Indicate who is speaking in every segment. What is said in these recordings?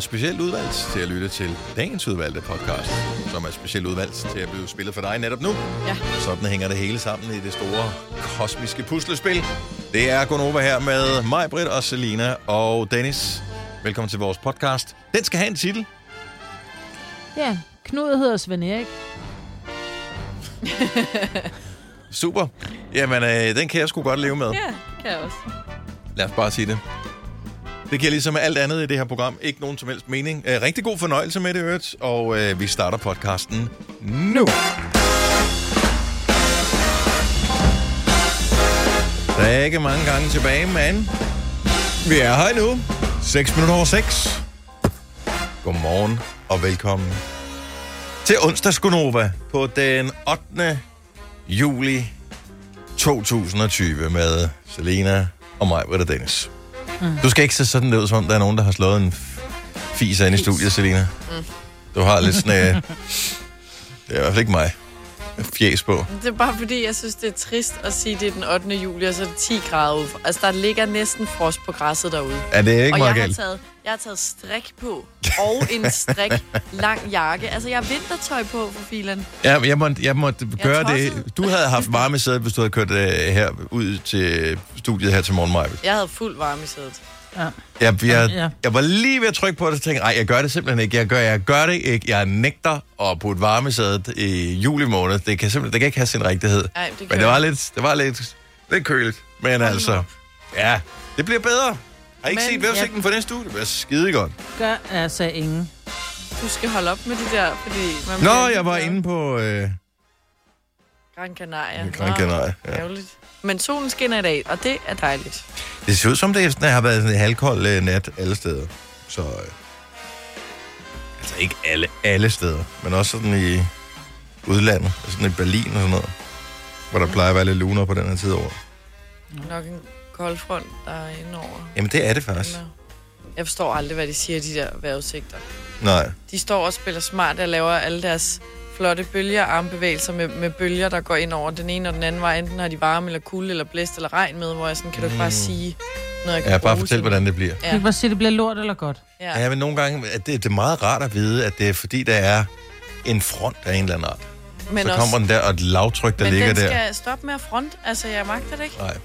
Speaker 1: specielt udvalgt til at lytte til dagens udvalgte podcast, som er specielt udvalgt til at blive spillet for dig netop nu.
Speaker 2: Ja.
Speaker 1: Sådan hænger det hele sammen i det store kosmiske puslespil. Det er Gunova her med mig, Britt og Selina og Dennis. Velkommen til vores podcast. Den skal have en titel.
Speaker 3: Ja, Knud hedder Svend Erik.
Speaker 1: Super. Jamen, øh, den kan jeg sgu godt leve med.
Speaker 2: Ja, det kan jeg også.
Speaker 1: Lad os bare sige det. Det giver ligesom alt andet i det her program ikke nogen som helst mening. Øh, rigtig god fornøjelse med det, i øvrigt, og øh, vi starter podcasten nu. Der er ikke mange gange tilbage, men vi er her nu. 6 minutter over 6. Godmorgen og velkommen til onsdagsgonova på den 8. juli 2020 med Selena og mig, Britta Dennis. Mm. Du skal ikke se sådan ud, som om der er nogen, der har slået en f- fis ind i studiet, Selena. Mm. Du har lidt sådan... Øh, det er i hvert fald ikke mig. Fjæs på.
Speaker 2: Det er bare fordi, jeg synes, det er trist at sige, det er den 8. juli, og så er det 10 grader ude. Altså, der ligger næsten frost på græsset derude.
Speaker 1: Er det ikke
Speaker 2: og
Speaker 1: meget
Speaker 2: jeg har,
Speaker 1: galt?
Speaker 2: taget, jeg har taget strik på, og en strik lang jakke. Altså, jeg har vintertøj på for filen.
Speaker 1: Ja, men jeg måtte, jeg måtte gøre
Speaker 2: tosset.
Speaker 1: det. Du havde haft varme sæde, hvis du havde kørt øh, her ud til studiet her til morgen, Maja.
Speaker 2: Jeg havde fuld varme i sædet.
Speaker 3: Ja.
Speaker 1: Jeg, jeg,
Speaker 3: Ja.
Speaker 1: jeg var lige ved at trykke på det, og tænkte, nej, jeg gør det simpelthen ikke. Jeg gør, jeg gør det ikke. Jeg nægter at putte varmesædet i juli måned. Det kan simpelthen det kan ikke have sin rigtighed.
Speaker 2: Ej, det kan
Speaker 1: Men det
Speaker 2: jeg
Speaker 1: var
Speaker 2: ikke.
Speaker 1: lidt, det var lidt, lidt køligt. Men altså, ja, det bliver bedre. Har I ikke set
Speaker 3: Men,
Speaker 1: vævsigten for næste uge? Det bliver skide godt.
Speaker 3: Gør altså ingen.
Speaker 2: Du skal holde op med det der, fordi... Man
Speaker 1: Nå,
Speaker 2: bliver-
Speaker 1: jeg var inde på øh,
Speaker 2: Gran Canaria.
Speaker 1: Gran Canaria.
Speaker 2: Nå,
Speaker 1: Ja.
Speaker 2: ærgerligt. Men solen skinner i dag, og det er dejligt.
Speaker 1: Det ser ud som, det sådan, har været sådan en halvkold øh, nat alle steder. Så, øh, altså ikke alle, alle steder, men også sådan i udlandet, sådan i Berlin og sådan noget, hvor der plejer at være lidt lunere på den her tid over.
Speaker 2: Nok en kold front, der er inde over.
Speaker 1: Jamen det er det faktisk.
Speaker 2: Jeg forstår aldrig, hvad de siger, de der vejrudsigter.
Speaker 1: Nej.
Speaker 2: De står og spiller smart og laver alle deres flotte bølger og armbevægelser med, med bølger, der går ind over den ene og den anden vej. Enten har de varme eller kulde eller blæst eller regn med, hvor jeg sådan, kan du ikke bare sige noget, jeg kan
Speaker 1: Mm. Ja, bare
Speaker 2: bruge
Speaker 1: fortæl,
Speaker 2: til-
Speaker 1: hvordan det bliver.
Speaker 3: Ja.
Speaker 2: Ja.
Speaker 3: Du kan bare sige, det bliver lort eller godt.
Speaker 2: Ja.
Speaker 1: Ja, men nogle gange er det, det er meget rart at vide, at det er fordi, der er en front af en eller anden art.
Speaker 2: men
Speaker 1: Så kommer den der, og et lavtryk, der
Speaker 2: men
Speaker 1: ligger
Speaker 2: den
Speaker 1: der.
Speaker 2: skal stoppe med at front. Altså, jeg magter det ikke.
Speaker 1: Nej,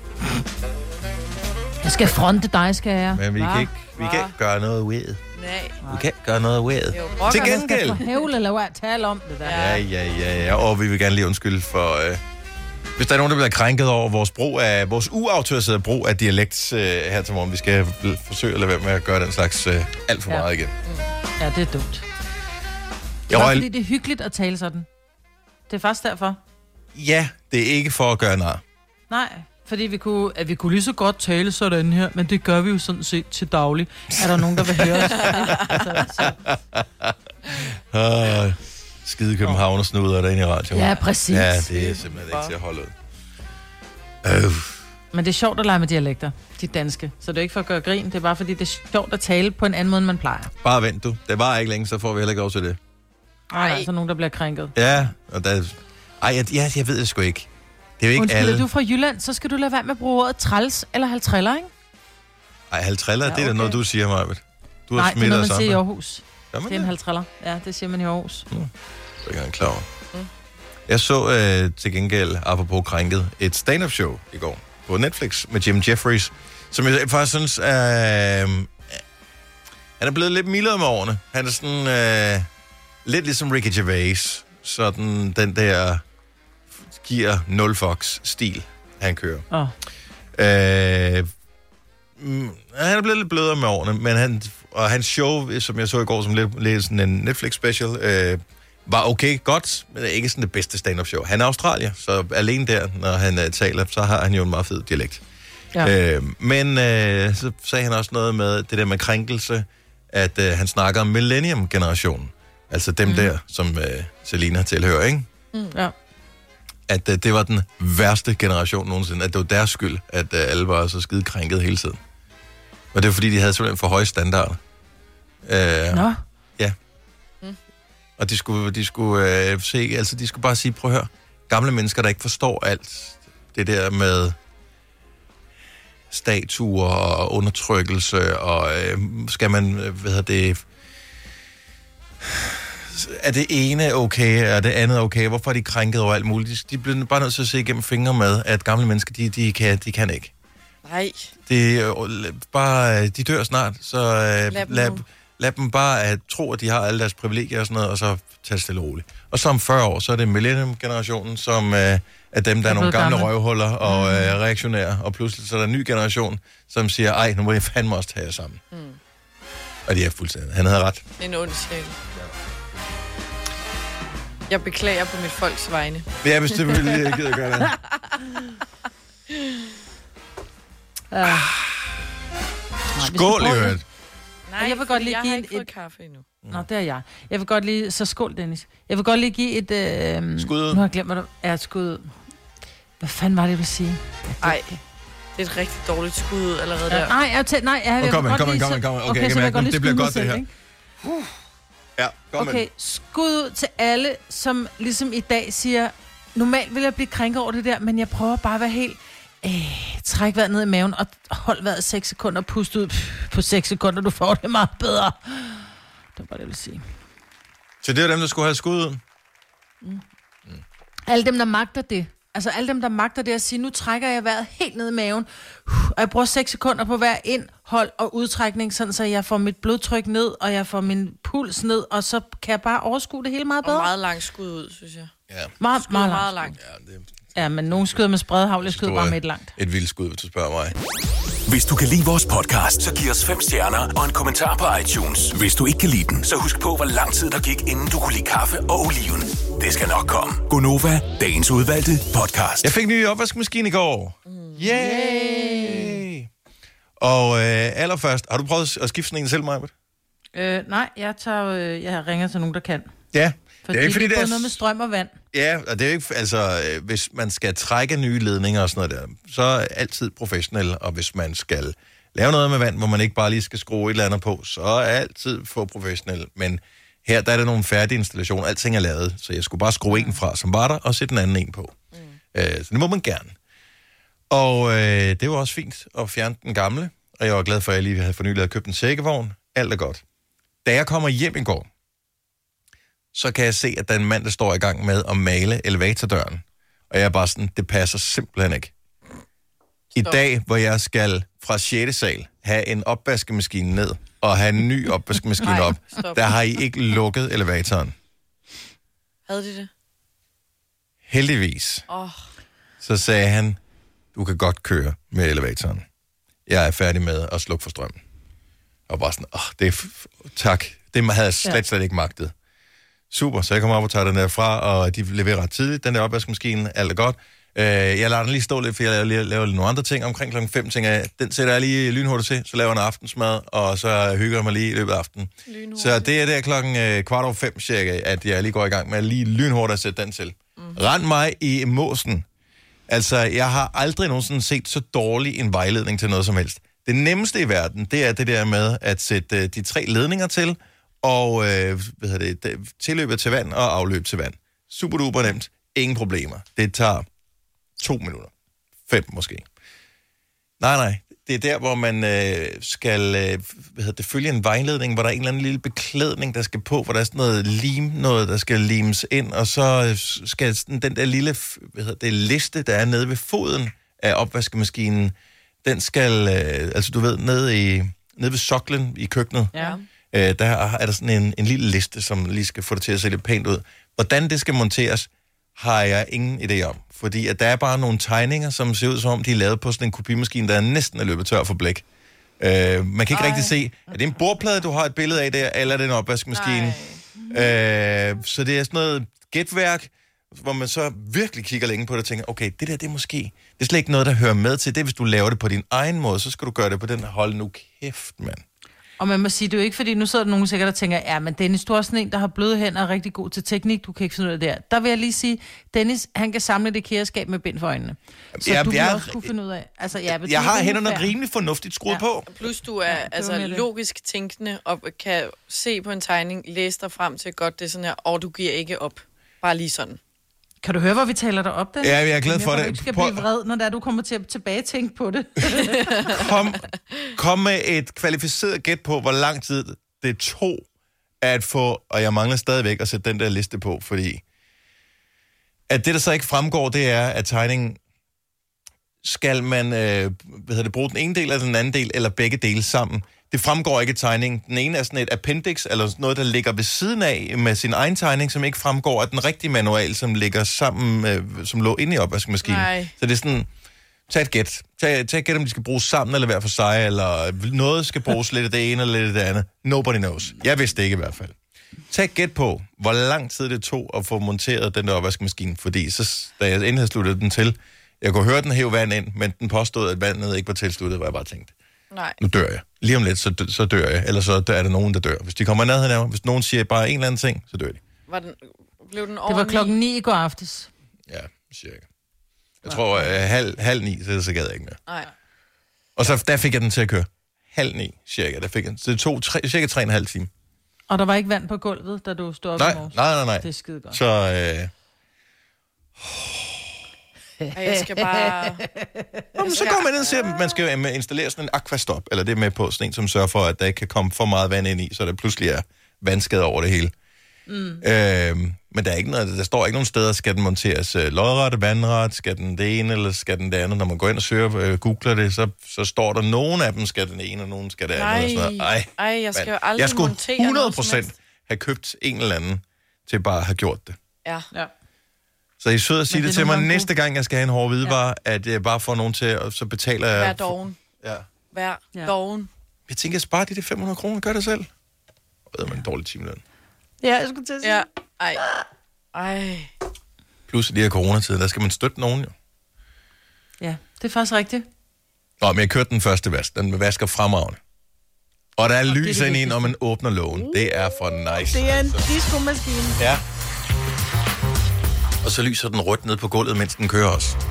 Speaker 3: Jeg skal fronte dig, skal jeg.
Speaker 1: men vi kan, ikke, vi kan ikke gøre noget ved.
Speaker 2: Nej.
Speaker 1: Vi kan ikke gøre noget ved.
Speaker 2: Jo,
Speaker 1: Til
Speaker 2: brokker,
Speaker 1: gengæld.
Speaker 3: Hævle eller hvad? Tale om det der. Ja.
Speaker 2: Ja.
Speaker 1: Ja, ja, ja, ja. Og vi vil gerne lige undskylde for... Øh, hvis der er nogen, der bliver krænket over vores brug af vores uautoriserede brug af dialekt øh, her til morgen, vi skal l- forsøge at lade være med at gøre den slags øh, alt for
Speaker 3: Ja.
Speaker 1: meget igen.
Speaker 3: ja, det er dumt.
Speaker 1: Jeg
Speaker 3: Også
Speaker 1: røg,
Speaker 3: fordi det er hyggeligt at tale sådan. Det er faktisk derfor.
Speaker 1: ja, det er ikke for at gøre nar.
Speaker 3: Nej, fordi vi kunne, at vi kunne lige så godt tale sådan her, men det gør vi jo sådan set til daglig. Er der nogen, der vil høre os? så, så.
Speaker 1: Øh, skide København og snuder derinde i radioen.
Speaker 3: Ja, præcis.
Speaker 1: Ja, det er simpelthen ikke til at holde ud. Øh,
Speaker 3: Men det er sjovt at lege med dialekter, de danske. Så det er ikke for at gøre grin, det er bare fordi, det er sjovt at tale på en anden måde, end man plejer.
Speaker 1: bare vent du. Det var ikke længe, så får vi heller ikke lov til det.
Speaker 3: Nej,
Speaker 2: Ej.
Speaker 3: der er altså nogen, der bliver krænket.
Speaker 1: Ja, og der... Ej, jeg, ja, jeg ved det sgu ikke. Det er jo ikke
Speaker 3: Undskyld, er
Speaker 1: alle.
Speaker 3: du er fra Jylland, så skal du lade være med at bruge ordet træls eller halvtriller, ikke?
Speaker 1: Ej, halvtriller, ja,
Speaker 3: Ja,
Speaker 1: okay. det er da
Speaker 3: okay.
Speaker 1: noget, du siger, Marvitt. Du har
Speaker 3: Nej, det er
Speaker 1: smittet
Speaker 3: noget, man
Speaker 1: os
Speaker 3: siger i
Speaker 1: andre.
Speaker 3: Aarhus.
Speaker 1: Gør man Mm.
Speaker 3: Det er en halvtriller. Ja, det siger man i Aarhus.
Speaker 1: Det er jeg ikke engang klar over. Mm. Jeg så øh, til gengæld, apropos krænket, et stand-up show i går på Netflix med Jim Jeffries, som jeg faktisk synes, øh, han er blevet lidt mildere med årene. Han er sådan øh, lidt ligesom Ricky Gervais, sådan den der giver nul fox stil han kører.
Speaker 3: Åh, oh,
Speaker 1: Øh, mm, han er blevet lidt blødere med årene, men han, og hans show, som jeg så i går som lidt, lidt sådan en Netflix special, øh, var okay, godt, men det er ikke sådan det bedste stand-up show. Han er australier, så alene der, når han øh, taler, så har han jo en meget fed dialekt.
Speaker 3: ja.
Speaker 1: Ja. Øh, men øh, så sagde han også noget med det der med krænkelse, at øh, han snakker om millennium-generationen. Altså dem mm. der, som øh, Selina tilhører, ikke?
Speaker 3: ja.
Speaker 1: At øh, det var den værste generation nogensinde. At det var deres skyld, at øh, alle var så skide krænket hele tiden. Og det var fordi, de havde simpelthen for høje standarder. Øh,
Speaker 3: Nå,
Speaker 1: og de skulle, de skulle øh, se, altså de skulle bare sige, prøv at høre, gamle mennesker, der ikke forstår alt det der med statuer og undertrykkelse, og øh, skal man, øh, hvad hedder det, er det ene okay, og det andet okay? Hvorfor er de krænket over alt muligt? De bliver bare nødt til at se igennem fingre med, at gamle mennesker, de, de, kan, de kan ikke.
Speaker 2: Nej.
Speaker 1: Det er jo- la- bare, øh, de dør snart, så øh,
Speaker 2: Lad dem
Speaker 1: lad,
Speaker 2: nu.
Speaker 1: lad dem bare øh, tro, at de har alle deres privilegier og sådan noget, og så tage det stille og roligt. Og så om 40 år, så er det millennium-generationen, som øh, er dem, der er, nogle
Speaker 3: blevet
Speaker 1: gamle,
Speaker 3: gamle.
Speaker 1: røvhuller og øh, reaktionære, og pludselig så er der en ny generation, som siger, ej, nu må I fandme også tage jer sammen. Mm. Og det er fuldstændig. Han havde ret.
Speaker 2: En ond sjæl. Jeg beklager på mit folks vegne.
Speaker 1: Ja, hvis det ville, jeg gider gøre det.
Speaker 3: Ah. Nej, vi skal
Speaker 1: Skål, i
Speaker 3: prøve det.
Speaker 1: øvrigt.
Speaker 2: Nej,
Speaker 3: jeg vil godt
Speaker 2: fordi
Speaker 3: lige
Speaker 2: jeg
Speaker 3: give
Speaker 2: har
Speaker 3: en-
Speaker 2: ikke fået
Speaker 3: et-
Speaker 2: kaffe endnu.
Speaker 3: Nå, det er jeg. Jeg vil godt lige... Så skål, Dennis. Jeg vil godt lige give et... Øh...
Speaker 1: Skud ud.
Speaker 3: Nu har jeg glemt, hvad du... Ja, et skud. ud. Hvad fanden var det, jeg ville sige?
Speaker 2: Ej, det er et rigtig dårligt skud ud allerede der.
Speaker 3: Nej, jeg tæ... Nej, jeg
Speaker 1: Kom,
Speaker 3: jeg
Speaker 1: kom,
Speaker 3: vil godt
Speaker 1: kom,
Speaker 3: lige Uh.
Speaker 1: kom,
Speaker 3: så-
Speaker 1: kom, kom. Okay,
Speaker 3: okay,
Speaker 1: jeg
Speaker 3: så
Speaker 1: kan
Speaker 3: vil jeg
Speaker 1: mærke,
Speaker 3: godt
Speaker 1: det
Speaker 3: lige
Speaker 1: bliver
Speaker 3: skyde
Speaker 1: godt, det
Speaker 3: mig
Speaker 1: her.
Speaker 3: selv, ikke?
Speaker 1: Ja, kom okay.
Speaker 3: Okay, skud ud til alle, som ligesom i dag siger, normalt vil jeg blive krænket over det der, men jeg prøver bare at være helt... Øh, træk vejret ned i maven og hold vejret 6 sekunder, pust ud Pff, på 6 sekunder, du får det meget bedre. Det var bare det, jeg ville sige.
Speaker 1: Så det er dem, der skulle have skud ud.
Speaker 3: Alle dem, der magter det. Altså alle dem, der magter det at sige, nu trækker jeg vejret helt ned i maven, og jeg bruger 6 sekunder på hver indhold og udtrækning, sådan så jeg får mit blodtryk ned, og jeg får min puls ned, og så kan jeg bare overskue det hele
Speaker 2: Og
Speaker 3: meget bedre.
Speaker 2: meget langt skud ud, synes jeg.
Speaker 1: Ja,
Speaker 3: meget,
Speaker 2: Skud
Speaker 3: meget,
Speaker 2: meget
Speaker 3: meget langt.
Speaker 2: langt.
Speaker 1: ja det er
Speaker 3: Ja, men nogen skyder med spredhavl, jeg skyder
Speaker 1: Store-
Speaker 3: bare med et langt.
Speaker 1: et vildt skud, hvis du spørger mig.
Speaker 4: Hvis du kan lide vores podcast, så giv os fem stjerner og en kommentar på iTunes. Hvis du ikke kan lide den, så husk på, hvor lang tid der gik, inden du kunne lide kaffe og oliven. Det skal nok komme. Gonova, dagens udvalgte podcast.
Speaker 1: Jeg fik en ny opvaskemaskine i går. Yay! Og øh, allerførst, har du prøvet at skifte sådan en selv, Majbert?
Speaker 3: Øh, nej, jeg, tager, øh, jeg ringer til nogen, der kan.
Speaker 1: Ja.
Speaker 3: For
Speaker 1: det er ikke fordi, det er...
Speaker 3: noget med strøm og vand.
Speaker 1: Ja, og det er jo ikke... Altså, øh, hvis man skal trække nye ledninger og sådan noget der, så er altid professionel, og hvis man skal lave noget med vand, hvor man ikke bare lige skal skrue et eller andet på, så er altid for professionel. Men her, der er der nogle færdige installationer. Alting er lavet, så jeg skulle bare skrue en fra, som var der, og sætte den anden en på. Mm. Øh, så det må man gerne. Og øh, det var også fint at fjerne den gamle, og jeg var glad for, at jeg lige havde for nylig havde købt en sækkevogn. Alt er godt. Da jeg kommer hjem i går, så kan jeg se, at der er en mand, der står i gang med at male elevatordøren. Og jeg er bare sådan, det passer simpelthen ikke. I
Speaker 2: Stop.
Speaker 1: dag, hvor jeg skal fra 6. sal have en opvaskemaskine ned, og have en ny opvaskemaskine
Speaker 2: Nej,
Speaker 1: op,
Speaker 2: stop.
Speaker 1: der har I ikke lukket elevatoren.
Speaker 2: Havde de det?
Speaker 1: Heldigvis.
Speaker 2: Åh, oh,
Speaker 1: Så sagde han, du kan godt køre med elevatoren. Jeg er færdig med at slukke for strømmen. Og bare sådan, åh, oh, det er f- f- tak. Det havde jeg
Speaker 3: Ja.
Speaker 1: slet, slet ikke magtet. Super, så jeg kommer op og tager den der fra, og de leverer ret tidligt, den der opvaskemaskine, alt er godt. Øh, jeg lader den lige stå lidt, for jeg laver, lige- laver nogle andre ting. Omkring klokken 5 tænker jeg, den sætter jeg lige lynhurtigt til, så laver jeg en aftensmad, og så hygger jeg mig lige i løbet af aftenen.
Speaker 2: Lynhurtigt.
Speaker 1: Så det er der klokken øh, kvart over fem cirka, at jeg lige går i gang med at lige lynhurtigt at sætte den til. Mm. Rend mig i måsen. Altså, jeg har aldrig nogensinde set så dårlig en vejledning til noget som helst. Det nemmeste i verden, det er det der med at sætte øh, de tre ledninger til, og øh, hvad hedder det, det- tilløbet til vand og afløb til vand. Super duper nemt. Ingen problemer. Det tager to minutter. Fem måske. Nej, nej. Det er der, hvor man øh, skal øh, hvad hedder det, følge en vejledning, hvor der er en eller anden lille beklædning, der skal på, hvor der er sådan noget lim, noget, der skal limes ind, og så øh, skal sådan, den der lille f- hvad hedder det, liste, der er nede ved foden af opvaskemaskinen, den skal, øh, altså du ved, nede, i, nede ved soklen i køkkenet,
Speaker 3: Ja.
Speaker 1: Øh, der er er der sådan en, en lille liste, som lige skal få det til at se lidt pænt ud. Hvordan det skal monteres, har jeg ingen idé om. Fordi at der er bare nogle tegninger, som ser ud som om, de er lavet på sådan en kopimaskine, der næsten er løbet tør for blæk. Øh, man kan ikke Ej. rigtig se, er det en bordplade, du har et billede af der, eller er det en opvaskemaskine? Øh, så det er sådan noget gætværk, hvor man så virkelig kigger længe på det og tænker, okay, det der, det er måske, det er slet ikke noget, der hører med til. Det er, hvis du laver det på din egen måde, så skal du gøre det på den. Hold nu kæft, mand.
Speaker 3: Og man må sige, det er jo ikke fordi, nu sidder der nogen sikkert og tænker, ja, men Dennis, du er også sådan en, der har bløde hænder og er rigtig god til teknik, du kan ikke finde ud af det der. Der vil jeg lige sige, Dennis, han kan samle det kæreskab med bind for øjnene. Så
Speaker 1: jeg-
Speaker 3: jeg, du vil
Speaker 1: jeg-
Speaker 3: jeg, også kunne finde ud af. Altså, ja, men du
Speaker 1: Jeg
Speaker 3: er
Speaker 1: har
Speaker 3: rimelig
Speaker 1: hænderne
Speaker 3: fair.
Speaker 1: rimelig fornuftigt skruet ja.
Speaker 3: Ja.
Speaker 1: på.
Speaker 2: Plus du er ja, altså,
Speaker 3: mere det.
Speaker 2: logisk tænkende og kan se på en tegning, læse dig frem til godt, det er sådan her, og du giver ikke op. Bare lige sådan.
Speaker 3: Kan du høre, hvor vi taler dig op, Dennis?
Speaker 1: Ja, jeg er glad
Speaker 3: Jamen,
Speaker 1: for
Speaker 3: håber,
Speaker 1: det.
Speaker 3: Du ikke skal
Speaker 1: Prøv-
Speaker 3: blive vred, når det er, du kommer til at tilbage tænke på det.
Speaker 1: Kom, kom med et kvalificeret gæt på, hvor lang tid det tog at få, og jeg mangler stadigvæk at sætte den der liste på, fordi at det, der så ikke fremgår, det er, at tegningen, skal man øh, hvad hedder det, bruge den ene del eller den anden del, eller begge dele sammen. Det fremgår ikke i tegningen. Den ene er sådan et appendix, eller sådan noget, der ligger ved siden af med sin egen tegning, som ikke fremgår af den rigtige manual, som ligger sammen, øh, som lå inde i opvaskemaskinen.
Speaker 2: Nej.
Speaker 1: Så det er sådan, tag et gæt. Tag, tag et gæt, om de skal bruges sammen eller hver for sig, eller noget skal bruges lidt af det ene eller lidt af det andet. Nobody knows. Jeg vidste det ikke i hvert fald. Tag et gæt på, hvor lang tid det tog at få monteret den der opvaskemaskine, fordi så, da jeg endelig havde sluttet den til, jeg kunne høre, den hæve vand ind, men den påstod, at vandet ikke var tilsluttet, hvor jeg bare tænkte,
Speaker 2: Nej.
Speaker 1: nu dør jeg. Lige om lidt, så, dø- så dør jeg, eller så er der nogen, der dør. Hvis de kommer i nærheden af mig, hvis nogen siger bare en eller anden ting, så dør de.
Speaker 2: Var den, blev den over
Speaker 3: Det var
Speaker 2: ni?
Speaker 3: klokken 9 i går aftes.
Speaker 1: Ja, cirka. Jeg tror, øh, halv, halv ni, så, så gad jeg ikke mere.
Speaker 2: Nej.
Speaker 1: Og så der fik jeg den til at køre. Halv ni, cirka. Der fik jeg den. Så det tog tre, cirka tre og en halv time.
Speaker 3: Og der var ikke vand på gulvet, da du stod op
Speaker 1: Nej,
Speaker 3: i morges.
Speaker 1: nej, nej, nej.
Speaker 3: Det er skide godt.
Speaker 1: Så øh,
Speaker 2: Og jeg skal bare...
Speaker 1: Jamen,
Speaker 2: Altså,
Speaker 1: så går man ind og siger, at man skal jo, øh, installere sådan en aquastop, eller det er med på sådan en, som sørger for, at der ikke kan komme for meget vand ind i, så der pludselig er vandskader over det hele. Mm. Øhm, men der, er ikke noget, der står ikke nogen steder, skal den monteres øh, lodret, vandret, skal den det ene, eller skal den det andet. Når man går ind og søger, øh, googler det, så, så står der, nogen af dem skal den ene, og nogen skal det andet. og sådan noget.
Speaker 2: Nej. Ej, jeg skal
Speaker 1: mand.
Speaker 2: jo aldrig
Speaker 1: jeg skulle
Speaker 2: montere noget
Speaker 1: 100
Speaker 2: som
Speaker 1: procent
Speaker 2: helst.
Speaker 1: have købt en eller anden til bare at have gjort det.
Speaker 2: Ja.
Speaker 3: Ja.
Speaker 1: Så I er søde at sige
Speaker 3: Men
Speaker 1: det,
Speaker 3: det er
Speaker 1: til
Speaker 3: nogle
Speaker 1: mig
Speaker 3: gange
Speaker 1: næste gang, jeg skal have en hård hvidevare, ja. at jeg bare får nogen til, og så betaler jeg...
Speaker 2: Vær doven.
Speaker 1: Ja.
Speaker 2: Vær
Speaker 3: Ja.
Speaker 2: doven.
Speaker 1: Jeg tænker, spar de der 500 kroner, gør det selv. Og man en dårlig timeløn.
Speaker 3: ja, jeg skulle til at sige.
Speaker 2: Ja. Ej. Ej.
Speaker 1: Plus i de her coronatider, der skal man støtte nogen jo.
Speaker 3: ja, det er faktisk rigtigt.
Speaker 1: Nå, men jeg kørte den første vask. Den vasker fremragende. Og der er lys
Speaker 3: det
Speaker 1: ind i, når man åbner lågen. Det er for nice.
Speaker 3: Det er en diskomaskine.
Speaker 1: Ja. Og så lyser den rødt ned på gulvet, mens den kører også. Øhm,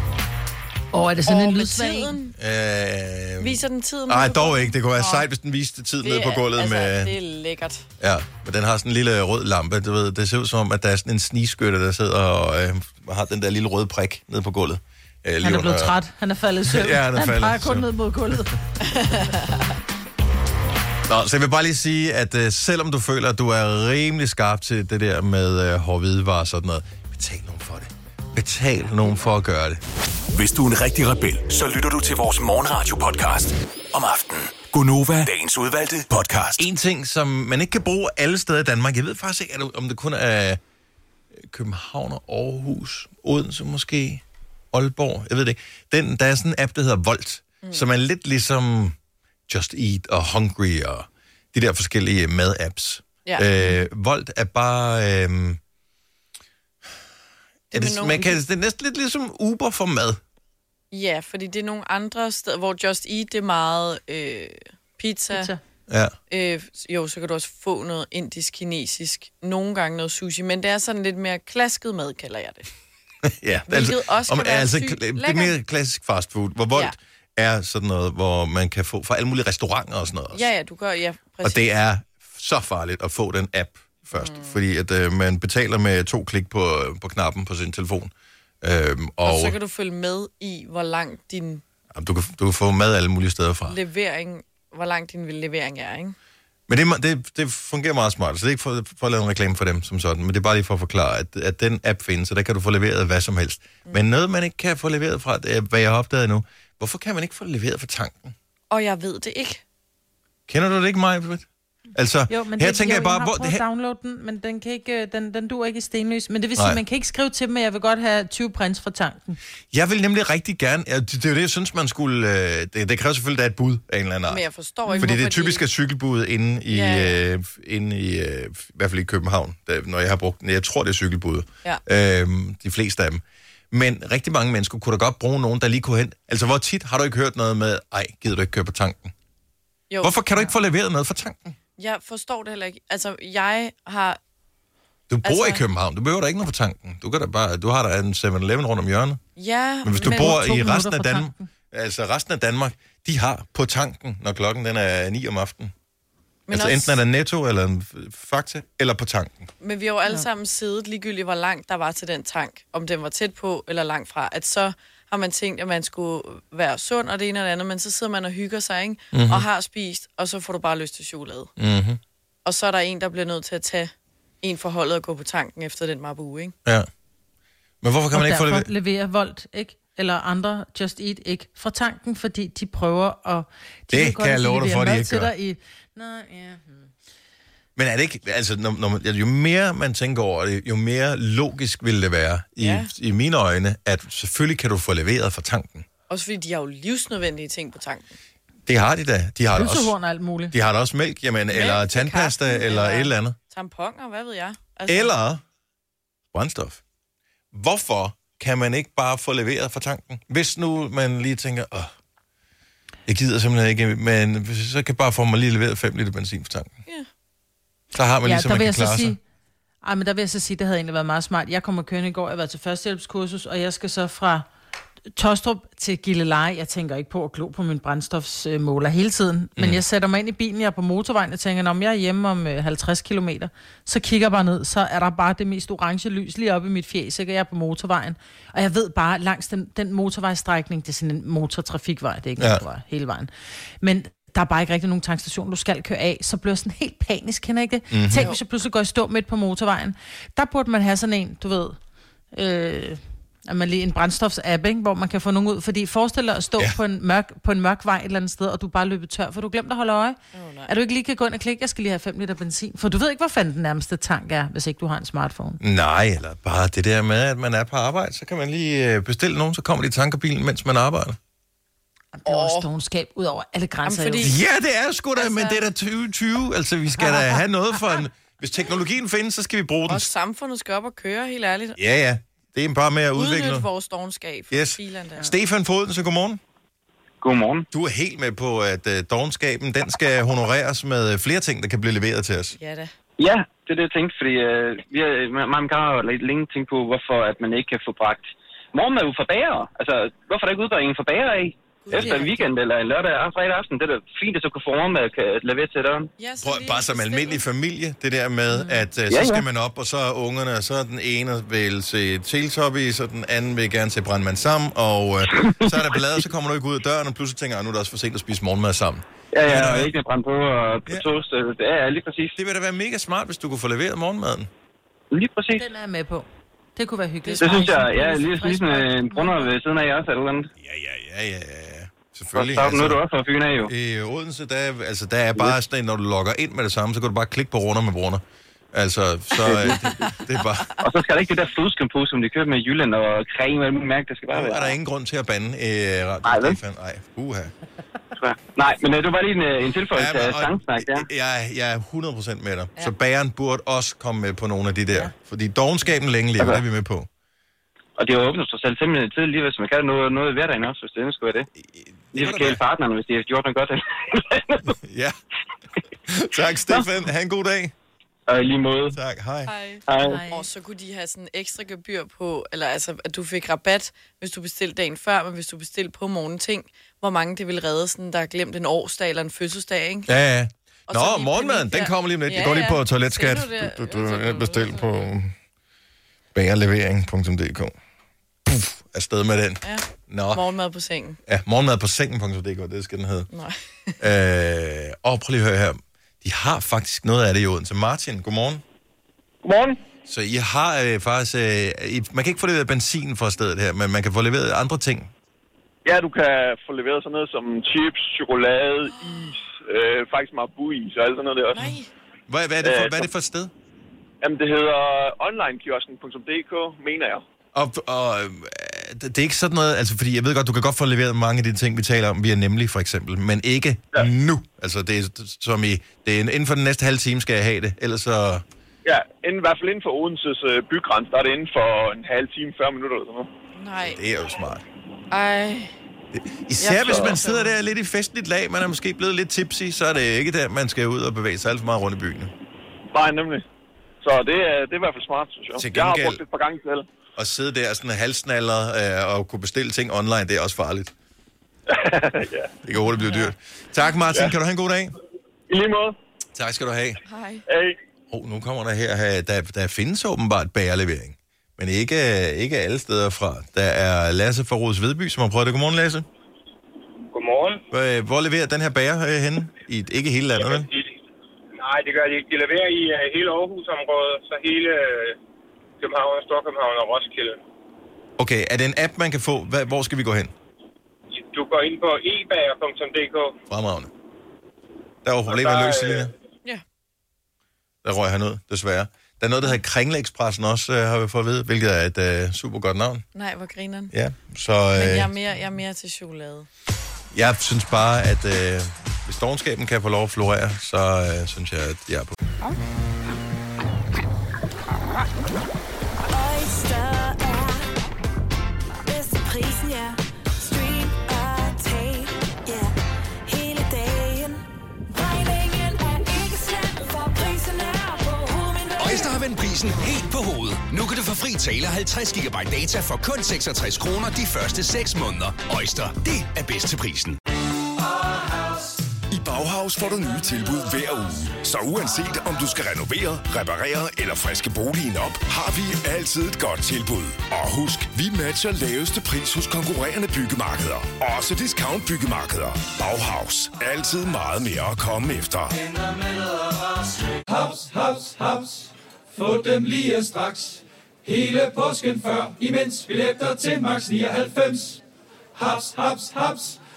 Speaker 3: Åh, oh, er det sådan
Speaker 2: Og
Speaker 3: en
Speaker 2: med
Speaker 3: lydsvag en?
Speaker 2: tiden.
Speaker 1: Øh...
Speaker 2: Viser den tiden?
Speaker 1: Nej,
Speaker 2: nu?
Speaker 1: dog ikke. Det kunne være sejt, hvis den viste tiden
Speaker 2: Det
Speaker 1: ned på
Speaker 2: er-
Speaker 1: gulvet
Speaker 2: altså,
Speaker 1: med...
Speaker 2: Det er lækkert.
Speaker 1: Ja, men den har sådan en lille rød lampe, du ved. Det ser ud som om, at der er sådan en snigskytte, der sidder og øh, har den der lille røde prik nede på gulvet. Øh, lige
Speaker 3: Han er
Speaker 1: under-
Speaker 3: blevet træt. Han er faldet i søvn.
Speaker 1: Ja, han er faldet
Speaker 3: han
Speaker 1: i
Speaker 3: peger kun
Speaker 1: søvn.
Speaker 3: ned mod gulvet.
Speaker 1: Nå, så jeg vil bare lige sige, at øh, selvom du føler, at du er rimelig skarp til det der med øh, hårdhvidevarer og sådan noget, betal nogen for det. Betal nogen for at gøre det.
Speaker 4: Hvis du er en rigtig rebel, så lytter du til vores morgenradio-podcast om aftenen. Gunova, dagens udvalgte podcast.
Speaker 1: Altså, En ting, som man ikke kan bruge alle steder i Danmark, jeg ved faktisk ikke, er det- om det kun er øh, København og Aarhus, Odense måske, Aalborg, jeg ved det ikke. Den, der er sådan en app, der hedder Volt, mm. som er lidt ligesom Just Eat og Hungry og de der forskellige mad-apps.
Speaker 2: Ja.
Speaker 1: Øh, Volt er bare... Øh, er det,
Speaker 2: nogle-
Speaker 1: man kan, det er næsten lidt ligesom Uber for mad.
Speaker 2: Ja, fordi det er nogle andre steder, hvor Just Eat, det er meget øh, pizza. pizza.
Speaker 3: Så.
Speaker 1: Ja.
Speaker 2: Øh, jo, så kan du også få noget indisk-kinesisk. Nogle gange noget sushi, men det er sådan lidt mere klasket mad, kalder jeg det.
Speaker 1: Ja, altså,
Speaker 2: Hvilket også kan være sygt
Speaker 1: kla- Det er
Speaker 2: lækkert.
Speaker 1: mere klassisk fast food, hvor voldt ja. er sådan noget, hvor man kan få fra alle mulige restauranter og sådan noget også.
Speaker 2: Ja, ja, du gør, ja, præcis.
Speaker 1: og det er så farligt at få den app først, mm. fordi at øh, man betaler med to klik på, øh, på knappen på sin telefon. Øhm, og
Speaker 2: og
Speaker 1: og
Speaker 2: så kan du følge med i, hvor langt din
Speaker 1: jamen, du, kan, du kan få mad alle mulige steder fra.
Speaker 2: levering, hvor langt din levering er, ikke?
Speaker 1: Men det, er me- det, det fungerer meget smart, så det er ikke for, for at lave en reklame for dem som sådan, men det er bare lige for at forklare, at, at den app findes, og der kan du få leveret hvad som helst. Mm. Men noget, man ikke kan få leveret fra, det er, hvad jeg har opdaget nu, hvorfor kan man ikke få det leveret fra tanken?
Speaker 2: Og jeg ved det ikke.
Speaker 1: Kender du det ikke, Maja? Altså,
Speaker 3: Jo, men
Speaker 1: her
Speaker 3: det,
Speaker 1: tænker
Speaker 3: jo,
Speaker 1: jeg bare,
Speaker 3: har
Speaker 1: hvor,
Speaker 3: prøvet at
Speaker 1: her,
Speaker 3: downloade den, men den, kan ikke, øh, den, den dur ikke i stenløs. Men det vil sige,
Speaker 1: Nej.
Speaker 3: at man kan ikke skrive til dem, at jeg vil godt have 20 prins fra tanken.
Speaker 1: jeg vil nemlig rigtig gerne, ja, det, det er jo det, jeg synes, man skulle, øh, det, det kræver selvfølgelig, at der er et bud af en eller anden art.
Speaker 2: Men jeg forstår ikke,
Speaker 1: Fordi det
Speaker 2: hvorfor
Speaker 1: er typisk at cykelbudet inde i,
Speaker 2: Ja,
Speaker 1: ja.
Speaker 2: ja.
Speaker 1: øh, inde i, øh, i hvert fald i København, der, når jeg har brugt den. Jeg tror, det er cykelbudet. Ja. Øhm, de fleste af dem. Men rigtig mange mennesker kunne da godt bruge nogen, der lige kunne hen. Altså, hvor tit har du ikke hørt noget med, ej, gider du ikke køre på tanken?
Speaker 2: Jo,
Speaker 1: Hvorfor kan du ikke få leveret noget fra tanken?
Speaker 2: Jeg forstår det heller ikke. Altså, jeg har...
Speaker 1: Du bor altså...
Speaker 2: Altså-
Speaker 1: i København, du behøver da ikke noget på tanken. Du, kan da bare, du har da en 7-Eleven rundt om hjørnet.
Speaker 2: Ja,
Speaker 1: Men hvis du
Speaker 3: Men-
Speaker 1: bor
Speaker 3: To
Speaker 1: i
Speaker 3: minutter
Speaker 1: resten af
Speaker 3: fra
Speaker 1: Danmark,
Speaker 3: tanken.
Speaker 1: altså resten af Danmark, de har på tanken, når klokken den er 9 om aftenen. Men
Speaker 2: men
Speaker 1: altså også... enten er der netto, eller en f- fakta, eller på tanken.
Speaker 2: Men vi har jo alle sammen siddet ligegyldigt, hvor langt der var til den tank. Om den var tæt på eller langt fra. At så har man tænkt, at man skulle være sund og det
Speaker 1: Mhm.
Speaker 2: ene og det andet, men så sidder man og hygger sig, ikke? Mm-hmm. Og har spist, og så får du bare lyst til chokolade. Mm-hmm. og så er der en, der bliver nødt til at tage en for holdet og gå på tanken efter den mabu, ikke?
Speaker 1: Ja. Men hvorfor kan man ikke få
Speaker 3: derfor
Speaker 1: det...
Speaker 3: det... leverer Volt, ikke? Eller andre Just Eat, ikke? Fra tanken, fordi de prøver at... De
Speaker 1: Det
Speaker 3: godt
Speaker 1: kan jeg
Speaker 3: lide
Speaker 1: love dig
Speaker 3: levere
Speaker 1: for, at de
Speaker 3: mad
Speaker 1: ikke
Speaker 3: til
Speaker 1: gør.
Speaker 3: dig I... Nå, ja.
Speaker 1: Men er det ikke, altså, når, når man, jo mere man tænker over det, jo mere logisk vil det være, i, ja.
Speaker 2: Ja.
Speaker 1: i mine øjne, at selvfølgelig kan du få leveret fra tanken.
Speaker 2: Også fordi de har jo livsnødvendige ting på tanken.
Speaker 1: Det har de da. De har, da også,
Speaker 3: Pølsehorn og alt muligt.
Speaker 1: de har da også mælk, jamen, mælk, eller
Speaker 2: til
Speaker 1: tandpasta,
Speaker 2: kaffen,
Speaker 1: eller
Speaker 2: eller-
Speaker 1: et eller andet.
Speaker 2: Tamponer, hvad ved jeg? Altså,
Speaker 1: Eller brændstof. Hvorfor kan man ikke bare få leveret fra tanken? Hvis nu man lige tænker, åh, jeg gider simpelthen ikke, men så kan jeg bare få mig lige leveret 5 liter benzin fra tanken.
Speaker 2: Ja.
Speaker 1: Så har man ja,
Speaker 3: Ja,
Speaker 1: ligesom,
Speaker 3: der
Speaker 1: man
Speaker 3: vil
Speaker 1: kan
Speaker 3: jeg så
Speaker 1: klare sig.
Speaker 3: sige... Ej, men der vil jeg så sige, det havde egentlig været meget smart. Jeg kommer kørende i går, jeg har været til førstehjælpskursus, og jeg skal så fra Tostrup til Gilleleje. Jeg tænker ikke på at glo på min brændstofsmåler hele tiden,
Speaker 1: Mm.
Speaker 3: men jeg sætter mig ind i bilen, jeg er på motorvejen, og tænker, om jeg er hjemme om øh, 50 km, så kigger jeg bare ned, så er der bare det mest orange lys lige oppe i mit fjes, ikke? Og jeg er på motorvejen. Og jeg ved bare, langs den, den motorvejstrækning, det er sådan en motortrafikvej, det er ikke
Speaker 1: Ja.
Speaker 3: ja. motorvej hele vejen. Men der er bare ikke rigtig nogen tankstation, du skal køre af, så bliver jeg sådan helt panisk, kender I ikke det? Mm-hmm. Tænk, hvis jeg pludselig går i stå midt på motorvejen. Der burde man have sådan en, du ved, øh, at man lige en brændstofsapp, ikke? hvor man kan få nogen ud. Fordi forestil dig at stå
Speaker 1: Ja.
Speaker 3: ja. på, en mørk, på en mørk vej et eller andet sted, og du er bare løbet tør, for du glemte at holde øje. Oh, at du ikke lige kan gå ind og klikke, jeg skal lige have 5 liter benzin. For du ved ikke, hvor fanden den nærmeste tank er, hvis ikke du har en smartphone.
Speaker 1: Nej, eller bare det der med, at man er på arbejde, så kan man lige øh, bestille nogen, så kommer de i tankerbilen, mens man arbejder.
Speaker 3: Det er også dogenskab ud over alle grænser.
Speaker 2: Jamen,
Speaker 3: Jamen,
Speaker 2: fordi-
Speaker 3: fordi...
Speaker 1: Ja, det er sgu da, altså... men det er da 2020. Altså, vi skal da have noget for en... Hvis teknologien findes, så skal vi bruge den.
Speaker 2: Og samfundet skal op og køre, helt ærligt.
Speaker 1: Ja, ja. Det er bare med at udvikle
Speaker 2: Udnyt
Speaker 1: noget.
Speaker 2: vores dogenskab.
Speaker 1: Yes.
Speaker 2: Filan der.
Speaker 1: Stefan Foden, så godmorgen.
Speaker 5: Godmorgen.
Speaker 1: Du er helt med på, at øh, dogenskaben, den skal honoreres med øh, flere ting, der kan blive leveret til os.
Speaker 2: Ja da.
Speaker 5: Ja, det er det, jeg tænkte, fordi øh, vi har, man kan jo lidt længe tænkt på, hvorfor at man ikke kan få bragt morgenmad ud fra bager. Altså, hvorfor er der ikke udbring fra bager af? Efter en weekend eller en lørdag og fredag aften, det er da fint, at så kan få morgenmad kan levere til døren.
Speaker 2: Ja, så
Speaker 1: Prøv,
Speaker 2: lige
Speaker 1: bare som
Speaker 2: bestille.
Speaker 1: almindelig familie, det der med,
Speaker 2: Mm.
Speaker 1: at øh,
Speaker 5: Ja,
Speaker 1: så
Speaker 5: ja.
Speaker 1: skal man op, og så er ungerne, og så er den ene vil se Teletubbies, og den anden vil gerne se Brandmand sammen, og øh, så er der ballade, så kommer du ikke ud af døren, og pludselig tænker jeg, nu er det også for sent at spise morgenmad sammen. øh,
Speaker 5: Ja, ja, og ikke med brændt på og på
Speaker 1: Ja.
Speaker 5: toast. øh, Ja, ja, lige præcis.
Speaker 1: Det ville da være mega smart, hvis du kunne få leveret morgenmaden.
Speaker 5: Lige præcis.
Speaker 3: Den er jeg med på. Det kunne være hyggeligt.
Speaker 5: Det synes jeg, ja, lige, lige sådan øh, en brunner ved siden af jer også, eller et eller andet.
Speaker 1: Ja, ja, ja, ja, ja.
Speaker 5: Og
Speaker 1: Selvfølgelig.
Speaker 5: så
Speaker 1: altså,
Speaker 5: nu er du også fra Fyn af, jo.
Speaker 1: I Odense, der, er- altså, der er bare sådan, en, når du logger ind med det samme, så kan du bare klikke på runder med brunner. Altså, så øh, det, det er bare...
Speaker 5: Og så skal der ikke det der flødeskampo, som de kører med i Jylland og creme, hvad man mærke, det skal bare
Speaker 1: Nu
Speaker 5: være.
Speaker 1: er der ingen grund til at bande øh,
Speaker 5: Nej,
Speaker 1: radio,
Speaker 5: vel?
Speaker 1: Stefan. Nej, uha.
Speaker 5: tror jeg. Nej, men øh, det var lige en, øh, en tilføjelse
Speaker 1: men-
Speaker 5: af sangsnak, ja.
Speaker 1: jeg, jeg er 100% med dig. Så bageren burde også komme med på nogle af de der. Fordi dogenskaben længe lever,
Speaker 5: Okay.
Speaker 1: det er vi med på.
Speaker 5: Og det åbner sig selv fem minutter tidligere, hvis man kan noget, noget i hverdagen også, hvis det endelig skulle være det. Lige
Speaker 1: kan
Speaker 5: for
Speaker 1: det
Speaker 5: kæle partneren, hvis de har gjort noget godt.
Speaker 1: Ja. tak, Stefan. Ha' en god dag.
Speaker 5: og i lige måde.
Speaker 1: Tak, hej.
Speaker 2: Hej.
Speaker 5: Hej.
Speaker 2: Og så kunne de have sådan ekstra gebyr på, eller altså, at du fik rabat, hvis du bestilte dagen før, men hvis du bestilte på morgenen ting, hvor mange det ville redde, sådan, der har glemt en årsdag eller en fødselsdag, ikke?
Speaker 1: Ja, ja.
Speaker 2: Og så
Speaker 1: Nå,
Speaker 2: lige
Speaker 1: morgenmaden,
Speaker 2: panik der.
Speaker 1: den kommer lige om lidt. Ja,
Speaker 2: Ja,
Speaker 1: jeg går lige
Speaker 2: ja.
Speaker 1: på toiletskat.
Speaker 2: Ser du det? Altså,
Speaker 1: Du, du, du, bestil på bagerlevering.dk. Puff, afsted med den.
Speaker 2: Ja.
Speaker 1: Nå,
Speaker 2: Morgenmad på sengen.
Speaker 1: ja, morgenmad på sengen.dk, det skal den hedde.
Speaker 2: Nej.
Speaker 1: Øh, og prøv lige at høre her. De har faktisk noget af det i Odense. Martin, godmorgen.
Speaker 6: Godmorgen.
Speaker 1: Så I har øh, faktisk... Øh, I, man kan ikke få leveret benzin fra stedet her, men man kan få leveret andre ting.
Speaker 6: Ja, du kan få leveret sådan noget som chips, chokolade, is, øh, faktisk marabu-is og alt sådan noget der også.
Speaker 2: Nej.
Speaker 1: Hvad, hvad, er, det for,
Speaker 6: Øh,
Speaker 1: hvad er det for et sted?
Speaker 6: Jamen, det hedder onlinekiosken.dk, mener jeg.
Speaker 1: Og, og øh, det det er ikke sådan noget... Altså, fordi jeg ved godt, du kan godt få leveret mange af de ting, vi taler om via Nemlig, for eksempel. Men ikke ja.
Speaker 6: Ja.
Speaker 1: nu. Altså, det er, som i, det er en- inden for den næste halve time, skal jeg have det. Ellers så...
Speaker 6: Ja, inden, i hvert fald inden for Odenses øh, bygrænse, der er det inden for en halv time, 40 minutter eller sådan noget.
Speaker 2: Nej.
Speaker 1: Det er jo smart.
Speaker 2: Ej.
Speaker 1: Især
Speaker 2: Jeg
Speaker 1: hvis man
Speaker 2: forstår.
Speaker 1: sidder der lidt i festligt lag, man er måske blevet lidt tipsy, så er det ikke der, man skal ud og bevæge sig alt for meget rundt i byen.
Speaker 6: Nej, nemlig. Så det, er, det er i hvert fald smart, synes jeg.
Speaker 1: Til
Speaker 6: Jeg har
Speaker 1: gengæld-
Speaker 6: brugt det et par gange selv.
Speaker 1: At sidde der sådan halsnaller øh, og kunne bestille ting online, det er også farligt.
Speaker 6: ja.
Speaker 1: Det kan hurtigt blive dyrt. Tak Martin, ja. kan du have en god dag?
Speaker 6: I lige måde.
Speaker 1: Tak skal du have.
Speaker 2: Hej.
Speaker 6: Hey.
Speaker 1: Oh, nu kommer der her, øh, der, der findes åbenbart bagerlevering. Men ikke, øh, ikke alle steder fra. Der er Lasse fra Rods Vedby, som har prøvet det. Godmorgen, Lasse.
Speaker 6: Godmorgen.
Speaker 1: Hvor, øh, hvor leverer den her bager øh, henne? I, ikke hele landet, vel?
Speaker 6: I,
Speaker 7: Nej, det gør de ikke. De leverer i øh, hele Aarhus-området, så hele øh, København, Storkøbenhavn og Roskilde.
Speaker 1: Okay, er det en app, man kan få? Hvad, hvor skal vi gå hen?
Speaker 7: Du går ind på ebager.dk.
Speaker 1: Fremragende. Der var problemet
Speaker 7: Og der,
Speaker 1: løst,
Speaker 7: øh,
Speaker 1: Selina.
Speaker 2: Ja.
Speaker 1: Der røg han ud, desværre. Der er noget, der hedder Kringleekspressen også, øh, har vi fået at vide, hvilket er et øh, super godt navn.
Speaker 2: Nej, hvor grineren.
Speaker 1: Ja, så
Speaker 2: Men jeg er,
Speaker 1: øh,
Speaker 2: mere, jeg er mere til chokolade.
Speaker 1: jeg synes bare, at øh, hvis dogenskaben kan få lov at florere, så øh, synes jeg, at jeg er på.
Speaker 8: Oyster er bedst til prisen, ja. Stream og tag, ja. Hele dagen. Regningen er ikke slem, for prisen er på hovedet.
Speaker 9: Øjster har vendt prisen helt på hovedet. Nu kan du få fri tale og 50 GB data for kun 66 kroner de første 6 måneder. Øjster, det er bedst til prisen.
Speaker 4: I Bauhaus får du nye tilbud hver uge. Så uanset om du skal renovere, reparere eller friske boligen op, har vi altid et godt tilbud. Og husk, vi matcher laveste pris hos konkurrerende byggemarkeder. Også discount byggemarkeder. Bauhaus. Altid meget mere at komme efter.
Speaker 10: Haps, haps, haps. Få dem lige straks. Hele påsken før, imens billetter til max 99. Haps, haps, haps.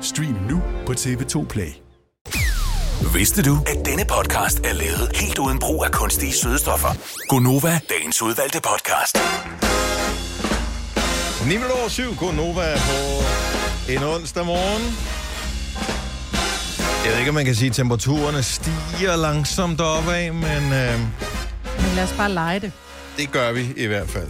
Speaker 4: Stream nu på TV2 Play.
Speaker 9: Vidste du, at denne podcast er lavet helt uden brug af kunstige sødestoffer?
Speaker 4: Gonova.
Speaker 9: Dagens udvalgte podcast.
Speaker 1: 9 minutter over 7, god Nova på en onsdag morgen. Jeg ved ikke, om man kan sige, at temperaturerne stiger langsomt deroppe af, men øh,
Speaker 3: Men lad os bare lege det.
Speaker 1: det gør vi i hvert fald.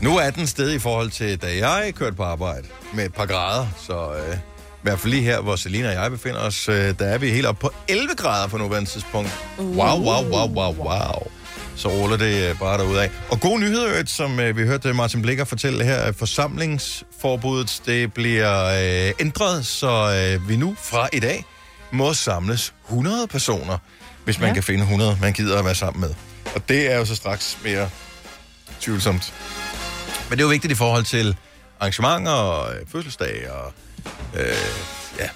Speaker 1: Nu er den sted i forhold til, da jeg kørte på arbejde med et par grader, så øh, i hvert fald lige her, hvor Selina og jeg befinder os, øh, der er vi helt op på 11 grader på nuværende tidspunkt. Wow, wow, wow, wow, wow. Så ruller det øh, bare derudad. Og gode nyheder, øh, som øh, vi hørte Martin Blikker fortælle her, at forsamlingsforbuddet det bliver øh, ændret, så øh, vi nu fra i dag må samles 100 personer, hvis man ja. kan finde 100, man gider at være sammen med. Og det er jo så straks mere tvivlsomt. Men det er jo vigtigt i forhold til arrangementer og øh, fødselsdage og øh, ja,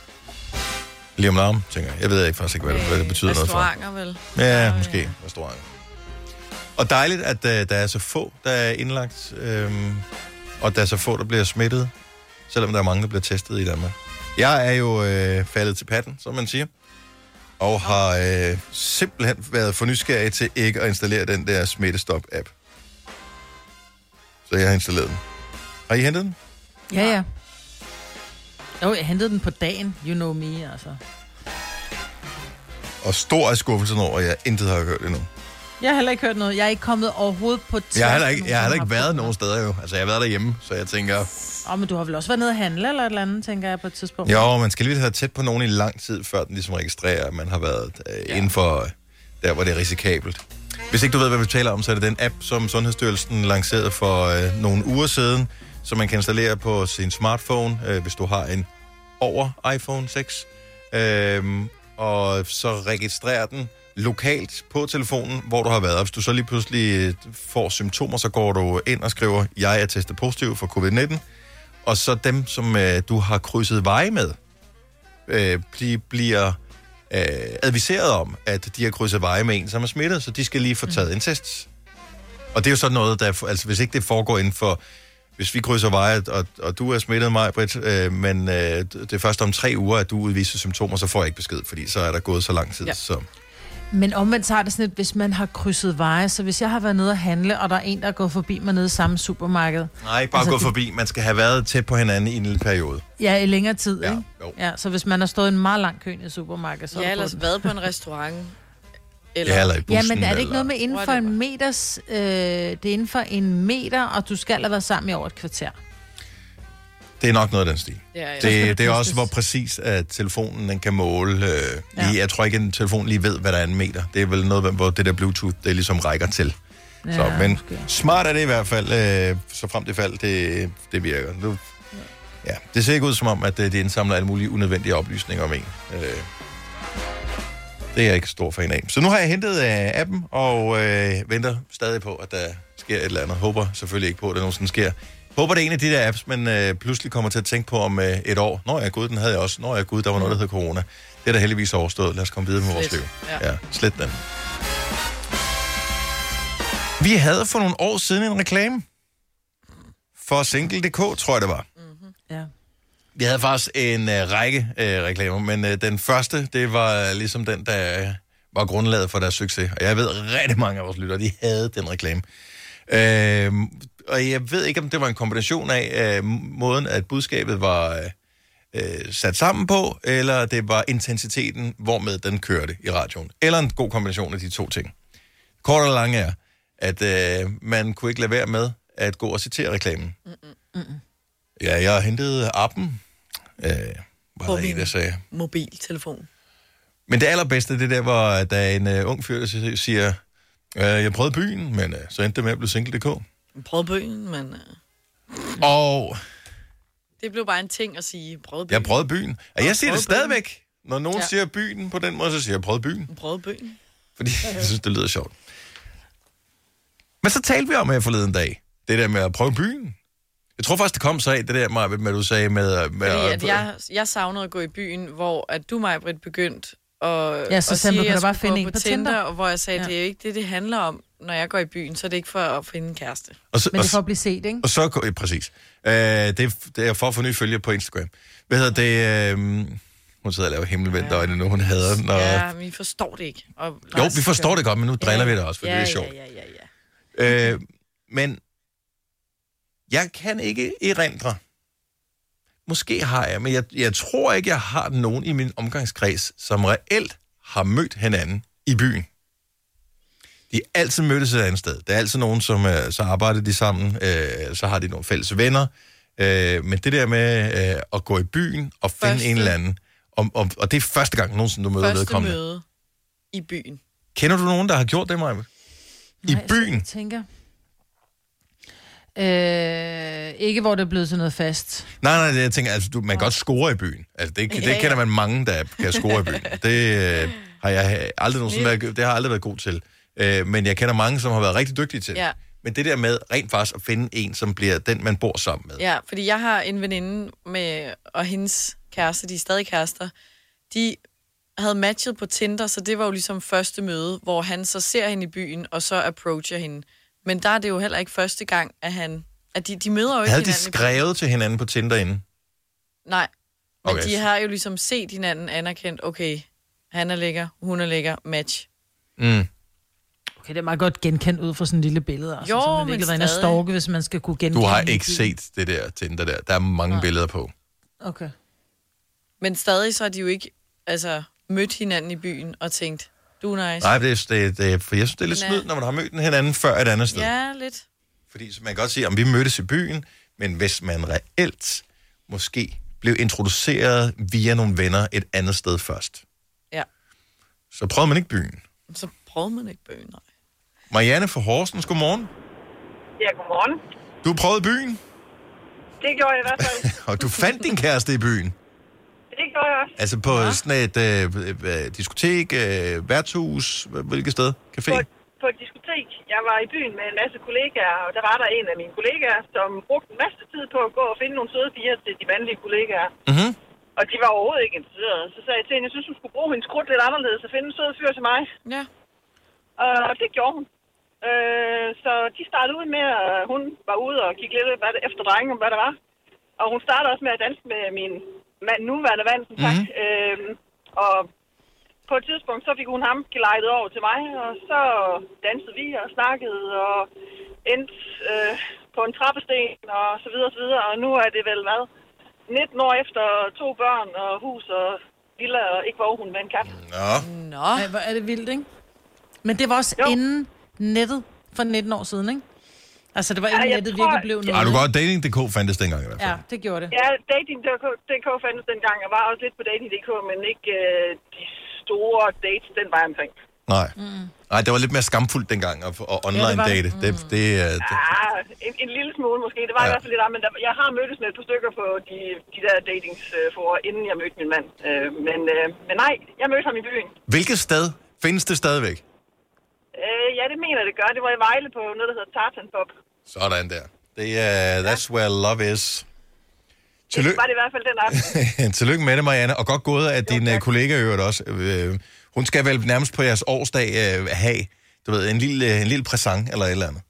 Speaker 1: lige om larm, tænker jeg. Jeg ved ikke faktisk ikke, hvad det, hvad det betyder noget for.
Speaker 2: Restauranter, vel?
Speaker 1: Ja, måske restauranter. Og dejligt, at øh, der er så få, der er indlagt, øh, og der er så få, der bliver smittet, selvom der er mange, der bliver testet i Danmark. Jeg er jo øh, faldet til patten, som man siger, og har øh, simpelthen været for nysgerrig til ikke at installere den der smittestop-app. Så jeg har installeret den. Har I hentet den?
Speaker 3: Ja, ja. Jo, jeg hentede den på dagen, you know me, altså.
Speaker 1: Og stor er skuffelsen over, at jeg intet har hørt endnu.
Speaker 3: Jeg har heller ikke hørt noget. Jeg er ikke kommet overhovedet på
Speaker 1: Jeg har heller ikke, jeg har heller ikke været nogen steder jo. Altså, jeg har været derhjemme, så jeg tænker,
Speaker 3: Åh, oh, men du har vel også været nede og handle eller et eller andet, tænker jeg på et tidspunkt.
Speaker 1: Jo, man skal lige have tæt på nogen i lang tid, før den ligesom registrerer, at man har været øh, ja. inden for øh, der, hvor det er risikabelt. Hvis ikke du ved, hvad vi taler om, så er det den app, som Sundhedsstyrelsen lancerede for øh, nogle uger siden, som man kan installere på sin smartphone, øh, hvis du har en over iPhone 6. Øhm, og så registrerer den lokalt på telefonen, hvor du har været. Og Hvis du så lige pludselig øh, får symptomer, så går du ind og skriver, jeg er testet positiv for covid-19. Og så dem, som øh, du har krydset veje med, øh, bli, bliver øh, adviseret om, at de har krydset veje med en, som er smittet, så de skal lige få taget en test. Og det er jo sådan noget, der, altså hvis ikke det foregår inden for, hvis vi krydser veje, og, og du er smittet mig, Britt, øh, men øh, det er først om tre uger, at du udviser symptomer, så får jeg ikke besked, fordi så er der gået så lang tid. Ja.
Speaker 3: Ja.
Speaker 1: Så.
Speaker 3: Men omvendt så er det sådan lidt, hvis man har krydset veje, så hvis jeg har været nede og handle, og der er en, der er gået forbi mig nede i samme supermarked,
Speaker 1: Nej, ikke bare altså,
Speaker 3: Altså,
Speaker 1: gå
Speaker 3: det-
Speaker 1: forbi. Man skal have været tæt på hinanden i en lille periode.
Speaker 3: ja, i længere tid,
Speaker 1: Ja,
Speaker 3: ikke?
Speaker 1: jo.
Speaker 3: Ja, så hvis man har stået i en meget lang kø i et supermarked, så er
Speaker 2: Ja,
Speaker 3: du på
Speaker 2: ellers
Speaker 3: den.
Speaker 2: været på en restaurant.
Speaker 1: Ja, eller i bussen,
Speaker 3: ja, men er det ikke
Speaker 1: eller...
Speaker 3: noget med inden for en meters... Øh, det er inden for en meter, og du skal have været sammen i over et kvarter.
Speaker 1: Det er nok noget af den stil.
Speaker 2: Ja, ja.
Speaker 1: Det, det er også, hvor præcis at telefonen den kan måle. Øh, lige, Jeg tror ikke, at en telefon lige ved, hvad der er en meter. Det er vel noget, hvor det der Bluetooth, det ligesom rækker til. Ja, så,
Speaker 11: Ja,
Speaker 1: men smart er det i hvert fald, øh, så frem til fald, det, det virker. Nu, ja, det ser ikke ud som om, at øh, det indsamler alle mulige unødvendige oplysninger om en. Øh, det er jeg ikke stor fan af. Så nu har jeg hentet øh, appen og øh, venter stadig på, at der sker et eller andet. Håber selvfølgelig ikke på, at det nogensinde sker. Håber, det er en af de der apps, man øh, pludselig kommer til at tænke på om øh, et år. Nå ja, gud, den havde jeg også. Nå ja, gud, der var noget, der hed corona. Det er da heldigvis overstået. Lad os komme videre med vores liv.
Speaker 2: Slet. Ja.
Speaker 1: ja, slet den. Vi havde for nogle år siden en reklame for Single.dk, tror jeg det var.
Speaker 3: Ja.
Speaker 1: Vi havde faktisk en øh, række øh, reklamer, men øh, den første, det var ligesom den, der øh, var grundlaget for deres succes. Og jeg ved, rigtig mange af vores lyttere, de havde den reklame. Øh, og jeg ved ikke, om det var en kombination af øh, måden, at budskabet var øh, øh, sat sammen på, eller det var intensiteten, hvormed den kørte i radioen. Eller en god kombination af de to ting. Kort og lang er, at øh, man kunne ikke lade være med at gå og citere reklamen. Ja, jeg hentede appen, øh, var
Speaker 2: På
Speaker 1: der en,
Speaker 2: min-
Speaker 1: der sagde.
Speaker 2: Mobiltelefon.
Speaker 1: Men det allerbedste, det er der, hvor der er en øh, ung fyr, der si- siger, øh, jeg prøvede byen, men øh, så endte det med at blive single.dk.
Speaker 2: Brødbøen, men øh,
Speaker 1: Og
Speaker 2: det blev bare en ting at sige. Brødbøen.
Speaker 1: jeg prøvede byen. Og jeg siger det
Speaker 2: Prøvede byen.
Speaker 1: stadigvæk. Når nogen
Speaker 2: Ja.
Speaker 1: ja. siger byen på den måde, så siger jeg, jeg prøvede byen.
Speaker 2: Brødbøen.
Speaker 1: Fordi jeg synes, det lyder sjovt. Men så talte vi om her forleden dag. Det der med at prøve byen. Jeg tror faktisk, det kom så af, det der med, hvad du sagde med... med
Speaker 2: Fordi at jeg, jeg savnede at gå i byen, hvor at du, mig, Britt, begyndte at,
Speaker 3: Ja, så
Speaker 2: at
Speaker 3: sagde
Speaker 2: sige,
Speaker 3: man, kan du
Speaker 2: jeg
Speaker 3: bare
Speaker 2: skulle
Speaker 3: finde
Speaker 2: gå
Speaker 3: en
Speaker 2: på
Speaker 3: på
Speaker 2: Tinder,
Speaker 3: Tinder?
Speaker 2: og hvor jeg sagde,
Speaker 3: Ja.
Speaker 2: ja. det er jo ikke det, det handler om, når jeg går i byen, så er det ikke for at finde en kæreste.
Speaker 1: Og så-
Speaker 3: Men det
Speaker 1: og
Speaker 3: er
Speaker 1: så-
Speaker 3: for at blive set, ikke?
Speaker 1: Og så, går- ja, præcis. Øh, det, er, det er for at få nye følgere på Instagram. Hvad hedder det? Øh, hun sidder og laver himmelvendt øjne nu, hun hader den. Og,
Speaker 2: Ja, men vi forstår det ikke. Og
Speaker 1: jo,
Speaker 2: Lars
Speaker 1: vi forstår
Speaker 2: gør
Speaker 1: det godt, men nu driller vi det også, for
Speaker 2: ja,
Speaker 1: det er sjovt.
Speaker 2: Ja, ja, ja, ja.
Speaker 1: Øh, men jeg kan ikke erindre. Måske har jeg, men jeg, jeg tror ikke, jeg har nogen i min omgangskreds, som reelt har mødt hinanden i byen. De er altid mødtes et andet sted. Der er altid nogen, som øh, så arbejder de sammen, øh, så har de nogle fælles venner. Øh, men det der med øh, at gå i byen og finde
Speaker 2: Første-
Speaker 1: en eller anden, og, og, og det er første gang nogensinde, du møder
Speaker 2: Første
Speaker 1: vedkommende.
Speaker 2: møde i byen.
Speaker 1: Kender du nogen, der har gjort det, Maja? I byen?
Speaker 3: Jeg tænker... Øh, ikke hvor det er blevet sådan noget fast.
Speaker 1: Nej, nej, det- jeg tænker, altså, du, man kan godt score i byen. Altså, det, det
Speaker 3: Ja, ja.
Speaker 1: kender man mange, der kan score i byen. Det, øh, har jeg aldrig nogensinde været, det har jeg aldrig været god til. Øh, men jeg kender mange, som har været rigtig dygtige til det.
Speaker 2: Ja.
Speaker 1: Men det der med rent faktisk at finde en, som bliver den, man bor sammen med.
Speaker 2: Ja, fordi jeg har en veninde med, og hendes kæreste, de er stadig kærester, de havde matchet på Tinder, så det var jo ligesom første møde, hvor han så ser hende i byen, og så approacher hende. Men der er det jo heller ikke første gang, at han... At de, de møder jo ikke
Speaker 1: Havde de
Speaker 2: hinanden. i byen.
Speaker 1: skrevet til hinanden på Tinder inden?
Speaker 2: Nej. Men
Speaker 1: Okay,
Speaker 2: okay. de
Speaker 1: så-
Speaker 2: har jo ligesom set hinanden anerkendt, okay, han er lækker, hun er lækker, match.
Speaker 1: Mm.
Speaker 3: Okay, det er meget godt genkendt ud fra sådan en lille billede. Altså,
Speaker 2: Jo,
Speaker 3: så man
Speaker 2: men
Speaker 3: ikke har været inde og
Speaker 2: stadig.
Speaker 3: stalke, hvis man skal kunne genkende
Speaker 1: Du har
Speaker 3: en i
Speaker 1: ikke
Speaker 3: byen.
Speaker 1: set det der Tinder der. Der er mange billeder på.
Speaker 3: Okay.
Speaker 2: Men stadig så har de jo ikke altså, mødt hinanden i byen og tænkt, du er nice.
Speaker 1: Nej, det, er- det, det, for jeg synes, det er lidt
Speaker 2: Nej.
Speaker 1: snydt, når man har mødt hinanden før et andet sted.
Speaker 2: øh, Ja, lidt.
Speaker 1: Fordi så man kan godt sige, om vi mødtes i byen, men hvis man reelt måske blev introduceret via nogle venner et andet sted først,
Speaker 2: Ja.
Speaker 1: så prøvede man ikke byen.
Speaker 2: Så prøvede man ikke byen, nej.
Speaker 1: Marianne fra Horsens, godmorgen.
Speaker 12: Ja, godmorgen.
Speaker 1: Du prøvede byen,
Speaker 12: Det gjorde jeg i hvert fald.
Speaker 1: og du fandt din kæreste i byen.
Speaker 12: Det gjorde jeg også.
Speaker 1: Altså på ja. sådan et øh, øh, diskotek, øh, værtshus, hv- hvilket sted? Café?
Speaker 12: På et diskotek. Jeg var i byen med en masse kollegaer, og der var der en af mine kollegaer, som brugte en masse tid på at gå og finde nogle søde piger til de mandlige kollegaer.
Speaker 1: Mhm.
Speaker 12: Og de var overhovedet ikke interesserede. Så sagde jeg til hende, jeg synes, hun skulle bruge hendes krudt lidt anderledes og finde en sød fyr til mig.
Speaker 2: Ja.
Speaker 12: Og det gjorde hun. Øh, så de startede ud med, at hun var ude og gik lidt hvad det, efter drenge, om hvad der var. Og hun startede også med at danse med min mand, nuværende mand, som sagt.
Speaker 13: Mhm.
Speaker 12: Mm-hmm. Øh, og på et tidspunkt, så fik hun ham gelejtet over til mig, og så dansede vi og snakkede og endte øh, på en trappesten og så videre og så videre. Og nu er det vel hvad? 19 år efter to børn og hus og villa og ikke hvor hun med en kat.
Speaker 1: Nå.
Speaker 2: Nå.
Speaker 3: Ej, hvor er det vildt, ikke? Men det var også jo. inden nettet for 19 år siden, ikke? Altså, det var ikke
Speaker 12: Ja, jeg
Speaker 3: nettet
Speaker 12: tror-
Speaker 3: virkelig blev noget.
Speaker 1: Ej, Ah, du godt, dating.dk fandtes dengang i hvert fald.
Speaker 3: Ja, det gjorde det.
Speaker 12: Ja, dating.dk fandtes dengang. Jeg var også lidt på dating.dk, men ikke øh, de store dates den vej omkring.
Speaker 1: Nej. Mm. Nej, det var lidt mere skamfuldt dengang at, at
Speaker 12: Ja, det
Speaker 1: online
Speaker 12: var det. Mm.
Speaker 1: date. Det, det, det, øh, er- det,
Speaker 12: Ah, en, en lille smule måske. Det var ja. i
Speaker 1: Ja.
Speaker 12: hvert fald lidt af, men der, jeg har mødtes med et par stykker på de, de der datingsforer, inden jeg mødte min mand. Øh, men, øh, men nej, jeg mødte ham i byen.
Speaker 1: hvilket sted findes det stadigvæk?
Speaker 12: Øh, ja, det mener jeg, det gør. Det var i Vejle på noget, der hedder Tartan Pop.
Speaker 1: Sådan der. Det er, that's where love is. Tillykke.
Speaker 12: Var det i hvert fald den aften.
Speaker 1: Tillykke med det, Marianne, og godt gået af din øh, kollega i øvrigt også. Øh, hun skal vel nærmest på jeres årsdag øh, have, du ved, en lille, en lille præsang eller et eller andet.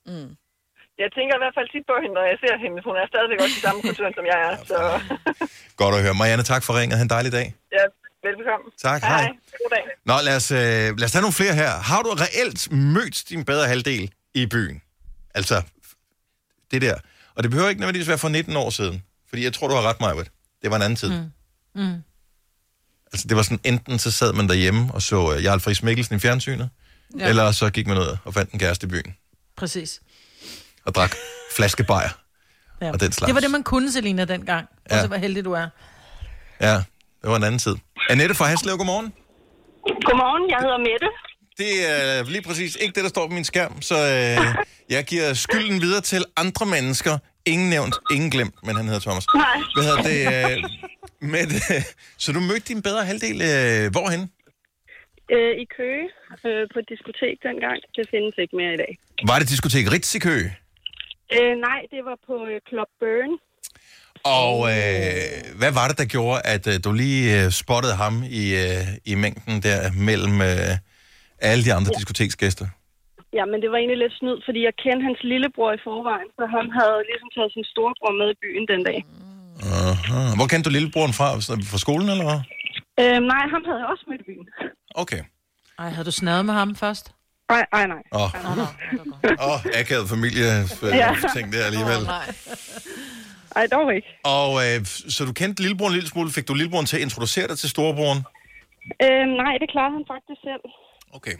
Speaker 12: Jeg tænker i hvert fald tit på hende, når jeg ser hende. Hun er stadigvæk også i samme kultur, som jeg er. Så
Speaker 1: Godt at høre. Marianne, tak for ringet. Ha' en dejlig dag.
Speaker 12: ja, velbekomme.
Speaker 1: Tak, hej.
Speaker 12: God dag.
Speaker 1: Nå, lad os, øh, lad os tage nogle flere her. Har du reelt mødt din bedre halvdel i byen? Altså, det der. Og det behøver ikke nødvendigvis være for 19 år siden. Fordi jeg tror, du har ret, Majbert. Det var en anden tid. Mm.
Speaker 3: Mm.
Speaker 1: Altså, det var sådan, enten så sad man derhjemme og så øh, Jarl Friis Mikkelsen i fjernsynet,
Speaker 3: Ja.
Speaker 1: ja. eller så gik man ud og fandt en kæreste i byen
Speaker 3: Præcis.
Speaker 1: og drak flaskebajer.
Speaker 3: Ja.
Speaker 1: Og den slags.
Speaker 3: Det var det, man kunne, Selina, dengang. Ja. Og
Speaker 1: Ja.
Speaker 3: så hvor heldig du er.
Speaker 1: Ja, det var en anden tid. Annette fra Haslev, godmorgen.
Speaker 11: Godmorgen, jeg hedder Mette.
Speaker 1: Det er lige præcis ikke det, der står på min skærm, så øh, jeg giver skylden videre til andre mennesker. Ingen nævnt, ingen glemt, men han hedder Thomas.
Speaker 11: Nej.
Speaker 1: Hvad hedder det? Øh, med, øh, så du mødte din bedre halvdel øh, hvorhen?
Speaker 11: Øh, I Køge øh, på et diskotek dengang. Det findes ikke mere i dag.
Speaker 1: Var det diskotek Ritz i Køge?
Speaker 11: Øh, nej, det var på øh, Club Burn.
Speaker 1: Og øh, hvad var det, der gjorde, at øh, du lige øh, spottede ham i, øh, i mængden der mellem øh, alle de andre diskoteksgæster?
Speaker 11: Ja, men det var egentlig lidt snyd, fordi jeg kendte hans lillebror i forvejen, så han havde ligesom taget sin storebror med i byen den dag.
Speaker 1: Aha. Hvor kendte du lillebroren fra? Sådan Fra skolen, eller hvad?
Speaker 11: Øh, nej, ham havde jeg også mødt i byen.
Speaker 1: Okay.
Speaker 3: Ej, havde du snadet med ham først?
Speaker 11: Nej, nej, nej.
Speaker 1: Åh, oh. oh, akavet familie øh,
Speaker 11: Ja.
Speaker 1: ting der alligevel.
Speaker 11: Ej, dog ikke.
Speaker 1: Og øh, så du kendte lillebroren en lille smule. Fik du lillebroren til at introducere dig til storebroren?
Speaker 11: Øh, nej, det klarede han faktisk selv.
Speaker 1: Okay.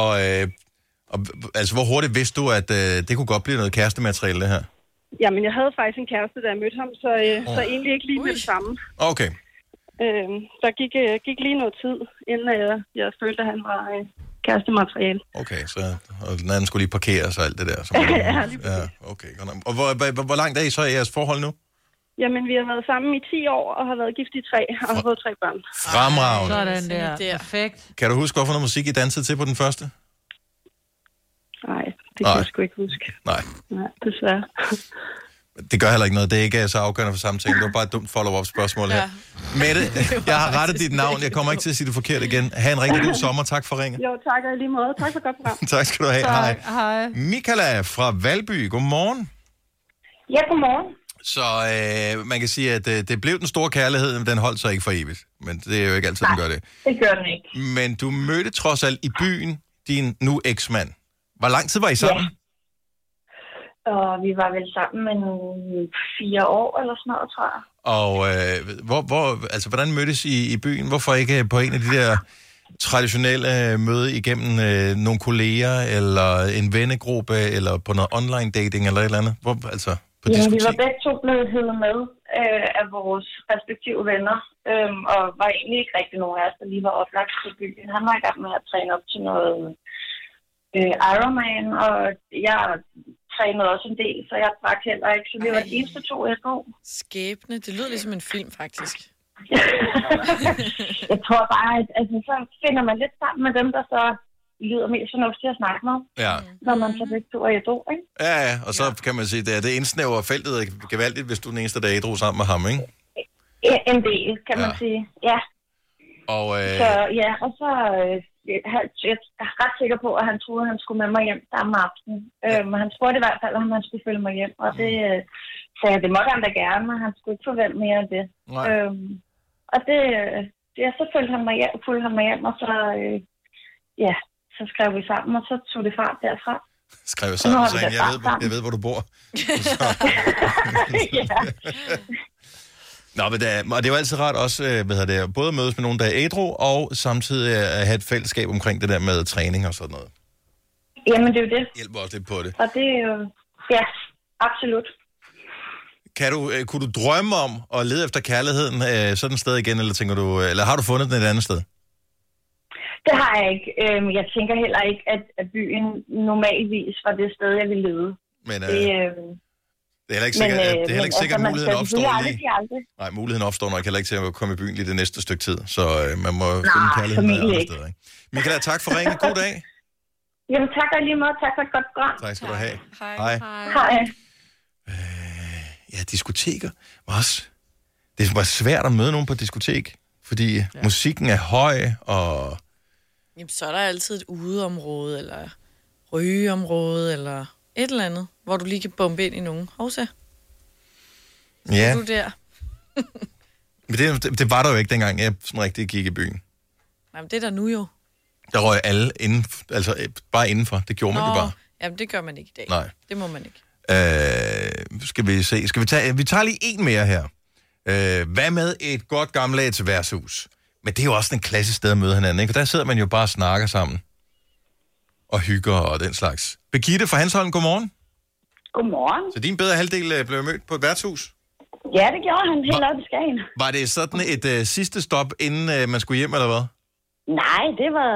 Speaker 1: Og, øh, og h- altså, hvor hurtigt vidste du, at øh, det kunne godt blive noget kærestemateriale, det her?
Speaker 11: Jamen, jeg havde faktisk en kæreste, da jeg mødte ham, så, øh,
Speaker 1: Åh.
Speaker 11: så egentlig ikke lige med det samme.
Speaker 1: Okay.
Speaker 11: Øh, der gik, øh, gik lige noget tid, inden øh, jeg følte, at han var øh, kærestemateriale.
Speaker 1: Okay, så og den anden skulle lige parkere sig alt det der. Som,
Speaker 11: Ja, lige
Speaker 1: ja, okay. godt nok. Og hvor, hvor, hvor, hvor langt er I så i jeres forhold nu?
Speaker 11: Jamen, vi har været sammen i 10 år og har været gift i 3 og har fået tre børn.
Speaker 1: Fremragende.
Speaker 3: Sådan der. Perfekt.
Speaker 1: Kan du huske, hvorfor noget musik I dansede til på den første?
Speaker 11: Nej,
Speaker 1: det kan Nej. jeg
Speaker 11: sgu ikke huske.
Speaker 1: Nej.
Speaker 11: Nej, desværre.
Speaker 1: Det gør heller ikke noget. Det er ikke øh, så afgørende for samtalen. Det var bare et dumt follow-up spørgsmål her.
Speaker 11: Ja.
Speaker 1: Ja. Mette, jeg har rettet dit navn. Jeg kommer ikke til at sige det forkert igen. Ha' en rigtig god sommer. Tak for ringet.
Speaker 11: Jo, tak og i lige måde. Tak for godt program.
Speaker 1: Tak skal du have.
Speaker 11: Tak.
Speaker 1: Hej.
Speaker 3: Hej.
Speaker 1: Michaela fra Valby, godmorgen.
Speaker 13: Ja, godmorgen.
Speaker 1: Så øh, man kan sige, at øh, det blev den store kærlighed, men den holdt sig ikke for evigt. Men det er jo ikke altid, den gør det.
Speaker 13: Det gør den ikke.
Speaker 1: Men du mødte trods alt i byen din nu eksmand. Hvor lang tid var I sammen?
Speaker 13: Og vi var vel sammen en fire år eller sådan noget, tror jeg.
Speaker 1: Og øh, hvor, hvor, altså, hvordan mødtes I i byen? Hvorfor ikke på en af de der traditionelle øh, møde igennem øh, nogle kolleger, eller en vennegruppe, eller på noget online dating, eller et eller andet? Hvor, altså, på
Speaker 13: Ja,
Speaker 1: diskotek?
Speaker 13: vi var begge to blevet hævet med øh, af vores respektive venner, øh, og var egentlig ikke rigtig nogen af os, der lige var oplagt til byen. Han var i gang med at træne op til noget øh, Ironman, og jeg trænede også en del, så jeg drak heller ikke, så vi var de eneste to, jeg drog.
Speaker 2: Skæbne, det lyder ligesom en film, faktisk.
Speaker 13: Jeg tror bare, at altså, så finder man lidt sammen med dem, der så lyder mest fornuftige at snakke med,
Speaker 1: Ja.
Speaker 13: når man så begge to er i drog, ikke?
Speaker 1: Ja, ja, og så ja. kan man sige, det, er- det indsnæver feltet gevaldigt, hvis du er den eneste, der ikke drog sammen med ham, ikke?
Speaker 13: Ja, En del, kan man
Speaker 1: Ja.
Speaker 13: sige. Ja,
Speaker 1: Og, øh,
Speaker 13: så ja, og så øh, han- jeg er ret sikker på, at han troede, at han skulle med mig hjem samme aften. Øhm, og han spurgte i hvert fald, om han skulle følge mig hjem, og det
Speaker 1: Mm.
Speaker 13: øh, sagde jeg, det måtte han da gerne, men han skulle ikke forvente mere end det.
Speaker 1: Nej.
Speaker 13: Øhm, og det, øh, det, så følte han mig hjem, fulgte han mig hjem, og så, øh, ja, så skrev vi sammen, og så tog det fart derfra.
Speaker 1: skrev jeg
Speaker 13: Nu har
Speaker 1: sammen,
Speaker 13: vi
Speaker 1: så
Speaker 13: da
Speaker 1: jeg
Speaker 13: bare
Speaker 1: ved, hvor- jeg ved, hvor du bor. Nå, men det er, og det er jo altid rart også, øh, hvad hedder det, både at mødes med nogen, der er ædru, og samtidig øh, at have et fællesskab omkring det der med træning og sådan noget.
Speaker 13: Jamen, det er jo det.
Speaker 1: Hjælper også lidt på det.
Speaker 13: Og det er jo, Ja, absolut.
Speaker 1: Kan du, øh, kunne du drømme om at lede efter kærligheden øh, sådan et sted igen, eller, tænker du, øh, eller har du fundet den et andet sted?
Speaker 13: Det har jeg ikke. Øhm, jeg tænker heller ikke, at, at byen normalvis var det sted, jeg ville lede.
Speaker 1: Men, øh,
Speaker 13: det, øhm,
Speaker 1: Det er heller ikke sikkert,
Speaker 13: øh,
Speaker 1: men, øh, det er heller
Speaker 13: men
Speaker 1: ikke sikkert
Speaker 13: man
Speaker 1: muligheden
Speaker 13: skal selvfølgelig
Speaker 1: opstår
Speaker 13: aldrig
Speaker 1: lige.
Speaker 13: sige aldrig.
Speaker 1: Nej, muligheden opstår nok heller ikke til at komme i byen lige det næste stykke tid, så øh, man må Nej, finde
Speaker 13: Nej,
Speaker 1: kærligheden andre
Speaker 13: familie
Speaker 1: steder.
Speaker 13: ikke.
Speaker 1: Ikke? Michaela, tak for ringen. God dag.
Speaker 13: Jamen tak og i lige måde. Tak for et godt program.
Speaker 1: tak skal du have. Hej.
Speaker 13: Hej.
Speaker 1: Ja, diskoteker var også... Det var svært at møde nogen på et diskotek, fordi ja. musikken er høj, og
Speaker 2: Jamen, så er der altid et udeområde, eller rygeområde, eller et eller andet, hvor du lige kan bombe ind i nogen. Hov, så.
Speaker 1: ja,
Speaker 2: Er du der?
Speaker 1: men det, det var der jo ikke dengang, jeg sådan rigtig gik i byen.
Speaker 2: Nej, men det er der nu jo.
Speaker 1: Der røg alle inden, altså øh, bare indenfor. Det gjorde man jo bare.
Speaker 2: jamen, det gør man ikke i dag.
Speaker 1: Nej.
Speaker 2: Det må man ikke.
Speaker 1: Øh, skal vi se. Skal vi tage, vi tager lige en mere her. Øh, hvad med et godt gammeldags værtshus? Men det er jo også en klassisk sted at møde hinanden, ikke? For der sidder man jo bare og snakker sammen. Og hygger og den slags. Birgitte fra Hansholm, godmorgen.
Speaker 14: Godmorgen.
Speaker 1: Så din bedre halvdel øh, blev mødt på et værtshus.
Speaker 14: Ja, det gjorde han helt op i Skagen.
Speaker 1: Var det sådan et øh, sidste stop, inden øh, man skulle hjem, eller hvad?
Speaker 14: Nej, det var...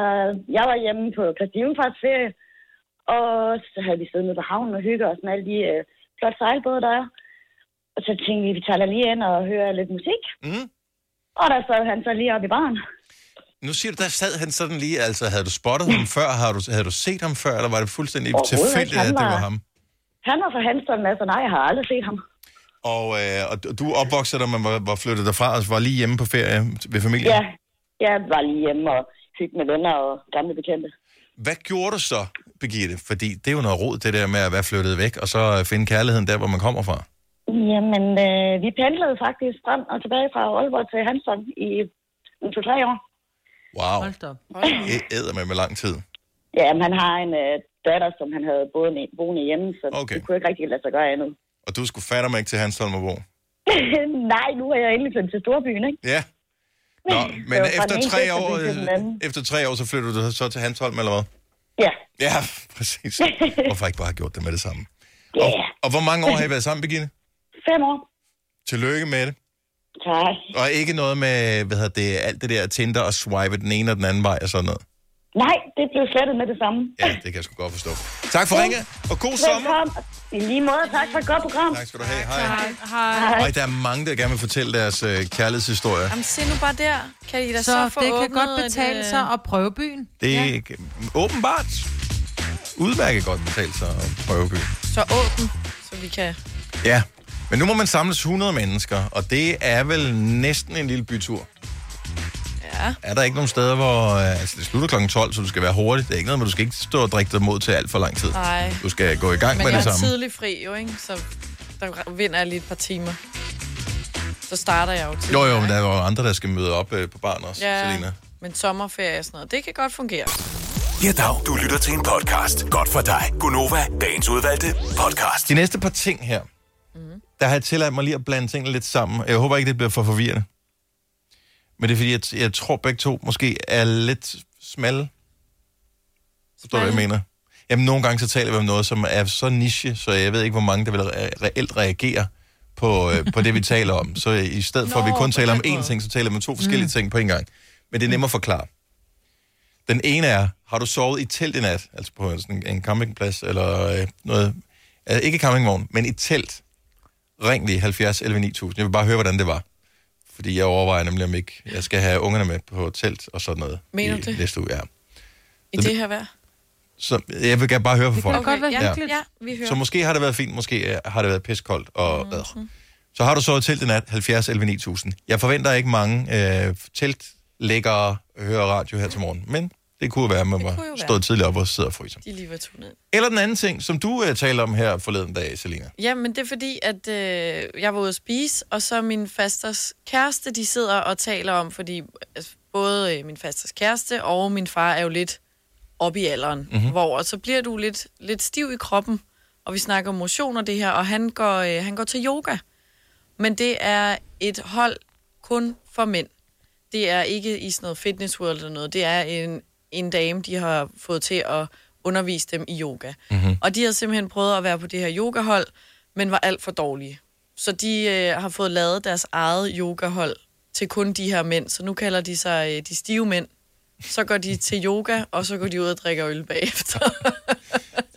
Speaker 14: Jeg var hjemme på Kristinefarts ferie, og så havde vi siddet nede på havnen og hygget os med alle de øh, flotte sejlbåde, der er. Og så tænkte vi, vi tager da lige ind og hører lidt musik.
Speaker 1: Mm.
Speaker 14: Og der sad han så lige oppe i baren.
Speaker 1: Nu siger du, der sad han sådan lige, altså havde du spottet ham før? Havde du, havde du set ham før, eller var det fuldstændig
Speaker 14: Overhovedet ikke.
Speaker 1: tilfældigt, at
Speaker 14: Han
Speaker 1: det var
Speaker 14: var-
Speaker 1: ham?
Speaker 14: Han var fra Hanstholm, altså nej, jeg har aldrig set ham.
Speaker 1: Og, øh, og du- du opvoksede dig, man var, var flyttet derfra, og var lige hjemme på ferie ved familien.
Speaker 14: Ja, jeg var lige hjemme og hyggede med venner og gamle bekendte.
Speaker 1: Hvad gjorde du så, Birgitte? Fordi det er jo noget rod, det der med at være flyttet væk, og så øh, finde kærligheden der, hvor man kommer fra.
Speaker 14: Jamen, øh, vi pendlede faktisk frem og tilbage fra Aalborg til Hanstholm i en to-tre år.
Speaker 1: Wow,
Speaker 3: Stop.
Speaker 1: det æder man med lang tid.
Speaker 14: Ja, men han har en øh, datter, som han havde boende, boende hjemme, så okay. det kunne ikke rigtig lade sig gøre andet.
Speaker 1: Og du skulle fatte mig ikke til Hans Holmerborg.
Speaker 14: Nej, nu er jeg endelig flyttet til storbyen, ikke?
Speaker 1: Ja. Nå, men
Speaker 14: Så fra den
Speaker 1: efter
Speaker 14: ene
Speaker 1: tre,
Speaker 14: fest
Speaker 1: år,
Speaker 14: til den
Speaker 1: øh,
Speaker 14: anden.
Speaker 1: efter tre år, så flyttede du så til Hansholm, eller hvad?
Speaker 14: Ja,
Speaker 1: Ja, præcis. Hvorfor ikke bare have gjort det med det samme? Og, og hvor mange år har I været sammen, Birgitte?
Speaker 14: fem år. øh,
Speaker 1: Tillykke med det.
Speaker 14: Tak.
Speaker 1: Og ikke noget med, hvad hedder det, alt det der Tinder og swipe den ene og den anden vej og sådan noget.
Speaker 14: Nej, det blev slettet med det samme.
Speaker 1: Ja, det kan jeg sgu godt forstå. Tak for ringet, og god sommer.
Speaker 14: Velkommen. I lige måde, tak for et godt program.
Speaker 1: Tak skal du have. Hej.
Speaker 3: Hej.
Speaker 1: Ej, der er mange, der gerne vil fortælle deres øh, kærlighedshistorie.
Speaker 2: Jamen, se nu bare der. Kan I da så,
Speaker 3: Så
Speaker 2: så få
Speaker 3: det kan
Speaker 2: åbnet
Speaker 3: godt betale
Speaker 2: et, øh,
Speaker 3: sig at prøve byen.
Speaker 1: Det er ikke- åbenbart udmærket godt betalt sig at prøve by.
Speaker 2: Så åben, så vi kan...
Speaker 1: Ja, men nu må man samles 100 mennesker, og det er vel næsten en lille bytur.
Speaker 2: Ja.
Speaker 1: Er der ikke nogen steder, hvor... øh, Altså, det slutter kl. 12, så du skal være hurtig. Det er ikke noget, men du skal ikke stå og drikke dig mod til alt for lang tid.
Speaker 2: Nej.
Speaker 1: Du skal gå i gang
Speaker 2: Men
Speaker 1: med
Speaker 2: jeg
Speaker 1: det
Speaker 2: er
Speaker 1: samme.
Speaker 2: tidlig fri jo, ikke? Så der vinder jeg lige et par timer. Så starter jeg jo tidligt.
Speaker 1: Jo, jo, men der er jo andre, der skal møde op øh, på barn også,
Speaker 2: Ja,
Speaker 1: Selina.
Speaker 2: men sommerferie og sådan noget, det kan godt fungere.
Speaker 4: Ja, dag. Du lytter til en podcast. Godt for dig. Gunova, dagens udvalgte podcast.
Speaker 1: Altså, De næste par ting her, mm.
Speaker 9: Mhm.
Speaker 1: der har jeg tilladt mig lige at blande tingene lidt sammen. Jeg håber ikke, det bliver for forvirrende. Men det er fordi, jeg, jeg tror begge to måske er lidt smalle. Forstår du, hvad jeg mener? Jamen, nogle gange så taler vi om noget, som er så niche, så jeg ved ikke, hvor mange, der vil re- reelt reagere på, øh, på det, vi taler om. Så øh, i stedet for, at vi
Speaker 9: Nå,
Speaker 1: kun
Speaker 9: på
Speaker 1: taler om
Speaker 9: den
Speaker 1: én
Speaker 9: måde.
Speaker 1: ting, så taler vi om to forskellige
Speaker 9: Mm.
Speaker 1: ting på en gang. Men det er nemmere at forklare. Den ene er, har du sovet i telt i nat? Altså på sådan en- en campingplads eller øh, noget. Altså, ikke campingvogn, men i telt. Ring lige 70 11 9000. Jeg vil bare høre, hvordan det var. Fordi jeg overvejer nemlig, om ikke jeg skal have ungerne med på telt og sådan noget.
Speaker 2: Mener
Speaker 1: i
Speaker 2: du det?
Speaker 1: Næste uge, ja.
Speaker 2: I
Speaker 1: Så
Speaker 2: det her vejr.
Speaker 1: Så jeg vil gerne bare høre fra folk.
Speaker 2: ja. ja, Mhm. vi hører.
Speaker 1: Så måske har det været fint, måske øh, har det været piskoldt. Og, mm-hmm. Så har du sovet telt i nat, 70 11 9000. Jeg forventer ikke mange øh, teltlæggere hører radio her til morgen, men det kunne være, at man
Speaker 2: kunne jo
Speaker 1: var
Speaker 2: være.
Speaker 1: stået tidligt op og sidder og fryser.
Speaker 2: De er lige var tunet.
Speaker 1: Eller den anden ting, som du øh, talte om her forleden dag, Selina.
Speaker 2: Ja, men det er fordi, at øh, jeg var ude at spise, og så min fasters kæreste, de sidder og taler om, fordi altså, både øh, min fasters kæreste og min far er jo lidt op i alderen,
Speaker 15: Mhm.
Speaker 2: mm-hmm. hvor og så bliver du lidt, lidt stiv i kroppen, og vi snakker om motion og det her, og han går, øh, han går til yoga. Men det er et hold kun for mænd. Det er ikke i sådan noget fitness world eller noget. Det er en, en dame, de har fået til at undervise dem i yoga. Mm-hmm. Og de havde simpelthen prøvet at være på det her yogahold, men var alt for dårlige. Så de øh, har fået lavet deres eget yogahold til kun de her mænd, så nu kalder de sig øh, de stive mænd. Så går de til yoga, og så går de ud og drikker øl bagefter.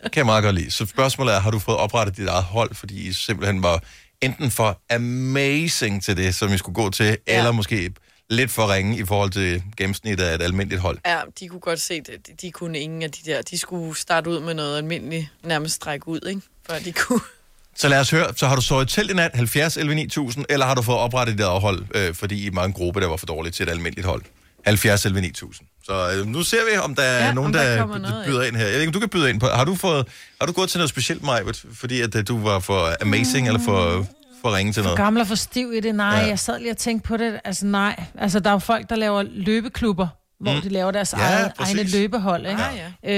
Speaker 1: Det kan jeg meget godt lide. Så spørgsmålet er, har du fået oprettet dit eget hold, fordi I simpelthen var enten for amazing til det, som I skulle gå til, ja. eller måske lidt for ringe i forhold til gennemsnittet af et almindeligt hold.
Speaker 2: ja, de kunne godt se, at de- de kunne ingen af de der. De skulle starte ud med noget almindeligt, nærmest strække ud, ikke? Før de kunne.
Speaker 1: Så lad os høre, så har du sovet i telt i nat, 70 11 9000, eller har du fået oprettet dit eget hold, øh, fordi I var en gruppe, der var for dårlig til et almindeligt hold? 70 11 9000. Så øh, nu ser vi, om der er
Speaker 2: Ja,
Speaker 1: ja,
Speaker 2: om
Speaker 1: nogen,
Speaker 2: der
Speaker 1: der,
Speaker 2: kommer
Speaker 1: der
Speaker 2: noget
Speaker 1: byder ind her. Jeg ved ikke, om du kan byde ind på. Har du, fået, har du gået til noget specielt, Majbert, fordi at, øh, du var for amazing, mm. eller for, for ringe til
Speaker 3: For
Speaker 1: noget?
Speaker 3: gammel og for stiv i det. Nej,
Speaker 1: Ja.
Speaker 3: ja. jeg sad lige og tænkte på det. Altså nej. Altså, der er jo folk, der laver løbeklubber, hvor
Speaker 1: Mm.
Speaker 3: mm. de laver deres
Speaker 1: Ja,
Speaker 3: ja, eget,
Speaker 1: præcis.
Speaker 3: egne løbehold. Ikke?
Speaker 2: Ja,
Speaker 3: ja.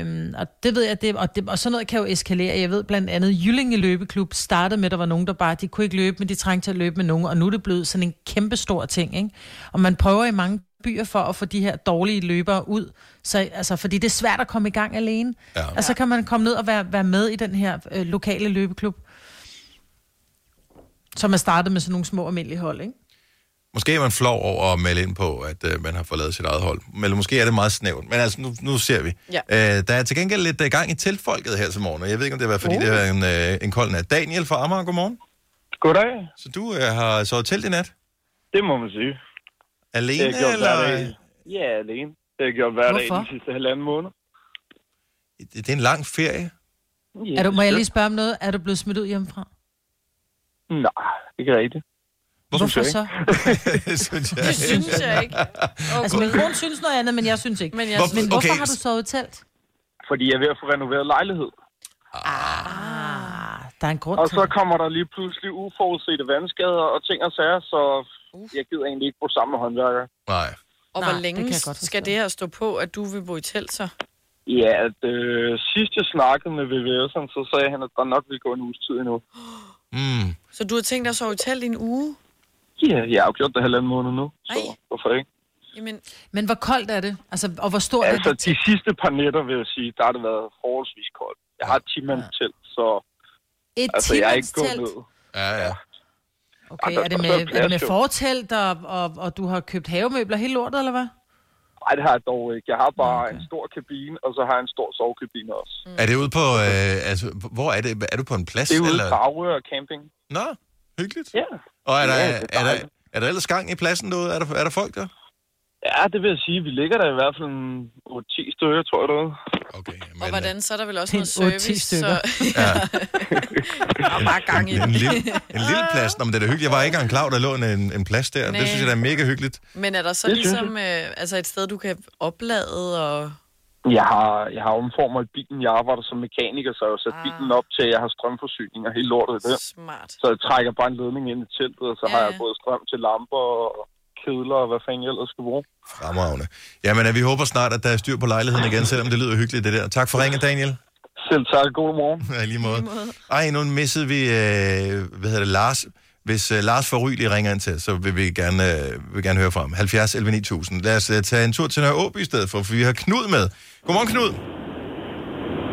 Speaker 3: Øhm, og det ved jeg, det, og, det, og sådan noget kan jo eskalere. Jeg ved blandt andet, Jyllinge Løbeklub startede med, at der var nogen, der bare, de kunne ikke løbe, men de trængte til at løbe med nogen, og nu er det blevet sådan en kæmpe stor ting. Ikke? Og man prøver i mange byer for at få de her dårlige løbere ud, så, altså, fordi det er svært at komme i gang alene.
Speaker 1: Ja.
Speaker 3: Og så kan man komme ned og være, være med i den her øh, lokale løbeklub som er startet med sådan nogle små almindelige hold, ikke?
Speaker 1: Måske er man flov over at melde ind på, at øh, man har fået lavet sit eget hold. Eller måske er det meget snævert, men altså, nu, nu ser vi.
Speaker 2: Ja.
Speaker 1: Øh, der er til gengæld lidt øh, gang i teltfolket her til morgen, og jeg ved ikke, om det har været, fordi uh. det er en, øh, en kold nat. Daniel fra Amager, godmorgen.
Speaker 15: Goddag.
Speaker 1: Så du øh, har sovet telt i nat?
Speaker 15: Det må man sige.
Speaker 1: Alene,
Speaker 15: Det har jeg gjort hver
Speaker 1: eller?
Speaker 15: dag. Ja, alene. Det har jeg gjort hver dag
Speaker 3: Hvorfor?
Speaker 15: de sidste halvanden måned.
Speaker 1: Det, det er en lang ferie.
Speaker 3: er du, må jeg lige spørge om noget? Er du blevet smidt ud hjemmefra?
Speaker 15: Nej, ikke rigtigt.
Speaker 3: Hvorfor så?
Speaker 1: det synes
Speaker 3: Det synes jeg ikke. Okay. Altså, min kone synes noget andet, men jeg synes ikke. Men, jeg
Speaker 15: Hvorfor-
Speaker 3: men hvorfor
Speaker 15: okay.
Speaker 3: har du sovet i telt?
Speaker 15: Fordi jeg er ved at få renoveret lejlighed.
Speaker 3: Der er en grund
Speaker 15: Og
Speaker 3: til
Speaker 15: så
Speaker 3: det.
Speaker 15: kommer der lige pludselig uforudsete vandskader og ting og sager, så jeg gider egentlig ikke bruge sammen med håndværker.
Speaker 1: Nej.
Speaker 2: Og
Speaker 15: Nej,
Speaker 2: hvor
Speaker 15: det kan
Speaker 2: længe
Speaker 15: jeg godt
Speaker 2: skal det her stå på, at du vil bo i telt så?
Speaker 15: Ja, at, øh, sidst jeg snakkede med VVS'eren, så sagde han, at der nok ville gå en uges tid endnu.
Speaker 1: Mm.
Speaker 2: Så du har tænkt dig at sove i telt i en uge?
Speaker 15: Ja, jeg har jo gjort det halvanden måned nu, så hvorfor ikke?
Speaker 2: Jamen,
Speaker 3: Men hvor koldt er det? Altså, og hvor stort
Speaker 15: Altså,
Speaker 3: er det?
Speaker 15: de sidste par nætter, vil jeg sige, der har det været forholdsvis koldt. Jeg har et 10 telt, så...
Speaker 3: Et
Speaker 15: altså, jeg er ikke gået
Speaker 3: timandstelt?
Speaker 15: ned. altså,
Speaker 1: Ja, ja.
Speaker 3: Okay, er det med, er det med fortelt, og, og, og du har købt havemøbler hele lortet, eller hvad?
Speaker 15: Nej, det har jeg dog ikke. Jeg har bare okay. en stor kabine, og så har jeg en stor sovekabine også.
Speaker 1: Er det ude på, øh, altså, hvor er det? Er du på en plads?
Speaker 15: Det er ude i
Speaker 1: eller?
Speaker 15: Drage og camping.
Speaker 1: Nå, hyggeligt.
Speaker 15: Ja.
Speaker 1: Og er der,
Speaker 15: Ja,
Speaker 1: er,
Speaker 15: det er
Speaker 1: er, der, er der ellers gang i pladsen derude? Er der, er der folk der?
Speaker 15: Ja, det vil jeg sige. Vi ligger der i hvert fald en 8-10 stykker, tror jeg derude.
Speaker 2: og hvordan, så er der vel også
Speaker 15: Det er
Speaker 2: noget
Speaker 15: otte, ti
Speaker 2: service,
Speaker 15: stykker.
Speaker 2: så...
Speaker 1: Ja.
Speaker 2: Og bare gang i
Speaker 1: En lille,
Speaker 2: den.
Speaker 1: en lille plads. Nå, men det er da hyggeligt. Jeg var ikke engang klar, over, der lå en, en plads der.
Speaker 2: Næ.
Speaker 1: Det synes jeg, der er mega hyggeligt.
Speaker 2: Men er der så
Speaker 15: Det synes
Speaker 2: ligesom øh, altså et sted, du kan oplade og...
Speaker 15: Jeg har, jeg har omformet bilen. Jeg arbejder som mekaniker, så jeg har
Speaker 3: Ah.
Speaker 15: sat bilen op til, at jeg har strømforsyning og hele lortet i det.
Speaker 2: Smart.
Speaker 15: Så jeg trækker bare en ledning ind i teltet, og så ja. har jeg både strøm til lamper og kedler og hvad fanden jeg ellers skal bruge.
Speaker 1: Fremragende. Jamen, øh, vi håber snart, at der er styr på lejligheden igen, selvom det lyder hyggeligt, det der. Tak for ringen, Daniel.
Speaker 15: Selv tak. God morgen.
Speaker 1: Ja, i lige måde. Ej, nu missede vi, øh, hvad hedder det, Lars. Hvis øh, Lars Forry lige ringer ind til, så vil vi gerne, øh, vil gerne høre fra ham. 70 11 9000. Lad os øh, tage en tur til Nørre Åby i stedet for, for vi har Knud med. Godmorgen, Knud.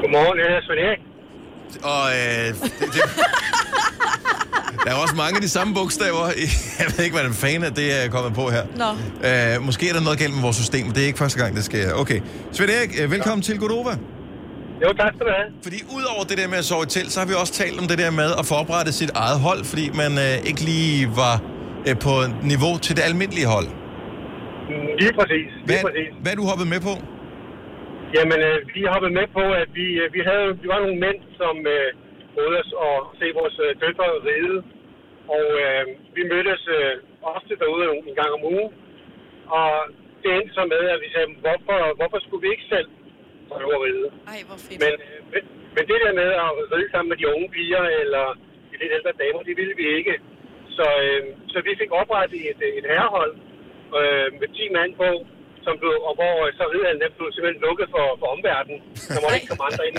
Speaker 7: Godmorgen, jeg hedder Svend Erik.
Speaker 1: Og øh, det, det, der er også mange af de samme bogstaver. Jeg ved ikke, hvad en fan af det er kommet på her.
Speaker 2: Nå.
Speaker 1: Øh, måske er der noget galt med vores system. Det er ikke første gang, det sker. Okay. Svend Erik, øh, velkommen ja. til Godova.
Speaker 7: Jo, tak skal du have.
Speaker 1: Fordi udover det der med at sove i telt, så har vi også talt om det der med at forberede sit eget hold, fordi man øh, ikke lige var øh, på niveau til det almindelige hold.
Speaker 7: Mm, Lige præcis. Lige
Speaker 1: Hvad,
Speaker 7: præcis.
Speaker 1: hvad er du hoppet med på?
Speaker 7: Jamen, øh, vi hoppede med på, at vi, øh, vi, havde, vi var nogle mænd, som øh, prøvede os at se vores øh, døtre ride. Og øh, vi mødtes øh, ofte derude en- en gang om ugen. Og det endte så med, at vi sagde, hvorfor, hvorfor skulle vi ikke selv prøve at ride?
Speaker 2: Ej, hvor fedt.
Speaker 7: Men, øh, men, men det der med at ride sammen med de unge piger eller de lidt ældre damer, det ville vi ikke. Så, øh, så vi fik oprettet et, et herrehold øh, med 10 mand på, som blev, og hvor øh, så ridderen den blev simpelthen lukket for, for omverdenen. Der måtte ikke komme andre ind.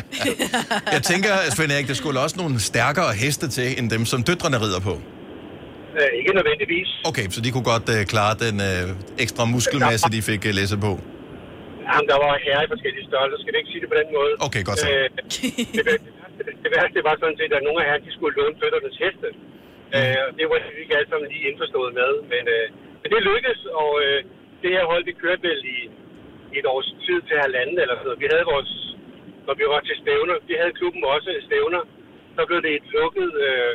Speaker 1: Jeg tænker, Svend Erik, der skulle også nogle stærkere heste til, end dem, som døtrene rider på.
Speaker 7: Øh, ikke nødvendigvis.
Speaker 1: Okay, så de kunne godt øh, klare den øh, ekstra muskelmasse, de fik øh, læsset på.
Speaker 7: Jamen, der var herrer i forskellige størrelser. Skal vi ikke sige det på den måde?
Speaker 1: Okay, godt så.
Speaker 7: Øh, det, værste- det værste var sådan set, at nogle af herrerne, de skulle låne føddernes heste.
Speaker 1: Mm.
Speaker 7: Øh, og det var de ikke alle sammen lige indforstået med. Men, øh, men det lykkedes, og øh, det her hold, det kørte vel i et års tid til halvanden eller sådan noget. Vi havde vores, når vi var til stævner, vi havde klubben også stævner. Så blev det et lukket, øh,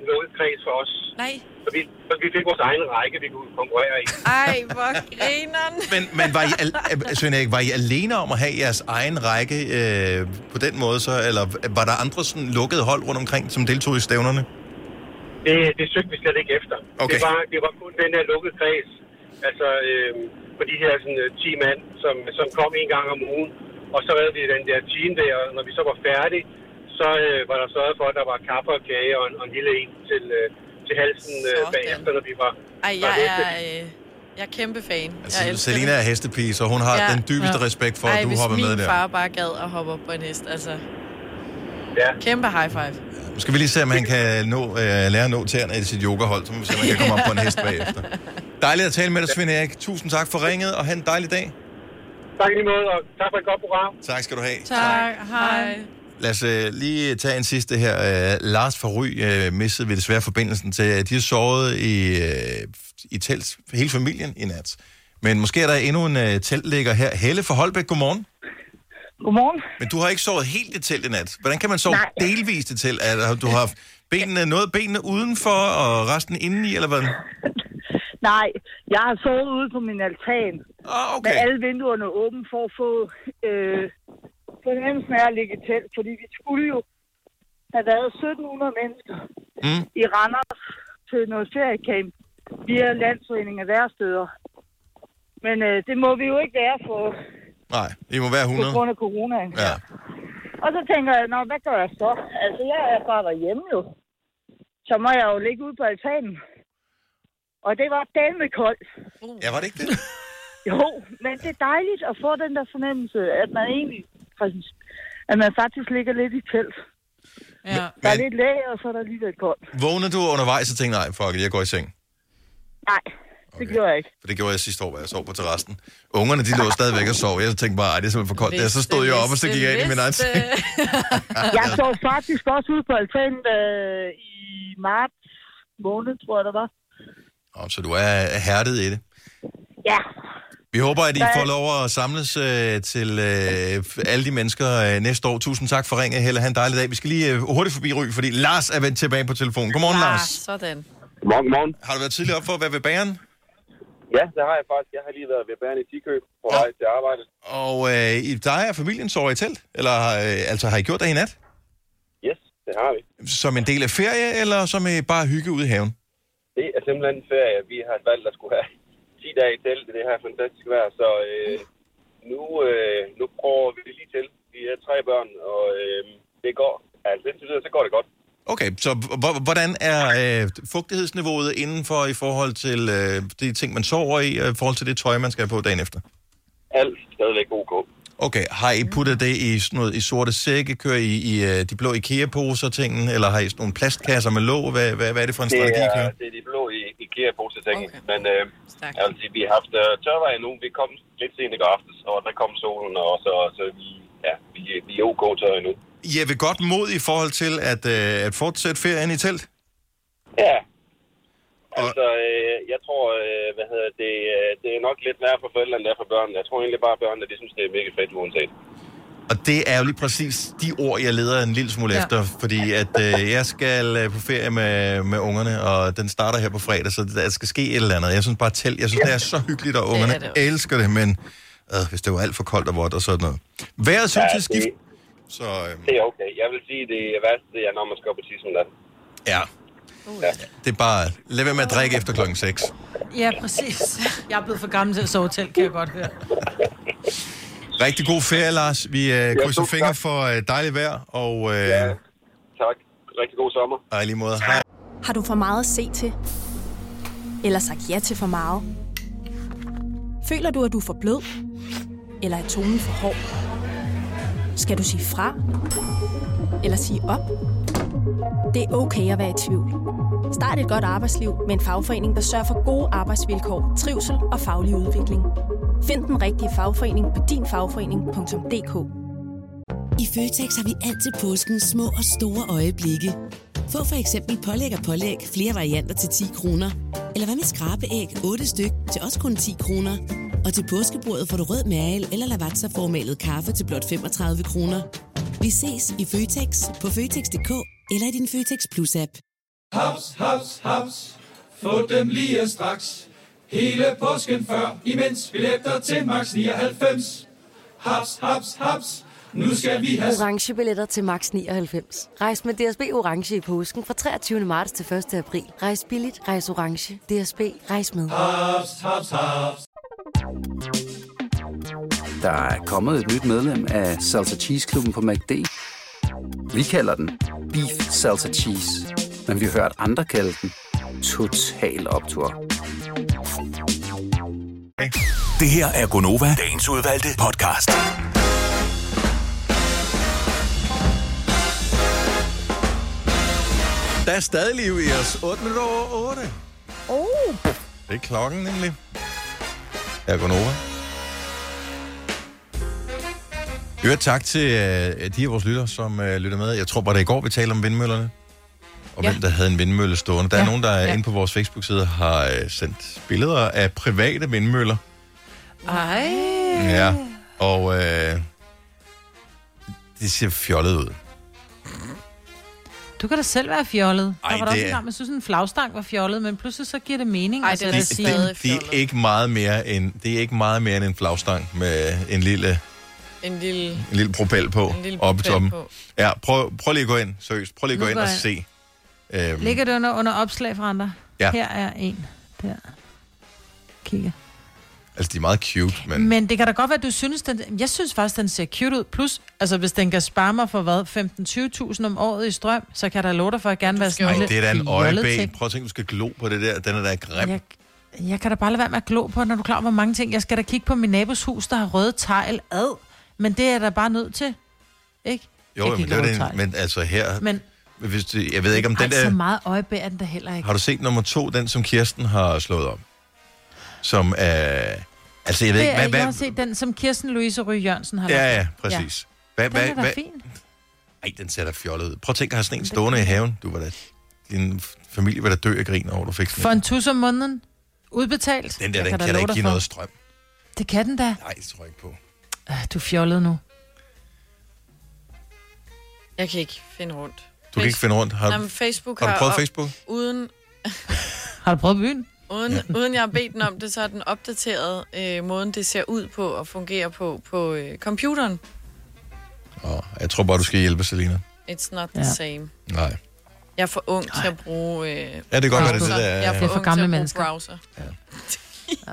Speaker 7: en lukket kreds for os.
Speaker 2: Nej.
Speaker 7: Så vi, så vi fik vores egen række, vi kunne konkurrere i.
Speaker 2: Ej, hvor grineren.
Speaker 1: Men, men var, I al- Søren Erik, var I alene om at have jeres egen række øh, på den måde så, eller var der andre sådan lukkede hold rundt omkring, som deltog i stævnerne?
Speaker 7: Det, det søgte vi slet ikke efter.
Speaker 1: Okay.
Speaker 7: Det, var, det var kun den der lukkede kreds. Altså øh, på de her sådan, øh, 10 mand, som, som kom en gang om ugen. Og så havde vi den der team der, og når vi så var færdige, så øh, var der sørget for, at der var kaffe og kage og en, og en lille en til, øh, til halsen øh, bagefter, når vi var...
Speaker 2: Ej,
Speaker 7: var
Speaker 2: jeg
Speaker 7: væk.
Speaker 2: er, øh, jeg er kæmpe fan. Jeg
Speaker 1: Altså,
Speaker 2: elsker
Speaker 1: Selina
Speaker 2: det.
Speaker 1: er hestepige, så hun har ja. den dybeste ja. respekt for, at
Speaker 2: Ej,
Speaker 1: du hopper med
Speaker 2: hvis min
Speaker 1: der.
Speaker 2: far bare gad at hoppe op på en hest, altså.
Speaker 7: Ja.
Speaker 2: Kæmpe high five.
Speaker 1: Nu skal vi lige se, om han kan nå, øh, lære at nå tæerne i sit yogahold, så må vi se, om han kan komme op på en hest bagefter. Dejligt at tale med dig, Svend Erik. Tusind tak for ringet, og have en dejlig dag.
Speaker 7: Tak i lige måde, og tak for et godt program.
Speaker 1: Tak skal du have.
Speaker 3: Tak, hej.
Speaker 1: Lad os øh, lige tage en sidste her. Øh, Lars fra Ry øh, missede ved desværre forbindelsen til, at de er såret i, øh, i telt, hele familien i nat. Men måske er der endnu en øh, teltlægger her. Helle fra Holbæk, godmorgen.
Speaker 16: Godmorgen.
Speaker 1: Men du har ikke sovet helt i telt i nat. Hvordan kan man sove
Speaker 16: Nej.
Speaker 1: delvist i telt? Altså, du har haft benene, noget af benene udenfor og resten indeni, eller hvad?
Speaker 16: Nej, jeg har sovet ude på min altan.
Speaker 1: Ah,
Speaker 16: okay. Med alle vinduerne åbne for at få øh, fornemmelsen af at ligge i telt, fordi vi skulle jo have været 1700 mennesker
Speaker 1: Mm.
Speaker 16: i Randers til noget feriecamp via Landsforeningen af Værsteder. Men øh, det må vi jo ikke være for,
Speaker 1: Nej, I må være
Speaker 16: på
Speaker 1: 100.
Speaker 16: grund af coronaen.
Speaker 1: Ja.
Speaker 16: Og så tænker jeg, nå, hvad gør jeg så? Altså, jeg er bare derhjemme jo. Så må jeg jo ligge ude på altanen. Og det var dame koldt.
Speaker 1: ja, var det ikke det?
Speaker 16: Jo, men det er dejligt at få den der fornemmelse, at man egentlig, præcis, at man faktisk ligger lidt i telt. Ja. Der er
Speaker 1: Men-
Speaker 16: lidt læg, og så er der lige lidt koldt.
Speaker 1: Vågner du undervejs og tænker, nej, fuck it, jeg går i seng.
Speaker 16: Nej, det gjorde jeg ikke.
Speaker 1: For det gjorde jeg sidste år, hvor jeg sov på terrassen. Ungerne, de lå stadigvæk og sov. Jeg tænkte bare, "Ej, det er simpelthen for koldt. Der. Så stod jeg op, og så gik jeg ind i min egen seng.
Speaker 16: jeg så faktisk også ude på altanen øh, i marts måned, tror jeg, det var.
Speaker 1: Nå, Så du er hærdet i det.
Speaker 16: Ja,
Speaker 1: Vi håber, at I
Speaker 16: Nej.
Speaker 1: får lov at samles øh, til øh, alle de mennesker øh, næste år. Tusind tak for ringet, Helle. Ha' en dejlig dag. Vi skal lige øh, hurtigt forbi Ry, fordi Lars er vendt tilbage på telefonen. Godmorgen,
Speaker 2: Ah,
Speaker 1: Lars.
Speaker 2: Sådan.
Speaker 1: Godmorgen, godmorgen. Har du været tidligere op for at være ved bageren?
Speaker 17: Ja, det har jeg faktisk. Jeg har lige været ved Bærende Tikøb på vej til arbejde.
Speaker 1: Og øh, I- dig og familien sover i telt? Eller øh, altså, har I gjort det i nat?
Speaker 17: Yes, det har vi.
Speaker 1: Som en del af ferie, eller som øh, bare hygge ude i haven?
Speaker 17: Det er simpelthen en ferie. Vi har valgt at skulle have 10 dage i telt i det her fantastiske vejr, så øh, nu, øh, nu prøver vi det lige til. Vi er tre børn, og øh, det går. Altså, indtil videre, så går det godt.
Speaker 1: Okay, så h- hvordan er øh, fugtighedsniveauet indenfor i forhold til øh, de ting, man sover i, og i forhold til det tøj, man skal have på dagen efter?
Speaker 17: Alt stadigvæk ok.
Speaker 1: Okay, har I puttet det i sådan noget, i sorte sække, kører I i øh, de blå IKEA-poser tingen, eller har I sådan nogle plastkasser med låg? Hvad, hvad, hvad er det for en strategi, I
Speaker 17: det
Speaker 1: kører?
Speaker 17: er, det er de blå i- IKEA-posetingen, okay. men øh, jeg vil sige, vi har haft øh, tørvejr nu. Vi kom lidt sent i går aftes, og der kom solen, og så, så vi, ja, vi, vi er ok tørre endnu.
Speaker 1: Jeg vil godt mod i forhold til at, øh, at fortsætte ferien i telt.
Speaker 17: Ja. Altså, øh, jeg tror, øh, hvad hedder det, øh, det er nok lidt værre for forældrene, end det er for børnene. Jeg tror egentlig bare, at børnene, de synes, det er mega fedt uanset.
Speaker 1: Og det er jo lige præcis de ord, jeg leder en lille smule
Speaker 17: Ja.
Speaker 1: ja. efter, fordi at øh, jeg skal øh, på ferie med, med ungerne, og den starter her på fredag, så der skal ske et eller andet. Jeg synes bare, telt, jeg synes, det er så hyggeligt, og ungerne
Speaker 18: er
Speaker 1: det
Speaker 18: det
Speaker 1: elsker det, men øh, hvis det var alt for koldt og vådt og sådan noget. Vejret synes jeg skift... Så, øh,
Speaker 17: det er okay. Jeg vil sige, det er værst, det er, når man skal op på tidsmiddag.
Speaker 1: Ja,
Speaker 17: ja.
Speaker 1: det er bare... Lad være med at drikke efter klokken 6.
Speaker 3: Ja, præcis. Jeg er blevet for gammel til at sove i telt, kan jeg godt høre.
Speaker 1: Rigtig god ferie, Lars. Vi øh, krydser fingre for øh, dejligt vejr, og... Øh, ja,
Speaker 17: tak. Rigtig god sommer.
Speaker 1: Og i lige måde. Hej.
Speaker 19: Har du for meget at se til? Eller sagt ja til for meget? Føler du, at du er for blød? Eller er tonen for hård? Skal du sige fra? Eller sige op? Det er okay at være i tvivl. Start et godt arbejdsliv med en fagforening, der sørger for gode arbejdsvilkår, trivsel og faglig udvikling. Find den rigtige fagforening på dinfagforening.dk
Speaker 5: I Føtex har vi altid påskens små og store øjeblikke. Få for eksempel pålæg og pålæg flere varianter til 10 kroner. Eller hvad med skrabeæg 8 styk til også kun 10 kroner. Og til påskebordet får du rød mal eller lavatserformalet kaffe til blot 35 kroner. Vi ses i Føtex på Føtex.dk eller i din Føtex Plus-app.
Speaker 10: Haps, haps, haps. Få dem lige straks. Hele påsken før, imens billetter til max 99. Haps, haps, haps. Nu skal vi have...
Speaker 20: orange billetter til max 99. Rejs med DSB orange i påsken fra 23. marts til 1. april. Rejs billigt, rejs orange. DSB rejs med.
Speaker 10: Haps, haps, haps.
Speaker 18: Der er kommet et nyt medlem af Salsa Cheese Klubben på MACD. Vi kalder den Beef Salsa Cheese, men vi har hørt andre kalde den Total Optor.
Speaker 4: Det her er Gonova, dagens udvalgte podcast.
Speaker 1: Der er stadig liv i os. 8 minutter over 8.
Speaker 21: Oh.
Speaker 1: Det er klokken nemlig. Jeg går over. Hør tak til øh, de af vores lytter, som øh, lytter med. Jeg tror bare, det er i går, vi talte om vindmøllerne. Og ja. hvem der havde en vindmølle stående. Der er ja. nogen, der ja. inde på vores Facebook-side har øh, sendt billeder af private vindmøller.
Speaker 3: Ej.
Speaker 1: Ja. Og øh, det ser fjollet ud.
Speaker 3: Du kan da selv være fjollet. Ej,
Speaker 1: Ej,
Speaker 3: der var
Speaker 1: det
Speaker 3: der også en
Speaker 1: er-
Speaker 3: gang, man synes, en flagstang var fjollet, men pludselig så giver det mening. Ej, altså,
Speaker 1: de, de, de, er ikke meget mere end, det er ikke meget mere end en flagstang med en lille
Speaker 2: En lille...
Speaker 1: en lille propel på
Speaker 2: En lille
Speaker 1: oppe i
Speaker 2: propel
Speaker 1: toppen.
Speaker 2: på.
Speaker 1: Ja, prøv, prøv lige at gå ind, seriøst. Prøv lige at gå
Speaker 3: Nu
Speaker 1: ind
Speaker 3: går
Speaker 1: og
Speaker 3: jeg-
Speaker 1: se. Øhm,
Speaker 3: Ligger det under, under opslag fra andre?
Speaker 1: Ja.
Speaker 3: Her er en. Der. Kigger.
Speaker 1: altså, de er meget cute, men...
Speaker 3: Men, men det kan da godt være, at du synes, den... Jeg synes faktisk, den ser cute ud. Plus, altså, hvis den kan spare mig for, hvad, 15-20.000 om året i strøm, så kan der love dig for, at gerne være sådan
Speaker 1: Ej,
Speaker 3: en
Speaker 1: det er da en
Speaker 3: lille fjollet
Speaker 1: øjebæ.
Speaker 3: ting.
Speaker 1: Prøv at tænke, du skal glo på det der. Den er da grim.
Speaker 3: Jeg, jeg kan da bare lade være med at glo på, når du er klar over, hvor mange ting. Jeg skal da kigge på min nabos hus, der har røde tegl ad. Men det er jeg da bare nødt til. Ikke?
Speaker 1: Jo,
Speaker 3: jeg
Speaker 1: jo, men, det
Speaker 3: kigger
Speaker 1: er
Speaker 3: over
Speaker 1: det,
Speaker 3: tegl.
Speaker 1: men altså her...
Speaker 3: Men-
Speaker 1: Men, hvis du, jeg ved ikke, om
Speaker 3: Ej,
Speaker 1: den
Speaker 3: så
Speaker 1: der...
Speaker 3: meget øjebæ er den der heller ikke.
Speaker 1: Har du set nummer to, den som Kirsten har slået op? Som er... Altså, jeg ved
Speaker 3: det
Speaker 1: ikke,
Speaker 3: er,
Speaker 1: hvad...
Speaker 3: jeg
Speaker 1: hvad
Speaker 3: har set den, som Kirsten Louise Ry Jørgensen har
Speaker 1: ja,
Speaker 3: lavet.
Speaker 1: ja, præcis. Hvad,
Speaker 3: Den er
Speaker 1: hvad,
Speaker 3: da
Speaker 1: hvad,
Speaker 3: fin.
Speaker 1: Ej, den ser da fjollet ud. Prøv at tænke, at have sådan en stående i haven. Du var da... Din f- familie var da dø af grin over, du fik sådan
Speaker 3: For
Speaker 1: en.
Speaker 3: en tus om måneden. Udbetalt.
Speaker 1: Den der,
Speaker 3: Jeg
Speaker 1: den kan
Speaker 3: da
Speaker 1: da
Speaker 3: love
Speaker 1: ikke
Speaker 3: dig
Speaker 1: give
Speaker 3: for.
Speaker 1: noget strøm.
Speaker 3: Det kan den da.
Speaker 1: Nej, det tror jeg ikke på.
Speaker 3: Øh, Du er fjollet nu.
Speaker 2: Jeg kan ikke finde rundt.
Speaker 1: Du kan ikke finde rundt. Har,
Speaker 2: Har, Jamen, Facebook
Speaker 1: har du
Speaker 2: har
Speaker 1: prøvet
Speaker 2: op-
Speaker 1: Facebook?
Speaker 2: Uden,
Speaker 3: Har du prøvet byen?
Speaker 2: uden, ja. uden jeg har bedt den om det, så er den opdateret øh, måden, det ser ud på og fungerer på på øh, computeren.
Speaker 1: Jeg tror bare, du skal hjælpe, Selina.
Speaker 2: It's not the
Speaker 1: Ja.
Speaker 2: ja. same.
Speaker 1: Nej.
Speaker 2: Jeg er for ung til at bruge øh, Ja, det
Speaker 1: kan godt være, det er det, der er-
Speaker 2: Jeg er for,
Speaker 1: Det er for
Speaker 2: ung
Speaker 1: gamle
Speaker 2: til at
Speaker 1: mennesker.
Speaker 2: bruge browser. Ja.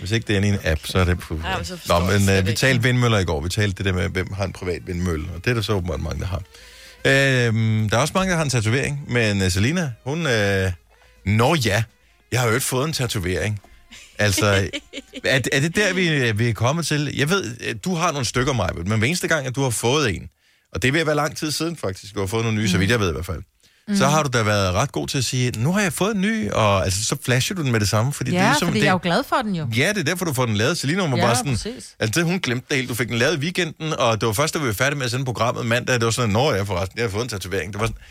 Speaker 1: Hvis ikke det er inde i en app, så er det... Puh.
Speaker 2: Ja, men så forstår
Speaker 1: Nå,
Speaker 2: jeg
Speaker 1: men
Speaker 2: slet
Speaker 1: øh, vi
Speaker 2: ikke.
Speaker 1: talte vindmøller i går. Vi talte det der med, hvem har en privat vindmølle. Og det er der så åbenbart mange, der har. Øhm, der er også mange, der har en tatovering. Men øh, Selina, hun... Øh, Nå ja, jeg har jo ikke fået en tatovering. Altså, er, er det der, vi, vi er kommet til? Jeg ved, at du har nogle stykker, Maja, men hver eneste gang, at du har fået en, og det er ved at være lang tid siden faktisk, du har fået nogle nye, mm. så vidt jeg ved i hvert fald, mm. så har du da været ret god til at sige, nu har jeg fået en ny, og altså, så flasher du den med det samme. Fordi det
Speaker 3: Ja,
Speaker 1: er ligesom,
Speaker 3: fordi
Speaker 1: det,
Speaker 3: jeg er jo glad for den jo.
Speaker 1: Ja, det er derfor, du får den lavet. Selina hun var
Speaker 3: Ja,
Speaker 1: bare sådan...
Speaker 3: præcis.
Speaker 1: Altså, det, hun glemte det helt. Du fik den lavet i weekenden, og det var først, da vi var færdige med at sende programmet mandag, det var sådan, når jeg forresten, jeg har fået en tatovering. Det var sådan,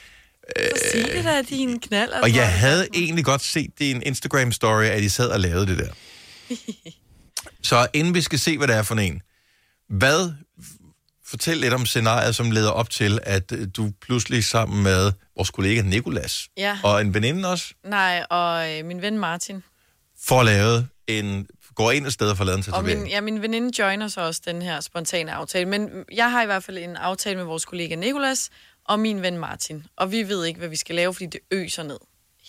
Speaker 2: Sig det da, din knald.
Speaker 1: Øh,
Speaker 2: altså.
Speaker 1: og jeg havde egentlig godt set det i en Instagram-story, at I sad og lavede det der. Så inden vi skal se, hvad det er for en, hvad... Fortæl lidt om scenariet, som leder op til, at øh, du pludselig sammen med vores kollega Nikolas
Speaker 2: Ja.
Speaker 1: og en veninde også
Speaker 2: Nej, og øh, min ven Martin.
Speaker 1: får lavet en... går ind et sted og får lavet en
Speaker 2: Og
Speaker 1: tatovering.
Speaker 2: min, ja, min veninde joiner så også den her spontane aftale. Men jeg har i hvert fald en aftale med vores kollega Nikolas og min ven Martin. Og vi ved ikke, hvad vi skal lave, fordi det øser ned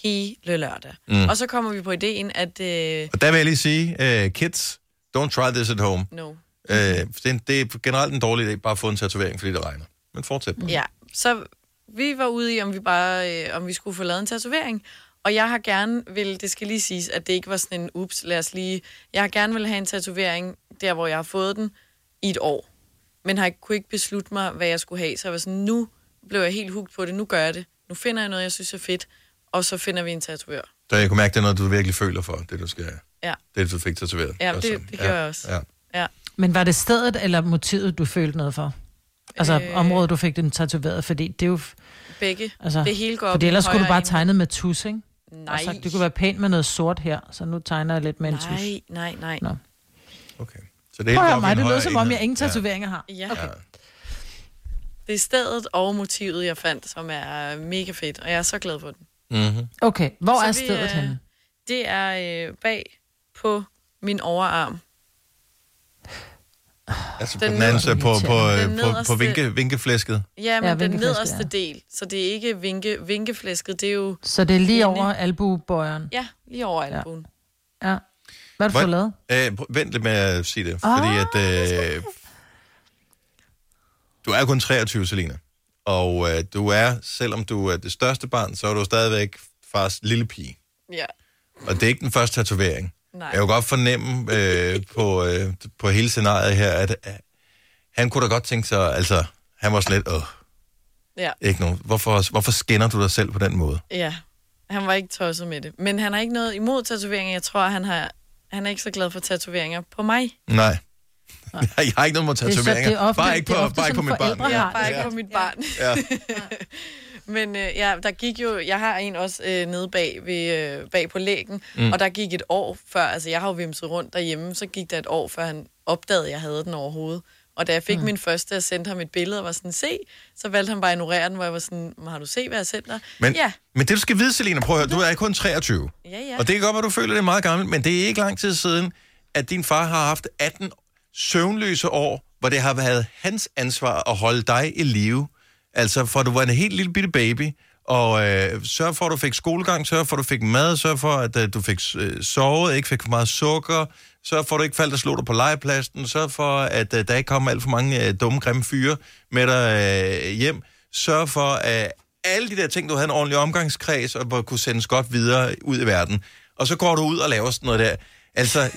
Speaker 2: hele lørdag.
Speaker 1: Mm.
Speaker 2: Mm. Og så kommer vi på ideen, at... Øh,
Speaker 1: Og der vil jeg lige sige, uh, kids, don't try this at home.
Speaker 2: no.
Speaker 1: Uh, det, er en- det er generelt en dårlig idé, bare at få en tatovering, fordi det regner. Men fortsæt
Speaker 3: Mm.
Speaker 1: bare.
Speaker 2: Ja, så vi var ude i, om vi bare øh, om vi skulle få lavet en tatovering. Og jeg har gerne vil, det skal lige siges, at det ikke var sådan en ups, lad os lige... Jeg har gerne vil have en tatovering, der hvor jeg har fået den, i et år. Men har ikke, kunne ikke beslutte mig, hvad jeg skulle have. Så jeg var sådan, nu blev jeg helt hugt på det, nu gør jeg det. Nu finder jeg noget, jeg synes er fedt. og så finder vi en tatovør.
Speaker 1: Så jeg kunne mærke, det er noget, du virkelig føler for, det du skal...
Speaker 2: Ja,
Speaker 1: Det, du fik tatoveret.
Speaker 2: ja
Speaker 1: Og
Speaker 2: det,
Speaker 1: sådan.
Speaker 2: det gjorde jeg også.
Speaker 1: Ja.
Speaker 2: Ja.
Speaker 3: Men var det stedet eller motivet, du følte noget for? Altså øh...
Speaker 2: Øh.
Speaker 3: området, du fik den tatoveret, fordi det er jo...
Speaker 2: Begge.
Speaker 3: Altså,
Speaker 2: det hele går op i
Speaker 3: Fordi ellers skulle du
Speaker 2: højre
Speaker 3: bare
Speaker 2: ende.
Speaker 3: tegne med tus, ikke?
Speaker 2: Nej.
Speaker 3: Og sagt, det kunne være pænt med noget sort her, så nu tegner jeg lidt med en tus.
Speaker 2: Nej, nej, nej.
Speaker 3: Nå.
Speaker 1: Så
Speaker 3: Det Prøv at høre
Speaker 1: helt op
Speaker 3: mig,
Speaker 1: i
Speaker 3: det
Speaker 1: en
Speaker 3: lød
Speaker 1: højere
Speaker 3: som om,
Speaker 1: enhed.
Speaker 3: jeg ingen
Speaker 1: Ja.
Speaker 3: tatoveringer har.
Speaker 2: Ja. Okay. Det er stedet og motivet, jeg fandt, som er mega fedt, og jeg er så glad for den.
Speaker 1: Mm-hmm.
Speaker 3: Okay, hvor
Speaker 2: Så
Speaker 3: er
Speaker 2: vi,
Speaker 3: stedet
Speaker 2: øh,
Speaker 3: henne?
Speaker 2: Det er øh, bag på min overarm.
Speaker 1: Altså
Speaker 2: Den
Speaker 1: den, den anden
Speaker 2: nederste-
Speaker 1: side på, på,
Speaker 2: Den
Speaker 1: på, på, på
Speaker 2: nederste-
Speaker 1: vinke, vinkeflæsket.
Speaker 2: Ja, men ja, den
Speaker 3: vinkeflæsket,
Speaker 2: nederste
Speaker 3: ja.
Speaker 2: del, så det er ikke vinke, vinkeflæsket, det er jo...
Speaker 3: Så det er lige
Speaker 2: inde-
Speaker 3: over albuebøjeren.
Speaker 2: Ja, lige over albuen.
Speaker 3: Ja. Hvad har du fået lavet?
Speaker 1: Øh, pr- vent lidt med at sige det,
Speaker 3: Ah,
Speaker 1: fordi at... Øh, du er kun 23, Selina. Og øh, du er, selvom du er det største barn, så er du stadigvæk fars lille pige.
Speaker 2: Ja.
Speaker 1: Og det er ikke den første tatovering.
Speaker 2: Nej.
Speaker 1: Jeg kan godt fornemme øh, på, øh, på hele scenariet her, at øh, han kunne da godt tænke sig... Altså, han var sådan lidt... Åh,
Speaker 2: Ja.
Speaker 1: ikke nogen. Hvorfor, hvorfor skinner du dig selv på den måde?
Speaker 2: ja, han var ikke tosset med det. Men han har ikke noget imod tatoveringer. Jeg tror, han har... Han er ikke så glad for tatoveringer på mig.
Speaker 1: Nej. Nej. Jeg har ikke noget mod tatoveringer. bare ikke på, bare ikke på mit barn.
Speaker 2: Ja, bare ikke på mit barn.
Speaker 1: Ja.
Speaker 2: Men øh, ja, der gik jo, jeg har en også øh, nede bag, ved, øh, bag på lægen,
Speaker 6: Mm.
Speaker 2: mm. og der gik et år før, altså jeg har jo vimset rundt derhjemme, så gik der et år, før han opdagede, at jeg havde den overhovedet. Og da jeg fik
Speaker 6: Mm.
Speaker 2: mm. min første, jeg sendte ham et billede og var sådan, se, så valgte han bare at ignorere den, hvor jeg var sådan, "Men har du set, hvad jeg sendte dig?
Speaker 1: Men,
Speaker 2: ja, Mhm.
Speaker 1: men det, du skal vide, Selina, prøv at høre, du er kun 23.
Speaker 2: ja, ja.
Speaker 1: Og det kan godt være, du føler, det er meget gammelt, men det er ikke lang tid siden, at din far har haft 18 søvnløse år, hvor det har været hans ansvar at holde dig i live. Altså, for du var en helt lille bitte baby, og øh, sørg for, at du fik skolegang, sørg for, at du fik mad, sørg for, at øh, du fik øh, sovet, ikke fik for meget sukker, sørg for, at du ikke faldt og slog dig på legepladsen, sørg for, at øh, der ikke kom alt for mange øh, dumme, grimme fyre med dig øh, hjem, sørg for, at alle de der ting, du havde en ordentlig omgangskreds, og hvor kunne sendes godt videre ud i verden. Og så går du ud og laver sådan noget der. Altså,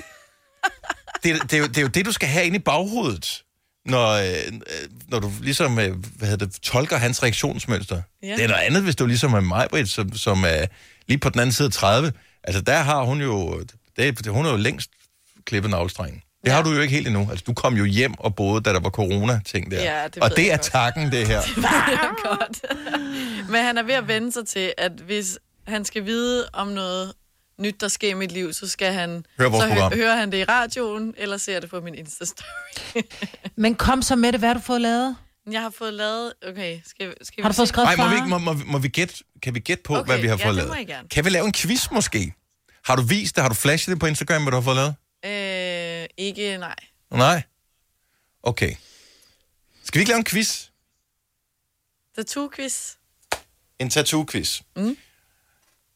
Speaker 1: det, det, er jo, det er jo det, du skal have inde i baghovedet, når, øh, øh, når du ligesom øh, hvad hedder det, tolker hans reaktionsmønster.
Speaker 8: Ja.
Speaker 1: Ja. Det er noget andet, hvis du ligesom er mig, som, som er lige på den anden side af 30. Altså, der har hun jo... Det, hun er jo længst klippet navlstrengen. Det har du jo ikke helt endnu. Altså, du kom jo hjem og boede, da der var corona-ting der.
Speaker 2: Ja, det ved
Speaker 1: og det
Speaker 2: jeg
Speaker 1: er
Speaker 2: godt.
Speaker 1: takken, det her.
Speaker 2: Det ved jeg godt. Men han er ved at vende sig til, at hvis han skal vide om noget nyt, der sker i mit liv, så skal han...
Speaker 1: Hør vores
Speaker 2: så hø-
Speaker 1: program.
Speaker 2: hører han det i radioen, eller ser det på min Insta-story.
Speaker 3: Men kom så med det, hvad har du fået lavet?
Speaker 2: Jeg har fået lavet... Okay, skal, skal
Speaker 3: Har
Speaker 2: vi
Speaker 3: du fået
Speaker 2: se-
Speaker 3: skrevet
Speaker 1: Nej, må vi, ikke, må, må, må vi gætte, kan vi gætte på, okay, hvad vi har
Speaker 2: ja,
Speaker 1: fået
Speaker 2: det
Speaker 1: lavet?
Speaker 2: må I gerne.
Speaker 1: Kan vi lave en quiz måske? Har du vist det? Har du flashet det på Instagram, hvad du har fået lavet?
Speaker 2: Øh, ikke, nej.
Speaker 1: Nej? Okay. Skal vi ikke lave en quiz?
Speaker 2: Tattoo-quiz.
Speaker 1: En tattoo-quiz. Øh,
Speaker 2: Mm.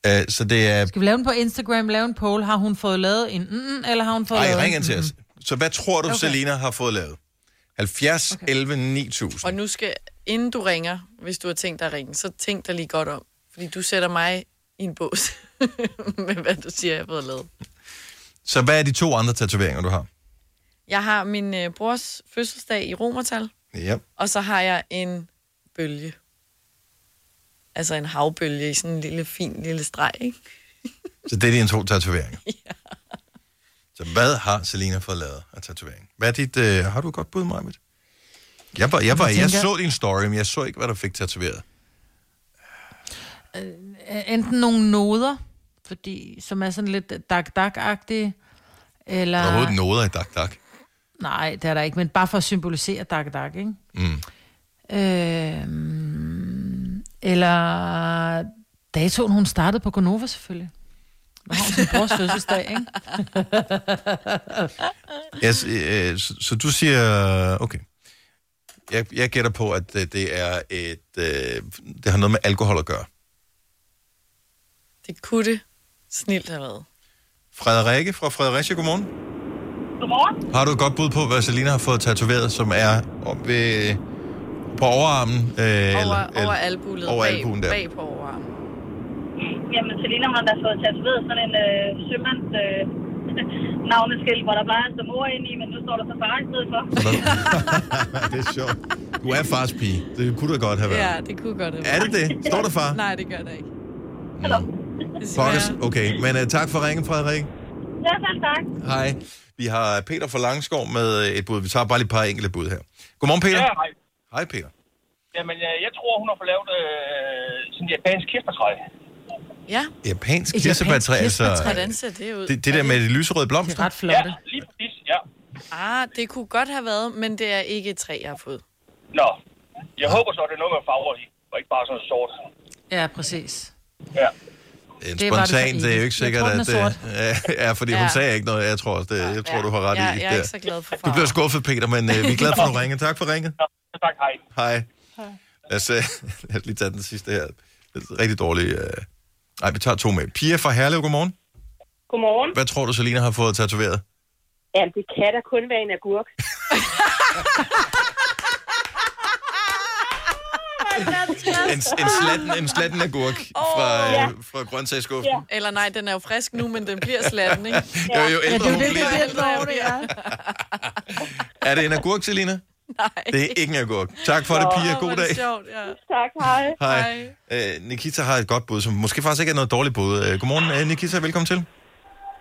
Speaker 2: Uh,
Speaker 1: så det er...
Speaker 3: Skal vi lave den på Instagram, lave en poll? Har hun fået lavet en mm, eller har hun fået lavet Mm-hmm.
Speaker 1: Ej,
Speaker 3: en
Speaker 1: ring ind til os. Så hvad tror du,
Speaker 3: Okay.
Speaker 1: okay. Selina har fået lavet? 70, okay. 11, 9000.
Speaker 2: Og nu skal... Inden du ringer, hvis du har tænkt dig at ringe, så tænk dig lige godt om. Fordi du sætter mig i en bås med, hvad du siger, jeg har fået lavet.
Speaker 1: Så hvad er de to andre tatoveringer, du har?
Speaker 2: Jeg har min øh, brors fødselsdag i romertal,
Speaker 1: Ja.
Speaker 2: og så har jeg en bølge. Altså en havbølge i sådan en lille, fin lille streg, ikke?
Speaker 1: Så det er dine to tatoveringer. ja. Så hvad har Selina fået lavet af tatovering? Hvad er dit... Øh, har du et godt bud, Marvitt? Jeg, var, jeg, var, jeg,
Speaker 3: Jeg tænker-
Speaker 1: så din story, men jeg så ikke, hvad du fik tatoveret.
Speaker 3: Øh, Enten nogle noder, fordi, som er sådan lidt dak dak agtige eller...
Speaker 1: Der er overhovedet noget af dak dak.
Speaker 3: Nej, det er der ikke, men bare for at symbolisere dak dak, ikke?
Speaker 1: Mm.
Speaker 3: Øh, eller datoen, hun startede på Gonova selvfølgelig. Hvor har hun sin brors fødselsdag, ikke?
Speaker 1: Jeg, s- øh, så, så du siger... Okay. Jeg, jeg gætter på, at øh, det er et... Øh, det har noget med alkohol at gøre.
Speaker 2: Det kunne det snilt have været.
Speaker 1: Frederikke fra Fredericia, godmorgen.
Speaker 12: Godmorgen.
Speaker 1: Har du et godt bud på, hvad Selina har fået tatoveret, som er op ved, på overarmen? Øh,
Speaker 2: Over, over albulet,
Speaker 1: Over
Speaker 2: bag,
Speaker 1: albuen der.
Speaker 2: bag på overarmen.
Speaker 12: Jamen, Selina har da fået tatoveret sådan en øh, sømands øh, navneskilt, hvor der plejer at stå mor ind i, men nu står der så far i stedet for.
Speaker 1: det er sjovt. Du er fars pige. Det kunne du godt have været.
Speaker 2: Ja, det kunne godt have
Speaker 1: Er det det? Står der far?
Speaker 2: Nej, det gør der ikke.
Speaker 1: Hallo. Pokkes. Okay, men uh, tak for ringen, Frederik.
Speaker 6: Ja, selv tak.
Speaker 1: Hej. Vi har øh, Peter fra Langskov med øh, et bud. Vi tager bare lige et par enkelte bud her. Godmorgen, Peter.
Speaker 8: Ja, hej.
Speaker 1: Hej, Peter.
Speaker 8: Jamen, øh, jeg, jeg tror, hun har fået lavet øh, sådan et japansk kirsebærtræ.
Speaker 2: Ja.
Speaker 1: Japansk kirsebærtræ, altså...
Speaker 2: Hvordan ser det ud?
Speaker 1: Det, det der med de lyserøde blomster. Det er ret
Speaker 2: flotte.
Speaker 8: Lige præcis, ja.
Speaker 2: Ah, det kunne godt have været, men det er ikke et træ, jeg har fået.
Speaker 8: Nå, jeg håber så, at det er noget med farver i, og ikke bare sådan noget sort.
Speaker 3: Ja, præcis.
Speaker 8: Ja.
Speaker 1: En
Speaker 3: Det var det for
Speaker 1: spontan, det, det er jo ikke
Speaker 3: evigt.
Speaker 1: sikkert,
Speaker 3: Jeg tror,
Speaker 1: at
Speaker 3: den er
Speaker 1: det er, fordi hun
Speaker 3: Ja.
Speaker 1: sagde ikke noget. Jeg tror, også, det, jeg tror du har ret
Speaker 2: ja,
Speaker 1: i.
Speaker 2: Jeg
Speaker 1: der.
Speaker 2: er ikke så glad for
Speaker 1: Du
Speaker 2: farver.
Speaker 1: bliver skuffet, Peter, men øh, vi er glade for, at du ringede. Tak for ringet.
Speaker 8: Tak, hej.
Speaker 1: Hej. Lad os, øh, lad os lige tage den sidste her. Det er Rigtig dårlig. Øh. Ej, vi tager to med. Pia fra Herlev, godmorgen.
Speaker 6: Godmorgen.
Speaker 1: Hvad tror du, Selina har fået tatoveret?
Speaker 6: Jamen, det kan da kun være en agurk.
Speaker 1: En, en, slatten, en slatten agurk fra, øh, fra grøntsagsskuffen.
Speaker 2: Eller nej, den er jo frisk nu, men den bliver slatten, ikke?
Speaker 1: Ja. Jo, jo ældre hun bliver.
Speaker 2: jo ældre hun bliver.
Speaker 1: Er det en agurk, Selina?
Speaker 2: Nej.
Speaker 1: Det er ikke en agurk. Tak for det, Pia. God dag.
Speaker 2: ja.
Speaker 6: Tak, hej.
Speaker 1: Hej. Øh, Nikita har et godt bud, som måske faktisk ikke er noget dårligt bud. Øh, godmorgen, øh, Nikita. Velkommen til.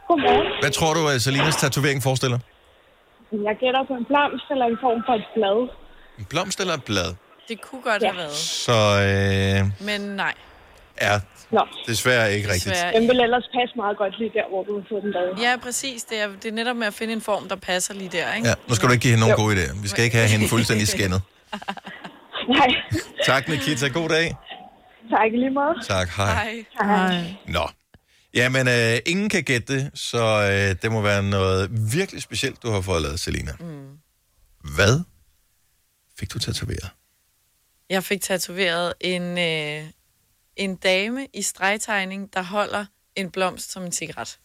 Speaker 6: Godmorgen.
Speaker 1: Hvad tror du, øh, Selinas tatovering forestiller?
Speaker 6: Jeg gætter på en blomst eller en form for et blad.
Speaker 1: En blomst eller et blad?
Speaker 2: Det kunne godt ja. have været.
Speaker 1: Så øh,
Speaker 2: Men nej.
Speaker 1: er
Speaker 6: Nå.
Speaker 1: desværre ikke rigtigt.
Speaker 2: Desværre
Speaker 6: Den vil ellers passe meget godt lige der, hvor du har fået den lavet.
Speaker 2: Ja, præcis. Det er, det er netop med at finde en form, der passer lige der, ikke?
Speaker 1: Ja, nu skal du ikke give hende nogen gode idéer. Vi skal ikke have hende fuldstændig skændet.
Speaker 6: Nej,
Speaker 1: Tak, Nikita. God dag.
Speaker 6: tak i lige meget.
Speaker 1: Tak, hej.
Speaker 6: Hej.
Speaker 1: Nå. Jamen, øh, ingen kan gætte det, så øh, det må være noget virkelig specielt, du har fået lavet, Selina. Mm. Hvad fik du tatoveret?
Speaker 2: Jeg fik tatoveret en, øh, en dame i stregtegning, der holder en blomst som en cigaret.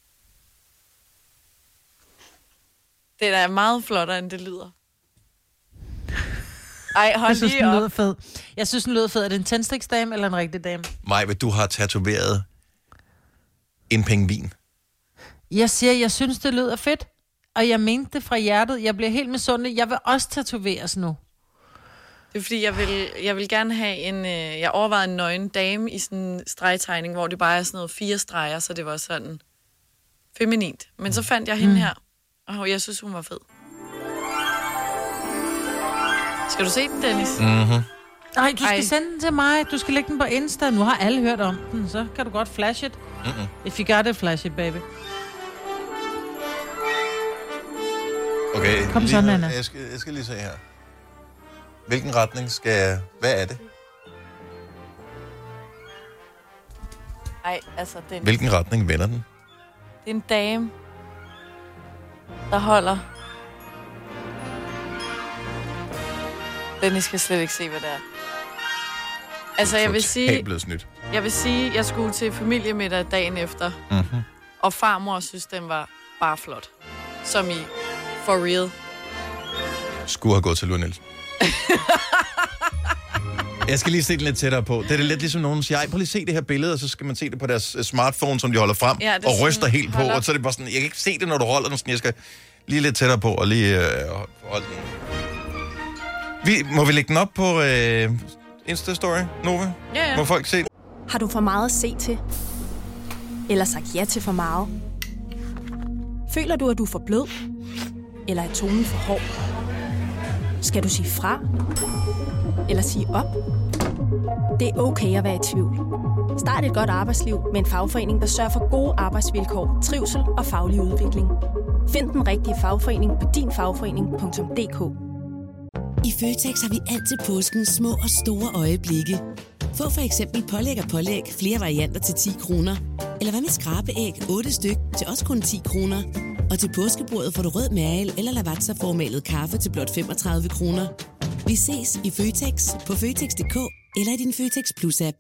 Speaker 2: Den er meget flottere, end det lyder. Ej, hold
Speaker 3: jeg synes,
Speaker 2: lige
Speaker 3: den
Speaker 2: op.
Speaker 3: lyder fed. Jeg synes, den lyder fed. Er det en tændstiksdame eller en rigtig dame?
Speaker 1: Maj, du har tatoveret en pingvin.
Speaker 3: Jeg siger, jeg synes, det lyder fedt. Og jeg mente det fra hjertet. Jeg bliver helt misundelig. Jeg vil også tatoveres nu.
Speaker 2: Det er fordi, jeg vil, jeg vil gerne have en... Øh, jeg overvejede en nøgen dame i sådan en stregtegning, hvor det bare er sådan noget fire streger, så det var sådan feminint. Men så fandt jeg hende her, og jeg synes, hun var fed. Skal du se den, Dennis?
Speaker 1: Mm-hmm.
Speaker 3: Nej, du skal
Speaker 2: Ej.
Speaker 3: Ej. sende den til mig. Du skal lægge den på Insta. Nu har alle hørt om den, så kan du godt flash it.
Speaker 1: Mm-mm.
Speaker 3: If you got it, flash it, baby.
Speaker 1: Okay,
Speaker 3: Kom
Speaker 1: lige
Speaker 3: så,
Speaker 1: nu-
Speaker 3: Nana.
Speaker 1: Jeg skal, jeg skal lige se her. Hvilken retning skal... Hvad er det?
Speaker 2: Ej, altså, den,
Speaker 1: Hvilken retning vender den?
Speaker 2: det er en dame, der holder... Dennis kan slet ikke se, hvad det er. Altså, jeg vil sige...
Speaker 1: Totalt blevet snydt.
Speaker 2: Jeg vil sige, jeg skulle til familiemiddag dagen efter,
Speaker 1: Mm-hmm.
Speaker 2: og farmor synes, den var bare flot. Som i for real.
Speaker 3: Øh,
Speaker 1: Skulle have gået til Lur Nielsen. Jeg skal lige se den lidt tættere på. Det er det lidt ligesom nogen siger, "Ej, prøv lige at se det her billede, og så skal man se det på deres øh, smartphone, som de holder frem
Speaker 2: Ja,
Speaker 1: ja,
Speaker 2: det er
Speaker 1: og
Speaker 2: sådan,
Speaker 1: ryster helt på.
Speaker 2: hold op.
Speaker 1: Og så er det bare sådan, jeg kan ikke se det, når du holder den. Sådan, jeg skal lige lidt tættere på og lige øh, holde den. Vi, må vi lægge den op på øh, Insta-story, Nova?
Speaker 19: Ja, ja.
Speaker 1: Må folk se den?
Speaker 19: Har du for meget at se til? Eller sagt ja til for meget? Føler du, at du er for blød? Eller er tonen for hård? Skal du sige fra? Eller sige op? Det er okay at være i tvivl. Start et godt arbejdsliv med en fagforening, der sørger for gode arbejdsvilkår, trivsel og faglig udvikling. Find den rigtige fagforening på dinfagforening.dk.
Speaker 5: I Føtex har vi altid påskens små og store øjeblikke. Få for eksempel pålæg og pålæg flere varianter til 10 kroner. Eller hvad med skrabeæg 8 styk til også kun 10 kroner. Og til påskebordet får du rød mal eller lavatserformalet kaffe til blot 35 kroner. Vi ses i Føtex på Føtex.dk eller i din Føtex Plus-app.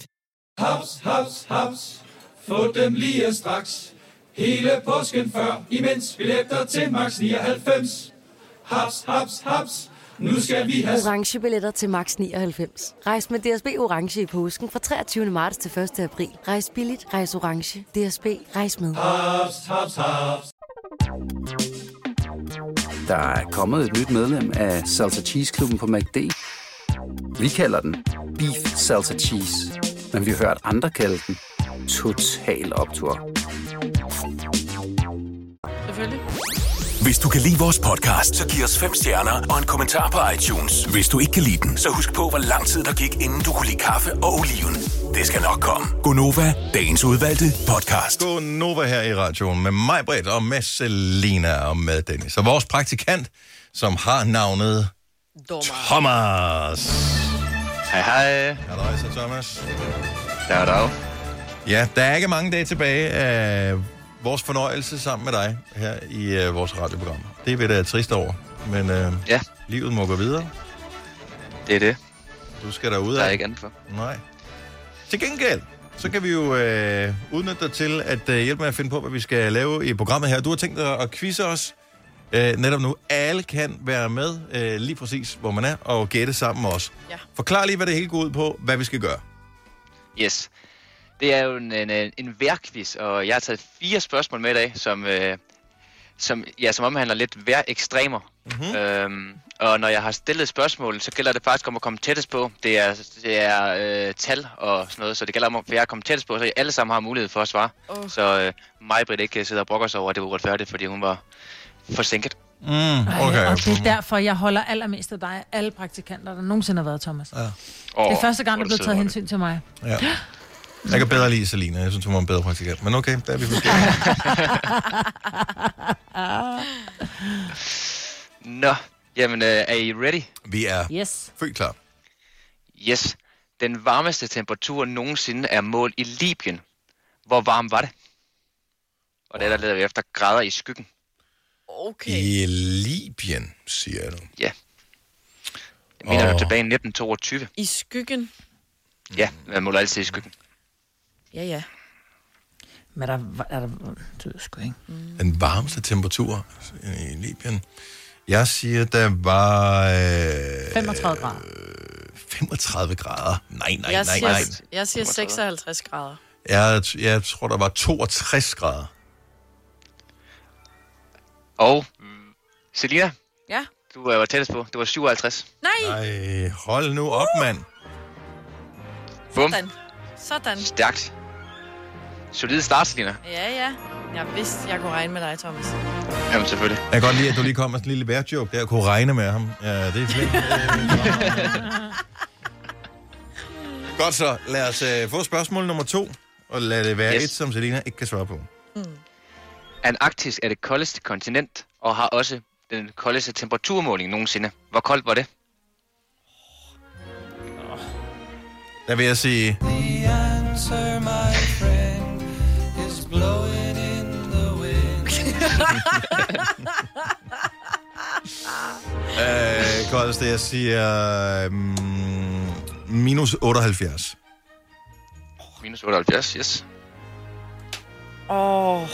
Speaker 10: Haps, haps, haps. Få dem lige straks. Hele påsken før, imens billetter til max 99. Haps, haps, haps. Nu skal vi have...
Speaker 20: orange billetter til max 99. Rejs med DSB orange i påsken fra 23. marts til 1. april. Rejs billigt, rejs orange. DSB rejs med.
Speaker 10: Haps, haps, haps.
Speaker 18: Der er kommet et nyt medlem af Salsa Cheese Klubben på MACD. Vi kalder den Beef Salsa Cheese, men vi har hørt andre kalde den Total Optor.
Speaker 2: Selvfølgelig.
Speaker 4: Hvis du kan lide vores podcast, så giv os fem stjerner og en kommentar på iTunes. Hvis du ikke kan lide den, så husk på, hvor lang tid der gik, inden du kunne lide kaffe og oliven. Det skal nok komme.
Speaker 1: Gonova, dagens udvalgte podcast. Gonova her i radioen med mig, Britt, og med Selina og med Dennis. Og vores praktikant, som har navnet Thomas. Hej hej. Hej så Thomas. Dag dag. Ja, der er ikke mange dage tilbage af vores fornøjelse sammen med dig her i uh, vores radioprogram. Det er vi da trist over, men uh, ja. livet må gå videre. Det er det. Du skal derud af. Der er ikke andet for. Nej. Til gengæld, så kan vi jo øh, udnytte dig til at øh, hjælpe med at finde på, hvad vi skal lave i programmet her. Du har tænkt dig at quizze os øh, netop nu. Alle kan være med øh, lige præcis, hvor man er, og gætte sammen med os.
Speaker 22: Ja.
Speaker 1: Forklar lige, hvad det hele går ud på, hvad vi skal gøre.
Speaker 22: Yes. Det er jo en, en, øh, en værkvis, og jeg har taget fire spørgsmål med i dag, som, øh, som, ja, som omhandler lidt vejr ekstremer.
Speaker 1: Mhm.
Speaker 22: Mm-hmm. Øhm, og når jeg har stillet spørgsmål, så gælder det faktisk om at komme tættest på. Det er, det er øh, tal og sådan noget, så det gælder om at være komme tættest på, så I alle sammen har mulighed for at svare.
Speaker 2: Oh.
Speaker 22: Så øh, mig, Britt, ikke sidder og brokker sig over, at det var uretfærdigt, fordi hun var forsinket.
Speaker 1: Mm,
Speaker 3: Okay. Og det er derfor, jeg holder allermest af dig, af alle praktikanter, der nogensinde har været, Thomas. Ja. Det er første gang,
Speaker 1: hvor
Speaker 3: du
Speaker 1: du
Speaker 3: er blevet
Speaker 1: sidder
Speaker 3: taget hensyn til mig.
Speaker 1: Ja. Jeg kan bedre lide Selina. Jeg synes, hun var en bedre praktikant. Men okay, der er vi forskellige.
Speaker 22: Nå, jamen øh, er I ready?
Speaker 1: Vi er
Speaker 3: yes.
Speaker 1: født klar.
Speaker 22: Yes. Den varmeste temperatur nogensinde er målt i Libyen. Hvor varm var det? Og det er der leder vi efter grader i skyggen.
Speaker 2: Okay.
Speaker 1: I Libyen, siger du.
Speaker 22: Ja. Jeg mener oh.
Speaker 1: Åh.
Speaker 22: du tilbage i 1922?
Speaker 2: I skyggen?
Speaker 22: Ja, man måler altid i skyggen.
Speaker 2: Ja, ja.
Speaker 3: Men der, var- er der, det ved jeg sgu ikke.
Speaker 1: Den varmeste temperatur i Libyen. Jeg siger, der var... Øh,
Speaker 3: 35 grader.
Speaker 1: 35 grader. Nej, nej,
Speaker 2: jeg
Speaker 1: nej,
Speaker 2: siger,
Speaker 1: nej.
Speaker 2: Jeg siger 56 grader.
Speaker 1: Jeg, jeg tror, der var 62 grader.
Speaker 22: Og Selina,
Speaker 2: Ja.
Speaker 22: du øh, var tættest på. Det var 57.
Speaker 2: Nej!
Speaker 1: Ej, hold nu op, mand.
Speaker 22: Bum.
Speaker 2: Sådan. Sådan.
Speaker 22: Stærkt. Solid start, Selina.
Speaker 2: Ja, ja. Jeg vidste, jeg kunne regne med dig, Thomas.
Speaker 22: Jamen, selvfølgelig.
Speaker 1: Jeg kan godt lide, at du lige kom med sådan en lille værtjoke der. Jeg kunne regne med ham. Ja, det er flink. Godt så. Lad os øh, få spørgsmål nummer to. Og lad det være yes.
Speaker 22: Yes.
Speaker 1: et, som Selina ikke kan svare på.
Speaker 22: Antarktis er det koldeste kontinent, og har også den koldeste temperaturmåling nogensinde. Hvor koldt var det?
Speaker 1: Der vil jeg sige...
Speaker 23: The answer, my friend, is blowing in the wind.
Speaker 1: Øh, koldeste, jeg siger... Mm, minus 78.
Speaker 22: Minus 78, yes.
Speaker 2: Åh. Oh.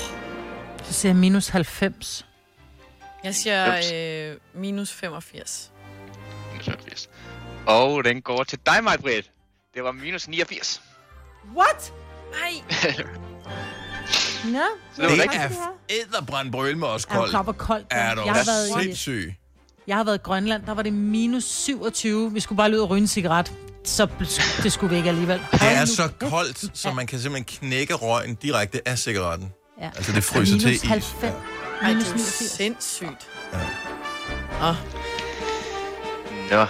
Speaker 3: Så siger jeg minus 90.
Speaker 2: Jeg siger øh, minus 85.
Speaker 22: Minus 85. Og den går til dig, mig, Britt. Det var minus 89.
Speaker 3: What?
Speaker 2: Nej.
Speaker 3: Nå.
Speaker 1: Så det var ikke æderbrændt brøl med os
Speaker 3: Er du
Speaker 1: koldt.
Speaker 3: klar, hvor koldt det
Speaker 1: Er du
Speaker 3: Jeg har været i-
Speaker 1: sindssyg?
Speaker 3: Jeg har været i Grønland, der var det minus 27. Vi skulle bare lige ud og ryge en cigaret. Så bl- det skulle vi ikke alligevel.
Speaker 1: Det er så koldt, så man kan simpelthen knække røgen direkte af cigaretten.
Speaker 3: Ja.
Speaker 1: Altså, det fryser til
Speaker 3: minus
Speaker 1: is.
Speaker 3: 90.
Speaker 2: Ej, det er jo sindssygt. Ja. Oh.
Speaker 22: Nå,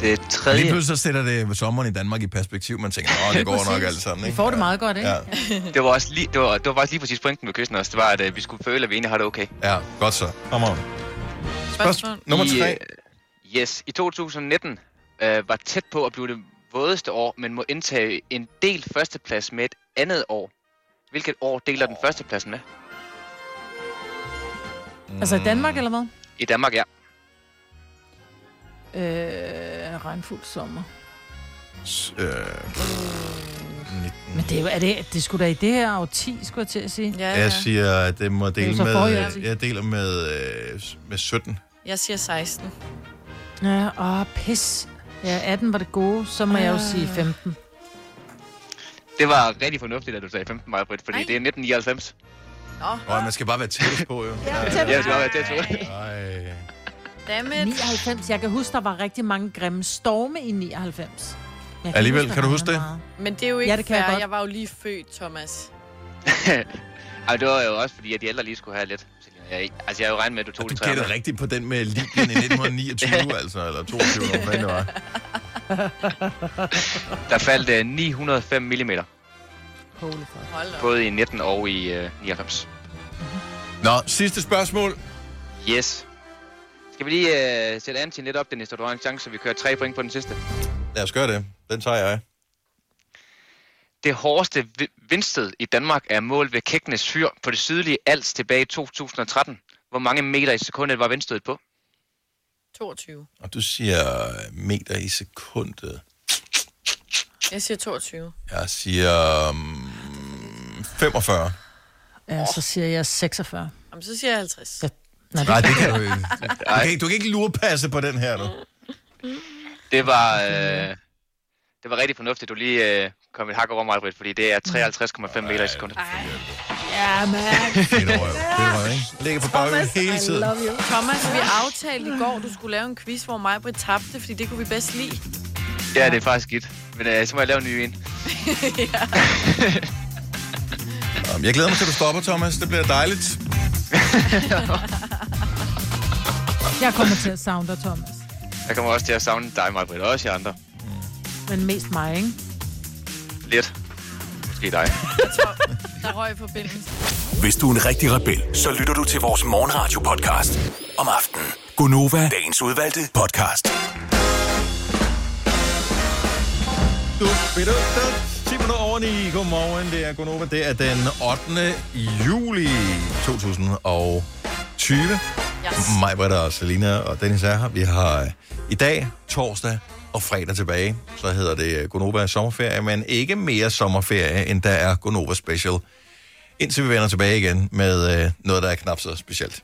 Speaker 22: det tredje...
Speaker 1: Lige pludselig så sætter det sommeren i Danmark i perspektiv. Man tænker, åh, det går nok
Speaker 22: Præcis.
Speaker 1: alt sammen.
Speaker 3: Vi
Speaker 1: Ikke?
Speaker 3: får det meget godt, ikke?
Speaker 1: Ja.
Speaker 22: Det var, også lige, det, var, det var faktisk lige præcis pointen med kysten også. Det var, at øh, vi skulle føle, at vi egentlig har det okay.
Speaker 1: Ja, godt så. Kom on. Spørgsmål nummer
Speaker 22: I,
Speaker 1: tre.
Speaker 22: øh, Yes, i 2019 øh, var tæt på at blive det vådeste år, men må indtage en del førsteplads med et andet år. Hvilket år deler den førstepladsen med?
Speaker 3: Altså i
Speaker 1: Mm.
Speaker 3: Danmark eller hvad?
Speaker 22: I Danmark, ja.
Speaker 3: Øh, regnfuld sommer.
Speaker 1: S- øh,
Speaker 3: Men det, er jo- er det, det skulle da i det her årti, skulle jeg til at sige.
Speaker 2: Ja,
Speaker 1: Jeg siger, at det må
Speaker 3: Det er jo
Speaker 1: dele
Speaker 3: så forrige
Speaker 1: med...
Speaker 3: år.
Speaker 1: Jeg deler med, øh, s- med 17.
Speaker 2: Jeg siger 16.
Speaker 3: Ja, åh, pis. Ja, 18 var det gode, så må jeg jo sige
Speaker 2: Ah.
Speaker 3: 15.
Speaker 22: Det var rigtig fornuftigt, at du sagde 15 maj, Britt, fordi det er 1999.
Speaker 2: Nå,
Speaker 1: Og man skal bare være tæt på, jo. Ja,
Speaker 22: tæt på. Ja, det skal bare være tæt på.
Speaker 1: Ej.
Speaker 3: Dammit. 99. Jeg kan huske, der var rigtig mange grimme storme i 99.
Speaker 1: kan Alligevel, huske, kan du huske det?
Speaker 2: Men det er jo ikke ja, det fair. Jeg, jeg var jo lige født, Thomas.
Speaker 22: Ej, det var jo også fordi, at de ældre lige skulle have lidt. Så Jeg, altså, jeg har jo regnet med, at du tog de
Speaker 1: Du
Speaker 22: tre
Speaker 1: gættede rigtigt på den med Libyen i 1929, altså, eller 22, eller hvad fanden det var.
Speaker 22: Der faldt øh, 905 mm,
Speaker 3: Holy fuck.
Speaker 22: både i 19 og i øh, 99.
Speaker 1: Nå, sidste spørgsmål.
Speaker 22: Yes. Skal vi lige øh, sætte Antin lidt op, Dennis, så du har en chance, så vi kører tre point på den sidste.
Speaker 1: Lad os gøre det. Den tager jeg.
Speaker 22: Det hårdeste vi- vindsted i Danmark er mål ved Kæknes Fyr på det sydlige Als tilbage i 2013. Hvor mange meter i sekundet var vindstødet på?
Speaker 2: 22.
Speaker 1: Og du siger meter i sekundet.
Speaker 2: Jeg siger 22.
Speaker 1: Jeg siger um, 45.
Speaker 3: Ja, så siger jeg 46.
Speaker 2: Jamen, så siger jeg 50.
Speaker 1: Nej, det kan du ikke. Du kan ikke, du kan ikke lurepasse på den her, du.
Speaker 22: Det var, øh, det var rigtig fornuftigt, du lige øh, kom et hak over mig, Britt, fordi det er 53,5 meter i sekundet.
Speaker 3: Ja, man.
Speaker 1: Ligger på bagøjen hele tiden.
Speaker 2: you. Thomas, vi aftalte i går, du skulle lave en quiz, hvor mig Britt tabte, fordi det kunne vi bedst lide.
Speaker 22: Ja, det er faktisk skidt. Men øh, så må jeg lave en ny en.
Speaker 2: ja.
Speaker 1: Nå, Jeg glæder mig til, at du stopper, Thomas. Det bliver dejligt.
Speaker 3: Jeg kommer til at savne dig, Thomas.
Speaker 22: Jeg kommer også til at savne dig, mig, Britt, og også jer andre.
Speaker 3: Men mest mig, ikke?
Speaker 22: Lidt. Måske dig.
Speaker 2: Der røg forbindelsen.
Speaker 4: Hvis du er en rigtig rebel, så lytter du til vores morgenradio-podcast om aftenen.
Speaker 9: Gunova.
Speaker 4: Dagens udvalgte podcast.
Speaker 1: 10 minutter over 9. Godmorgen, det er Gunova. Det er den 8. juli 2020.
Speaker 2: Yes.
Speaker 1: Mig, Britta og Selina og Dennis er her. Vi har øh, i dag, torsdag og fredag tilbage. Så hedder det Gonova sommerferie, men ikke mere sommerferie, end der er Gonova special. Indtil vi vender tilbage igen med øh, noget, der er knap så specielt.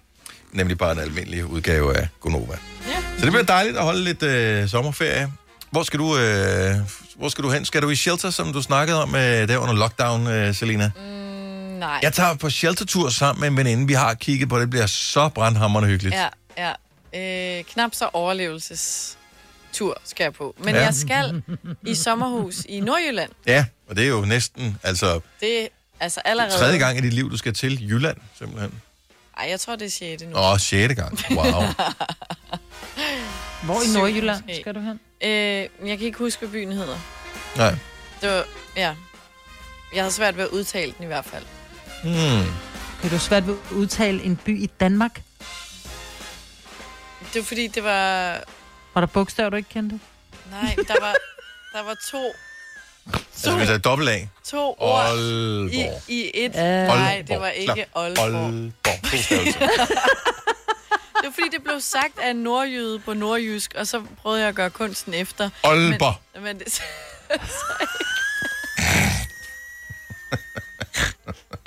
Speaker 1: Nemlig bare en almindelig udgave af Gonova. Så det bliver dejligt at holde lidt øh, sommerferie. Hvor skal, du, øh, hvor skal du hen? Skal du i shelter, som du snakkede om øh, der under lockdown, øh, Selina?
Speaker 2: Mm, Nej.
Speaker 1: Jeg tager på sheltertur sammen med en veninde. Vi har kigget på det. Det bliver så brandhammerende hyggeligt.
Speaker 2: Ja, ja. Øh, knap så overlevelsestur skal jeg på. Men
Speaker 1: Ja.
Speaker 2: ja. jeg skal i sommerhus i Nordjylland.
Speaker 1: ja, og det er jo næsten altså
Speaker 2: Det er altså allerede...
Speaker 1: tredje gang i dit liv, du skal til Jylland, simpelthen.
Speaker 2: Ej, jeg tror, det er sjette nu.
Speaker 1: Åh, sjette gang. Wow. Altså,
Speaker 3: Hvor i
Speaker 2: Syvende
Speaker 3: Nordjylland
Speaker 2: måske.
Speaker 3: skal du hen?
Speaker 2: Øh, jeg kan ikke huske, hvad byen hedder.
Speaker 1: Nej.
Speaker 2: Det var, ja. Jeg havde svært ved at udtale den i hvert fald.
Speaker 1: Hmm.
Speaker 3: Kan du svært ved at udtale en by i Danmark?
Speaker 2: Det var fordi, det var...
Speaker 3: Var der bogstaver, du ikke kendte?
Speaker 2: Nej, der var, der var to,
Speaker 1: Altså, hvis jeg er dobbelt A.
Speaker 2: to ord i,
Speaker 1: Aalborg.
Speaker 2: i et. Øh, Nej,
Speaker 1: Aalborg.
Speaker 2: det var ikke
Speaker 1: Klap.
Speaker 2: Aalborg.
Speaker 1: Aalborg. To stavelser.
Speaker 2: Det var fordi, det blev sagt af en nordjyde på nordjysk, og så prøvede jeg at gøre kunsten efter.
Speaker 1: Aalborg.
Speaker 2: Men, men det, så,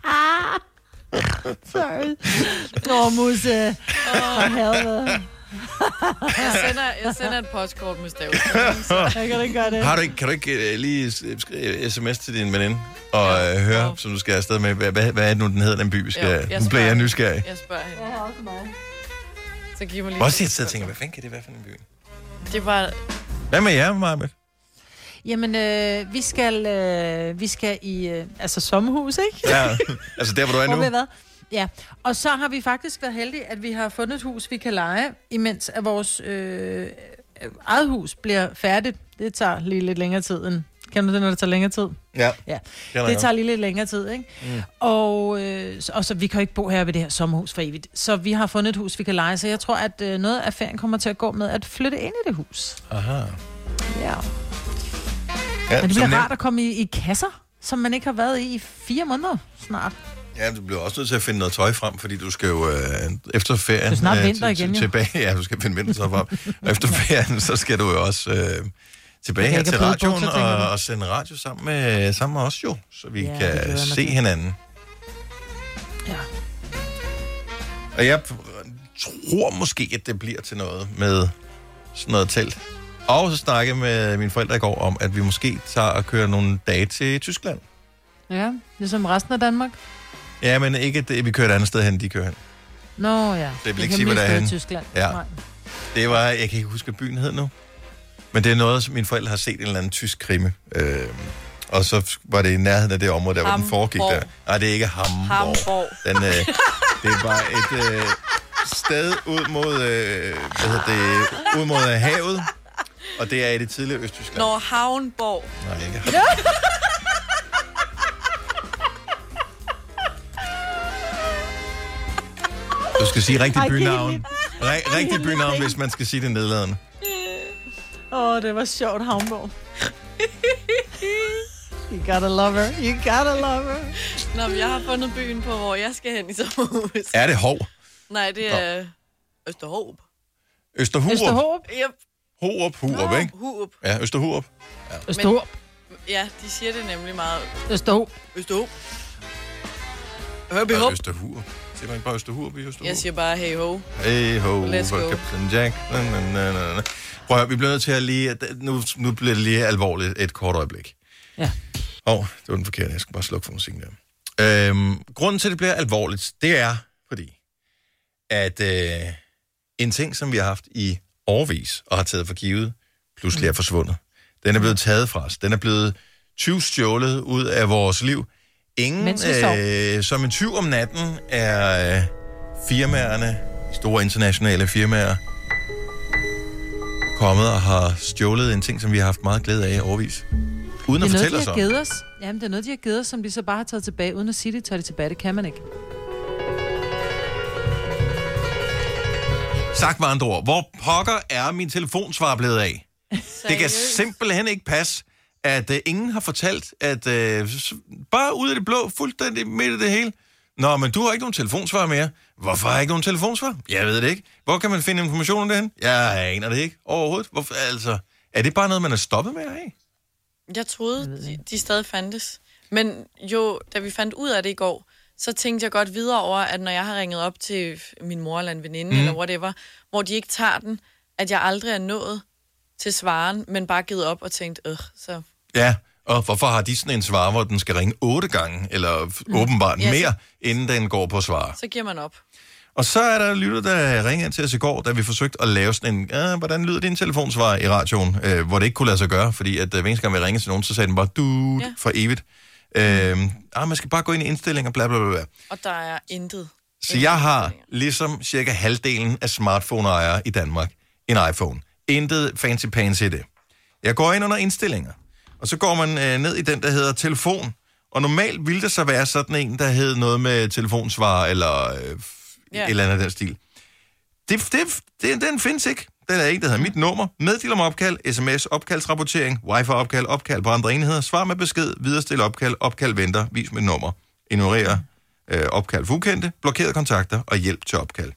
Speaker 3: Ah! Sorry. Nå, Musse. For helvede.
Speaker 2: jeg, sender, jeg sender et postkort med stav.
Speaker 3: Jeg kan ikke gøre det.
Speaker 1: Har du ikke, kan du ikke øh, lige s- skrive sms til din veninde og øh, høre, som du skal afsted med, hvad, hvad, hvad er det nu, den hedder, den by, vi skal... Jo, jeg nu bliver jeg nysgerrig.
Speaker 2: Jeg spørger hende. Jeg har også mig. Så giv mig lige...
Speaker 1: Også jeg sidder og tænker, hvad fanden kan det være for en by?
Speaker 2: Det var...
Speaker 1: Hvad med jer, Marbet?
Speaker 3: Jamen, øh, vi, skal, øh, vi skal i øh, altså sommerhus, ikke?
Speaker 1: Ja, altså der, hvor du er
Speaker 3: Hvor vi har
Speaker 1: nu.
Speaker 3: været. Ja, og så har vi faktisk været heldige, at vi har fundet et hus, vi kan lege, imens at vores øh, øh, eget hus bliver færdigt. Det tager lige lidt længere tid end... Kan du det, når det tager længere tid?
Speaker 1: Ja.
Speaker 3: Ja,
Speaker 1: Kender
Speaker 3: det
Speaker 1: jeg
Speaker 3: tager
Speaker 1: godt.
Speaker 3: lige lidt længere tid, ikke? Mm. Og, øh, og så vi kan jo ikke bo her ved det her sommerhus for evigt. Så vi har fundet et hus, vi kan lege, så jeg tror, at øh, noget af ferien kommer til at gå med at flytte ind i det hus.
Speaker 1: Aha.
Speaker 3: Ja.
Speaker 1: Ja, som
Speaker 3: Men det bliver
Speaker 1: nævnt-
Speaker 3: rart at komme i, i kasser, som man ikke har været i i fire måneder snart.
Speaker 1: Ja, du bliver også nødt til at finde noget tøj frem, fordi du skal jo øh, efter ferien...
Speaker 3: Det er snart
Speaker 1: øh,
Speaker 3: vinter
Speaker 1: til- til-
Speaker 3: igen, jo.
Speaker 1: Tilbage, ja, du skal finde vintertøj frem. og efter ferien, så skal du jo også øh, tilbage
Speaker 4: Jeg kan
Speaker 1: her
Speaker 4: ikke
Speaker 1: til
Speaker 4: have bløde
Speaker 1: radioen
Speaker 4: bukser, tænker
Speaker 1: og,
Speaker 4: du?
Speaker 1: og sende radio sammen med, sammen med os jo, så vi
Speaker 4: Ja,
Speaker 1: ja,
Speaker 4: det glæder
Speaker 1: kan
Speaker 4: jeg mig
Speaker 1: se
Speaker 4: til.
Speaker 1: hinanden. Ja. Og jeg tror måske, at det bliver til noget med sådan noget telt. Og så snakkede med mine forældre i går om, at vi måske tager og kører nogle dage til Tyskland.
Speaker 3: Ja, ligesom resten af Danmark.
Speaker 1: Ja, men ikke det, vi kører et andet sted hen, de kører hen.
Speaker 3: Nå ja.
Speaker 1: Det vil
Speaker 3: Jeg
Speaker 1: ikke
Speaker 3: kan
Speaker 1: sige, hvad
Speaker 3: mest
Speaker 1: det er
Speaker 3: bedre
Speaker 1: henne.
Speaker 3: Tyskland.
Speaker 1: Ja.
Speaker 3: Nej.
Speaker 1: Det var, jeg kan ikke huske, hvad byen hed nu. Men det er noget, som mine forældre har set en eller anden tysk krimi. Øh, og så var det i nærheden af det område, der hvor den foregik der.
Speaker 2: Hamborg.
Speaker 1: Nej, det er ikke Hamburg.
Speaker 2: Hamborg.
Speaker 1: Den, øh, det er bare et øh, sted ud mod, øh, hvad hedder det, ud mod øh, havet. Og det er i det tidligere Østtyskland.
Speaker 2: Når Havnborg.
Speaker 1: Nej, ikke Du skal sige rigtig
Speaker 3: Ej, kan I
Speaker 1: bynavn.
Speaker 3: lide-
Speaker 1: Re- rigtig bynavn, hvis man skal sige det nedladende.
Speaker 3: Åh, oh, det var sjovt, Havnborg. You gotta love her. You gotta love her.
Speaker 2: Nå, men jeg har fundet byen på, hvor jeg skal hen i sommerhus.
Speaker 1: Er det Hov?
Speaker 2: Nej, det er Østerhåb.
Speaker 1: Østerhurup?
Speaker 2: Yep.
Speaker 1: Horup, Hurup, ikke?
Speaker 2: Hurup.
Speaker 1: Ja, Østerhurup.
Speaker 3: Østerhåb.
Speaker 2: Ja, de siger det nemlig meget.
Speaker 3: Østerhåb.
Speaker 2: Østerhåb. Hørby Håb.
Speaker 1: Østerhurup. Siger man ikke bare Østerhurup i Østerhurup?
Speaker 2: Jeg siger bare hey ho.
Speaker 1: Hey ho,
Speaker 2: Let's go.
Speaker 1: Captain Jack. Na, na, na, na, na. Prøv at høre, vi bliver nødt til at lige... at- Nu, nu bliver det lige alvorligt et kort øjeblik.
Speaker 3: Ja.
Speaker 1: Åh, oh, det var den forkerte. Jeg skal bare slukke for musikken der. Øhm, grunden til, at det bliver alvorligt, det er fordi, at øh, en ting, som vi har haft i årvis og har taget for givet, pludselig er forsvundet. Den er blevet taget fra os. Den er blevet tyvstjålet ud af vores liv. Ingen,
Speaker 3: Mens vi sov.
Speaker 1: øh, som en tyv om natten, er øh, firmaerne, de store internationale firmaer, kommet og har stjålet en ting, som vi har haft meget glæde af i årvis. Uden at
Speaker 3: det er
Speaker 1: fortælle
Speaker 3: noget,
Speaker 1: os
Speaker 3: de
Speaker 1: om.
Speaker 3: har givet os. Jamen, det er noget, de har givet os, som de så bare har taget tilbage. Uden at sige det, tager de tilbage. Det kan man ikke.
Speaker 1: Sagt med andre ord, hvor pokker er min telefonsvar blevet af? Det kan simpelthen ikke passe, at uh, ingen har fortalt, at uh, bare ud af det blå, fuldstændig midt i det hele. Nå, men du har ikke nogen telefonsvar mere. Hvorfor har jeg ikke nogen telefonsvar? Jeg ved det ikke. Hvor kan man finde information om det hen? Jeg aner det ikke overhovedet. Hvorfor, altså, er det bare noget, man er stoppet med at have?
Speaker 2: Jeg troede, de, de stadig fandtes. Men jo, da vi fandt ud af det i går, så tænkte jeg godt videre over, at når jeg har ringet op til f- min mor eller en veninde mm.
Speaker 11: Mm.
Speaker 2: eller whatever, hvor de ikke tager den, at jeg aldrig er nået til svaren, men bare givet op og tænkt, øh, så...
Speaker 1: Ja, og hvorfor har de sådan en svar, hvor den skal ringe otte gange, eller mm. åbenbart
Speaker 2: Ja, så-
Speaker 1: mere, inden den går på svar?
Speaker 2: Så giver man op.
Speaker 1: Og så er der lytter, der ringer ind til os i går, da vi forsøgte at lave sådan en, "Ah, hvordan lyder din telefonsvar i radioen, øh, hvor det ikke kunne lade sig gøre, fordi at øh, hver eneste gang vi ringede til nogen, så sagde den bare, du
Speaker 2: Ja.
Speaker 1: ja. for evigt. Øh, ah, man skal bare gå ind i indstillinger, bla bla bla. bla.
Speaker 2: Og der er intet.
Speaker 1: Så jeg har, ligesom cirka halvdelen af smartphone-ejere i Danmark, en iPhone. Intet fancy-pants i det. Jeg går ind under indstillinger, og så går man øh, ned i den, der hedder telefon. Og normalt ville der så være sådan en, der hed noget med telefonsvar, eller øh,
Speaker 2: Ja.
Speaker 1: yeah. eller andet af den stil. Det, det, det, den findes ikke. Den er ikke, der hedder mit nummer. Meddel om opkald, sms, opkaldsrapportering, wifi-opkald, opkald på andre enheder, svar med besked, viderestil opkald, opkald venter, vis mit nummer, ignorer øh, opkald for ukendte, blokerede kontakter og hjælp til opkald.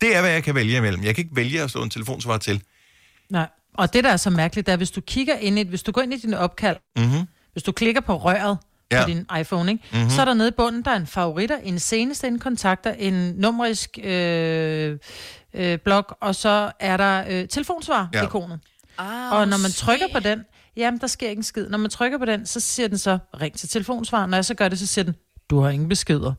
Speaker 1: Det er, hvad jeg kan vælge imellem. Jeg kan ikke vælge at slå en telefonsvar til.
Speaker 3: Nej. Og det, der er så mærkeligt, det er, hvis du kigger ind i, hvis du går ind i din opkald,
Speaker 1: Mm-hmm.
Speaker 3: hvis du klikker på røret
Speaker 1: Ja.
Speaker 3: på din iPhone, ikke?
Speaker 1: Mhm.
Speaker 3: Mm-hmm. så er der nede i bunden, der er en favoritter, en seneste, en kontakter, en numerisk øh, øh, blok, og så er der øh, telefonsvar-ikonet.
Speaker 2: Ah,
Speaker 3: Og når man trykker på den, jamen der sker ikke en skid. Når man trykker på den, så siger den så, ring til telefonsvar. Når jeg så gør det, så siger den, du har ingen beskeder.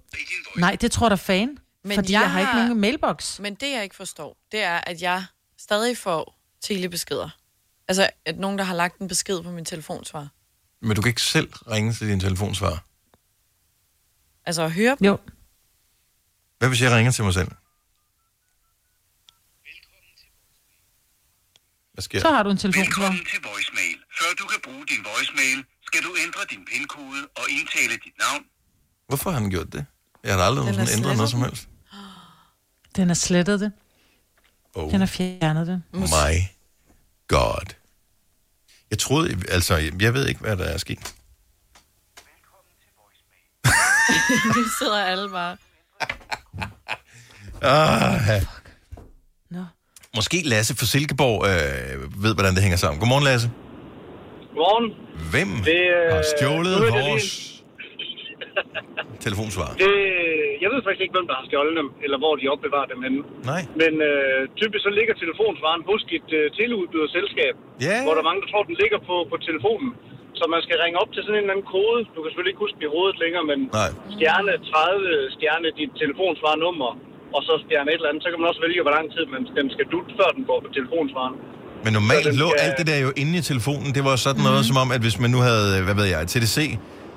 Speaker 3: Nej, det tror der fan,
Speaker 2: Men
Speaker 3: Men fordi jeg,
Speaker 2: jeg
Speaker 3: jeg har ikke
Speaker 2: har-
Speaker 3: nogen mailbox.
Speaker 2: Men det, jeg ikke forstår, det er, at jeg stadig får telebeskeder. Altså, at nogen, der har lagt en besked på min telefonsvar.
Speaker 1: Men du kan ikke selv ringe til din telefonsvar.
Speaker 2: Altså, at høre dem.
Speaker 3: Jo.
Speaker 1: Hvad hvis jeg ringer til mig selv? Hvad sker
Speaker 3: Så har du en telefonsvar.
Speaker 13: Velkommen til voicemail. Før du kan bruge din voicemail, skal du ændre din pindkode og indtale dit navn.
Speaker 1: Hvorfor har han gjort det? Jeg har da aldrig
Speaker 3: Den er
Speaker 1: nogensinde ændret
Speaker 3: slettet
Speaker 1: noget som
Speaker 3: den.
Speaker 1: helst.
Speaker 3: Den har slettet det.
Speaker 1: Oh.
Speaker 3: Den har fjernet det.
Speaker 1: My God. Jeg troede, altså, jeg- jeg ved ikke, hvad der er sket.
Speaker 2: det sidder alle bare.
Speaker 1: Ah,
Speaker 3: Nå.
Speaker 1: Måske Lasse fra Silkeborg øh, ved, hvordan det hænger sammen. Godmorgen, Lasse.
Speaker 7: Godmorgen.
Speaker 1: Hvem
Speaker 7: Det, øh,
Speaker 1: har
Speaker 7: nu
Speaker 1: stjålet
Speaker 7: er det
Speaker 1: vores telefonsvar?
Speaker 7: Det, jeg ved faktisk ikke, hvem der har stjålet dem, eller hvor de opbevarer dem henne.
Speaker 1: Nej.
Speaker 7: Men øh, typisk så ligger telefonsvaren hos et øh, teleudbyderselskab,
Speaker 1: Ja.
Speaker 7: hvor der er mange, der tror, den ligger på, på telefonen. Så man skal ringe op til sådan en eller anden kode. Du kan selvfølgelig ikke huske den i hovedet længere, men
Speaker 1: Nej.
Speaker 7: stjerne 30, stjerne dit telefonsvarnummer, og så stjerne et eller andet. Så kan man også vælge, hvor lang tid man, den skal dutte, før den går på telefonsvaren.
Speaker 1: Men normalt lå alt det der jo inde i telefonen. Det var sådan
Speaker 11: Mhm.
Speaker 1: noget, som om, at hvis man nu havde, hvad ved jeg, TDC,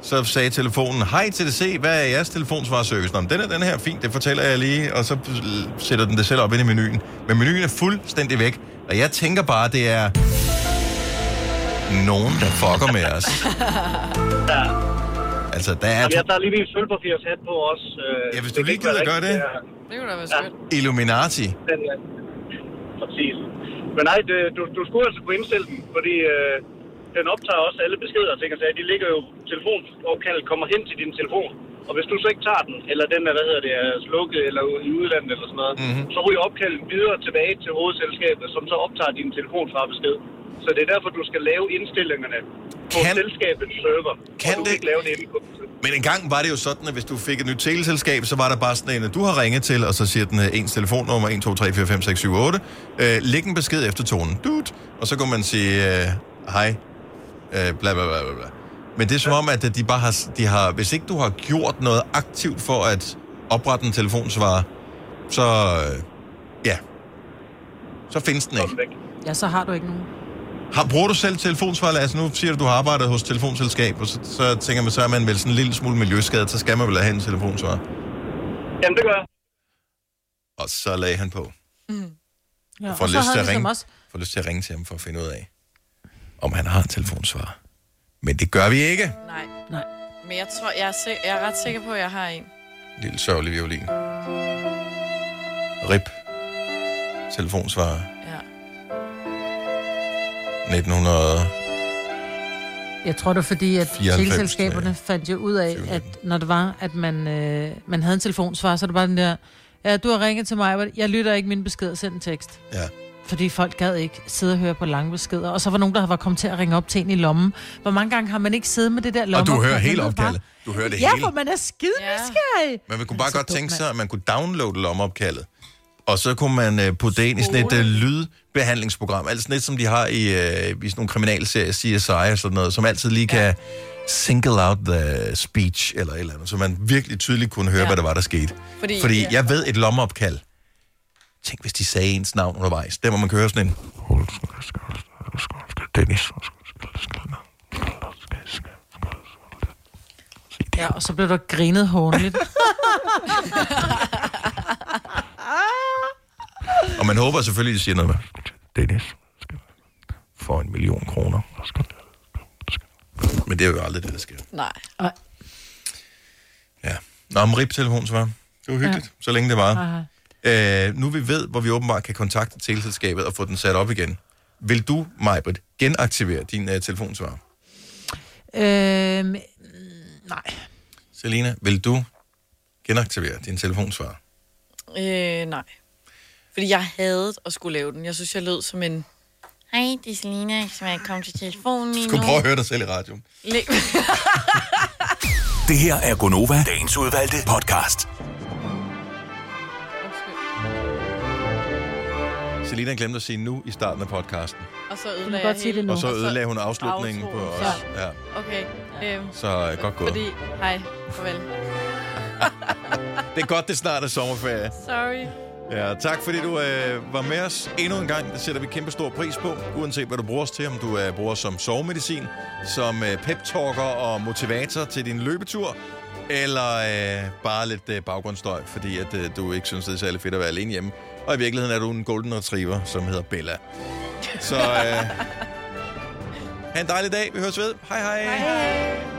Speaker 1: så sagde telefonen, hej TDC, hvad er jeres telefonsvarservice? Nå, men den er den her, fint, det fortæller jeg lige, og så øh, sætter den det selv op ind i menuen. Men menuen er fuldstændig væk, og jeg tænker bare, det er nogen, der fucker med os.
Speaker 11: Ja.
Speaker 1: Altså, der er
Speaker 11: Jamen, jeg tager lige min sølvpapirs hat på også. Øh,
Speaker 1: Ja, hvis du lige gider gøre det.
Speaker 11: Det kunne da være skønt.
Speaker 1: Illuminati.
Speaker 11: den, ja. Præcis. Men nej, det, du, du skulle altså kunne indstille den, fordi øh, den optager også alle beskeder og ting og sager. De ligger jo, telefonopkaldet kommer hen til din telefon. Og hvis du så ikke tager den, eller den er, hvad hedder det, er slukket eller ude i udlandet eller sådan noget,
Speaker 14: Mhm.
Speaker 11: mm-hmm. så ryger opkaldet videre tilbage til hovedselskabet, som så optager din telefon fra besked. Så det er derfor, du skal lave indstillingerne på kan, selskabets server. Kan og du det? ikke lave det inde på
Speaker 1: Men engang var det jo sådan, at hvis du fik et nyt teleselskab, så var der bare sådan en, at du har ringet til, og så siger den øh, ens telefonnummer, 1, 2, 3, 4, 5, 6, 7, 8. Øh, læg en besked efter tonen. Dut. Og så kunne man sige, øh, hej, øh, bla, bla, bla, bla, bla. Men det er som om, at øh, de bare har, de har, hvis ikke du har gjort noget aktivt for at oprette en telefonsvarer, så øh, ja, så findes den ikke.
Speaker 3: Ja, så har du ikke nogen.
Speaker 1: Har, bruger du selv telefonsvarer? Altså, nu siger du, du har arbejdet hos telefonselskab, og så, så tænker man, så er man vel sådan en lille smule miljøskadet, så skal man vel have en telefonsvarer.
Speaker 11: Jamen, det gør jeg.
Speaker 1: Og så lagde han på.
Speaker 3: Ja,
Speaker 1: Jeg får, lyst til at
Speaker 2: ligesom
Speaker 1: ringe, får lyst til at ringe til ham for at finde ud af, om han har en telefonsvarer. Men det gør vi ikke.
Speaker 2: Nej.
Speaker 3: Nej.
Speaker 2: Men jeg tror, jeg er, sik- jeg er ret sikker på, at jeg har en.
Speaker 1: Lille sørgelig violin. Rip. Telefonsvarer.
Speaker 2: Ja.
Speaker 1: 1900.
Speaker 3: Jeg tror det er fordi, at
Speaker 1: 94,
Speaker 3: teleselskaberne fandt jo ud af, at når det var, at man, øh, man havde en telefonsvar, så er det bare den der, ja, du har ringet til mig, jeg lytter ikke min besked, send en tekst.
Speaker 1: Ja.
Speaker 3: Fordi folk gad ikke sidde og høre på lange beskeder. Og så var nogen, der var kommet til at ringe op til en i lommen. Hvor mange gange har man ikke siddet med det der lomme?
Speaker 1: Og du hører hele opkaldet. Du hører det
Speaker 3: ja,
Speaker 1: hele.
Speaker 3: for man er skide nysgerrig.
Speaker 1: Men vi kunne bare godt tænke sig, at man kunne downloade lommeopkaldet. Og så kunne man øh, putte det ind i sådan et øh, lydbehandlingsprogram. Altså sådan et, som de har i, øh, i sådan nogle kriminalserier, CSI og sådan noget, som altid lige kan single out the speech eller et eller andet. Så man virkelig tydeligt kunne høre, ja. hvad der var, der skete.
Speaker 2: Fordi-
Speaker 1: Fordi, Fordi
Speaker 2: ja.
Speaker 1: jeg ved et lommeopkald. Tænk, hvis de sagde ens navn undervejs. Der må man køre sådan en... Dennis.
Speaker 3: Ja, og så blev der grinet hårdligt.
Speaker 1: Og man håber selvfølgelig, at de siger noget med... Dennis. For en million kroner. Men det er jo aldrig det, der sker.
Speaker 2: Nej.
Speaker 1: Nå, om rip-telefon, så var det var hyggeligt, ja. så længe det var.
Speaker 2: Aha.
Speaker 1: Øh, nu vi ved, hvor vi åbenbart kan kontakte teleselskabet og få den sat op igen. Vil du, Majbrit, genaktivere din uh, telefonsvar?
Speaker 3: øhm,
Speaker 1: Selina, vil du genaktivere din telefonsvar?
Speaker 2: Øh, nej. Fordi jeg havde at skulle lave den. Jeg synes, jeg lød som en... Hej, det er Selina, som jeg kom til telefonen lige
Speaker 1: Du
Speaker 2: nu.
Speaker 1: skulle prøve at høre dig selv i radioen.
Speaker 2: Læg-
Speaker 4: Det her er Gonova, dagens udvalgte podcast.
Speaker 1: Selina glemte at sige nu i starten af podcasten.
Speaker 2: Og så
Speaker 3: Du må
Speaker 2: ødelagde
Speaker 3: godt
Speaker 2: jeg
Speaker 3: sige
Speaker 2: hele-
Speaker 3: det nu.
Speaker 1: Og så ødelagde hun afslutningen på os. Ja.
Speaker 2: Okay. Øhm,
Speaker 1: Så øh, godt gået.
Speaker 2: Fordi, hej, farvel.
Speaker 1: Det er godt, det snart er sommerferie.
Speaker 2: Sorry.
Speaker 1: Ja, tak fordi du øh, var med os endnu en gang. Det sætter vi kæmpe stor pris på, uanset hvad du bruger os til. Om du øh, bruger os som sovemedicin, som øh, pep-talker og motivator til din løbetur, eller øh, bare lidt øh, baggrundsstøj, fordi at, øh, du ikke synes, det er særlig fedt at være alene hjemme. Og i virkeligheden er du en golden retriever, som hedder Bella. Så øh, ha' en dejlig dag. Vi høres ved. Hej hej. hej, hej.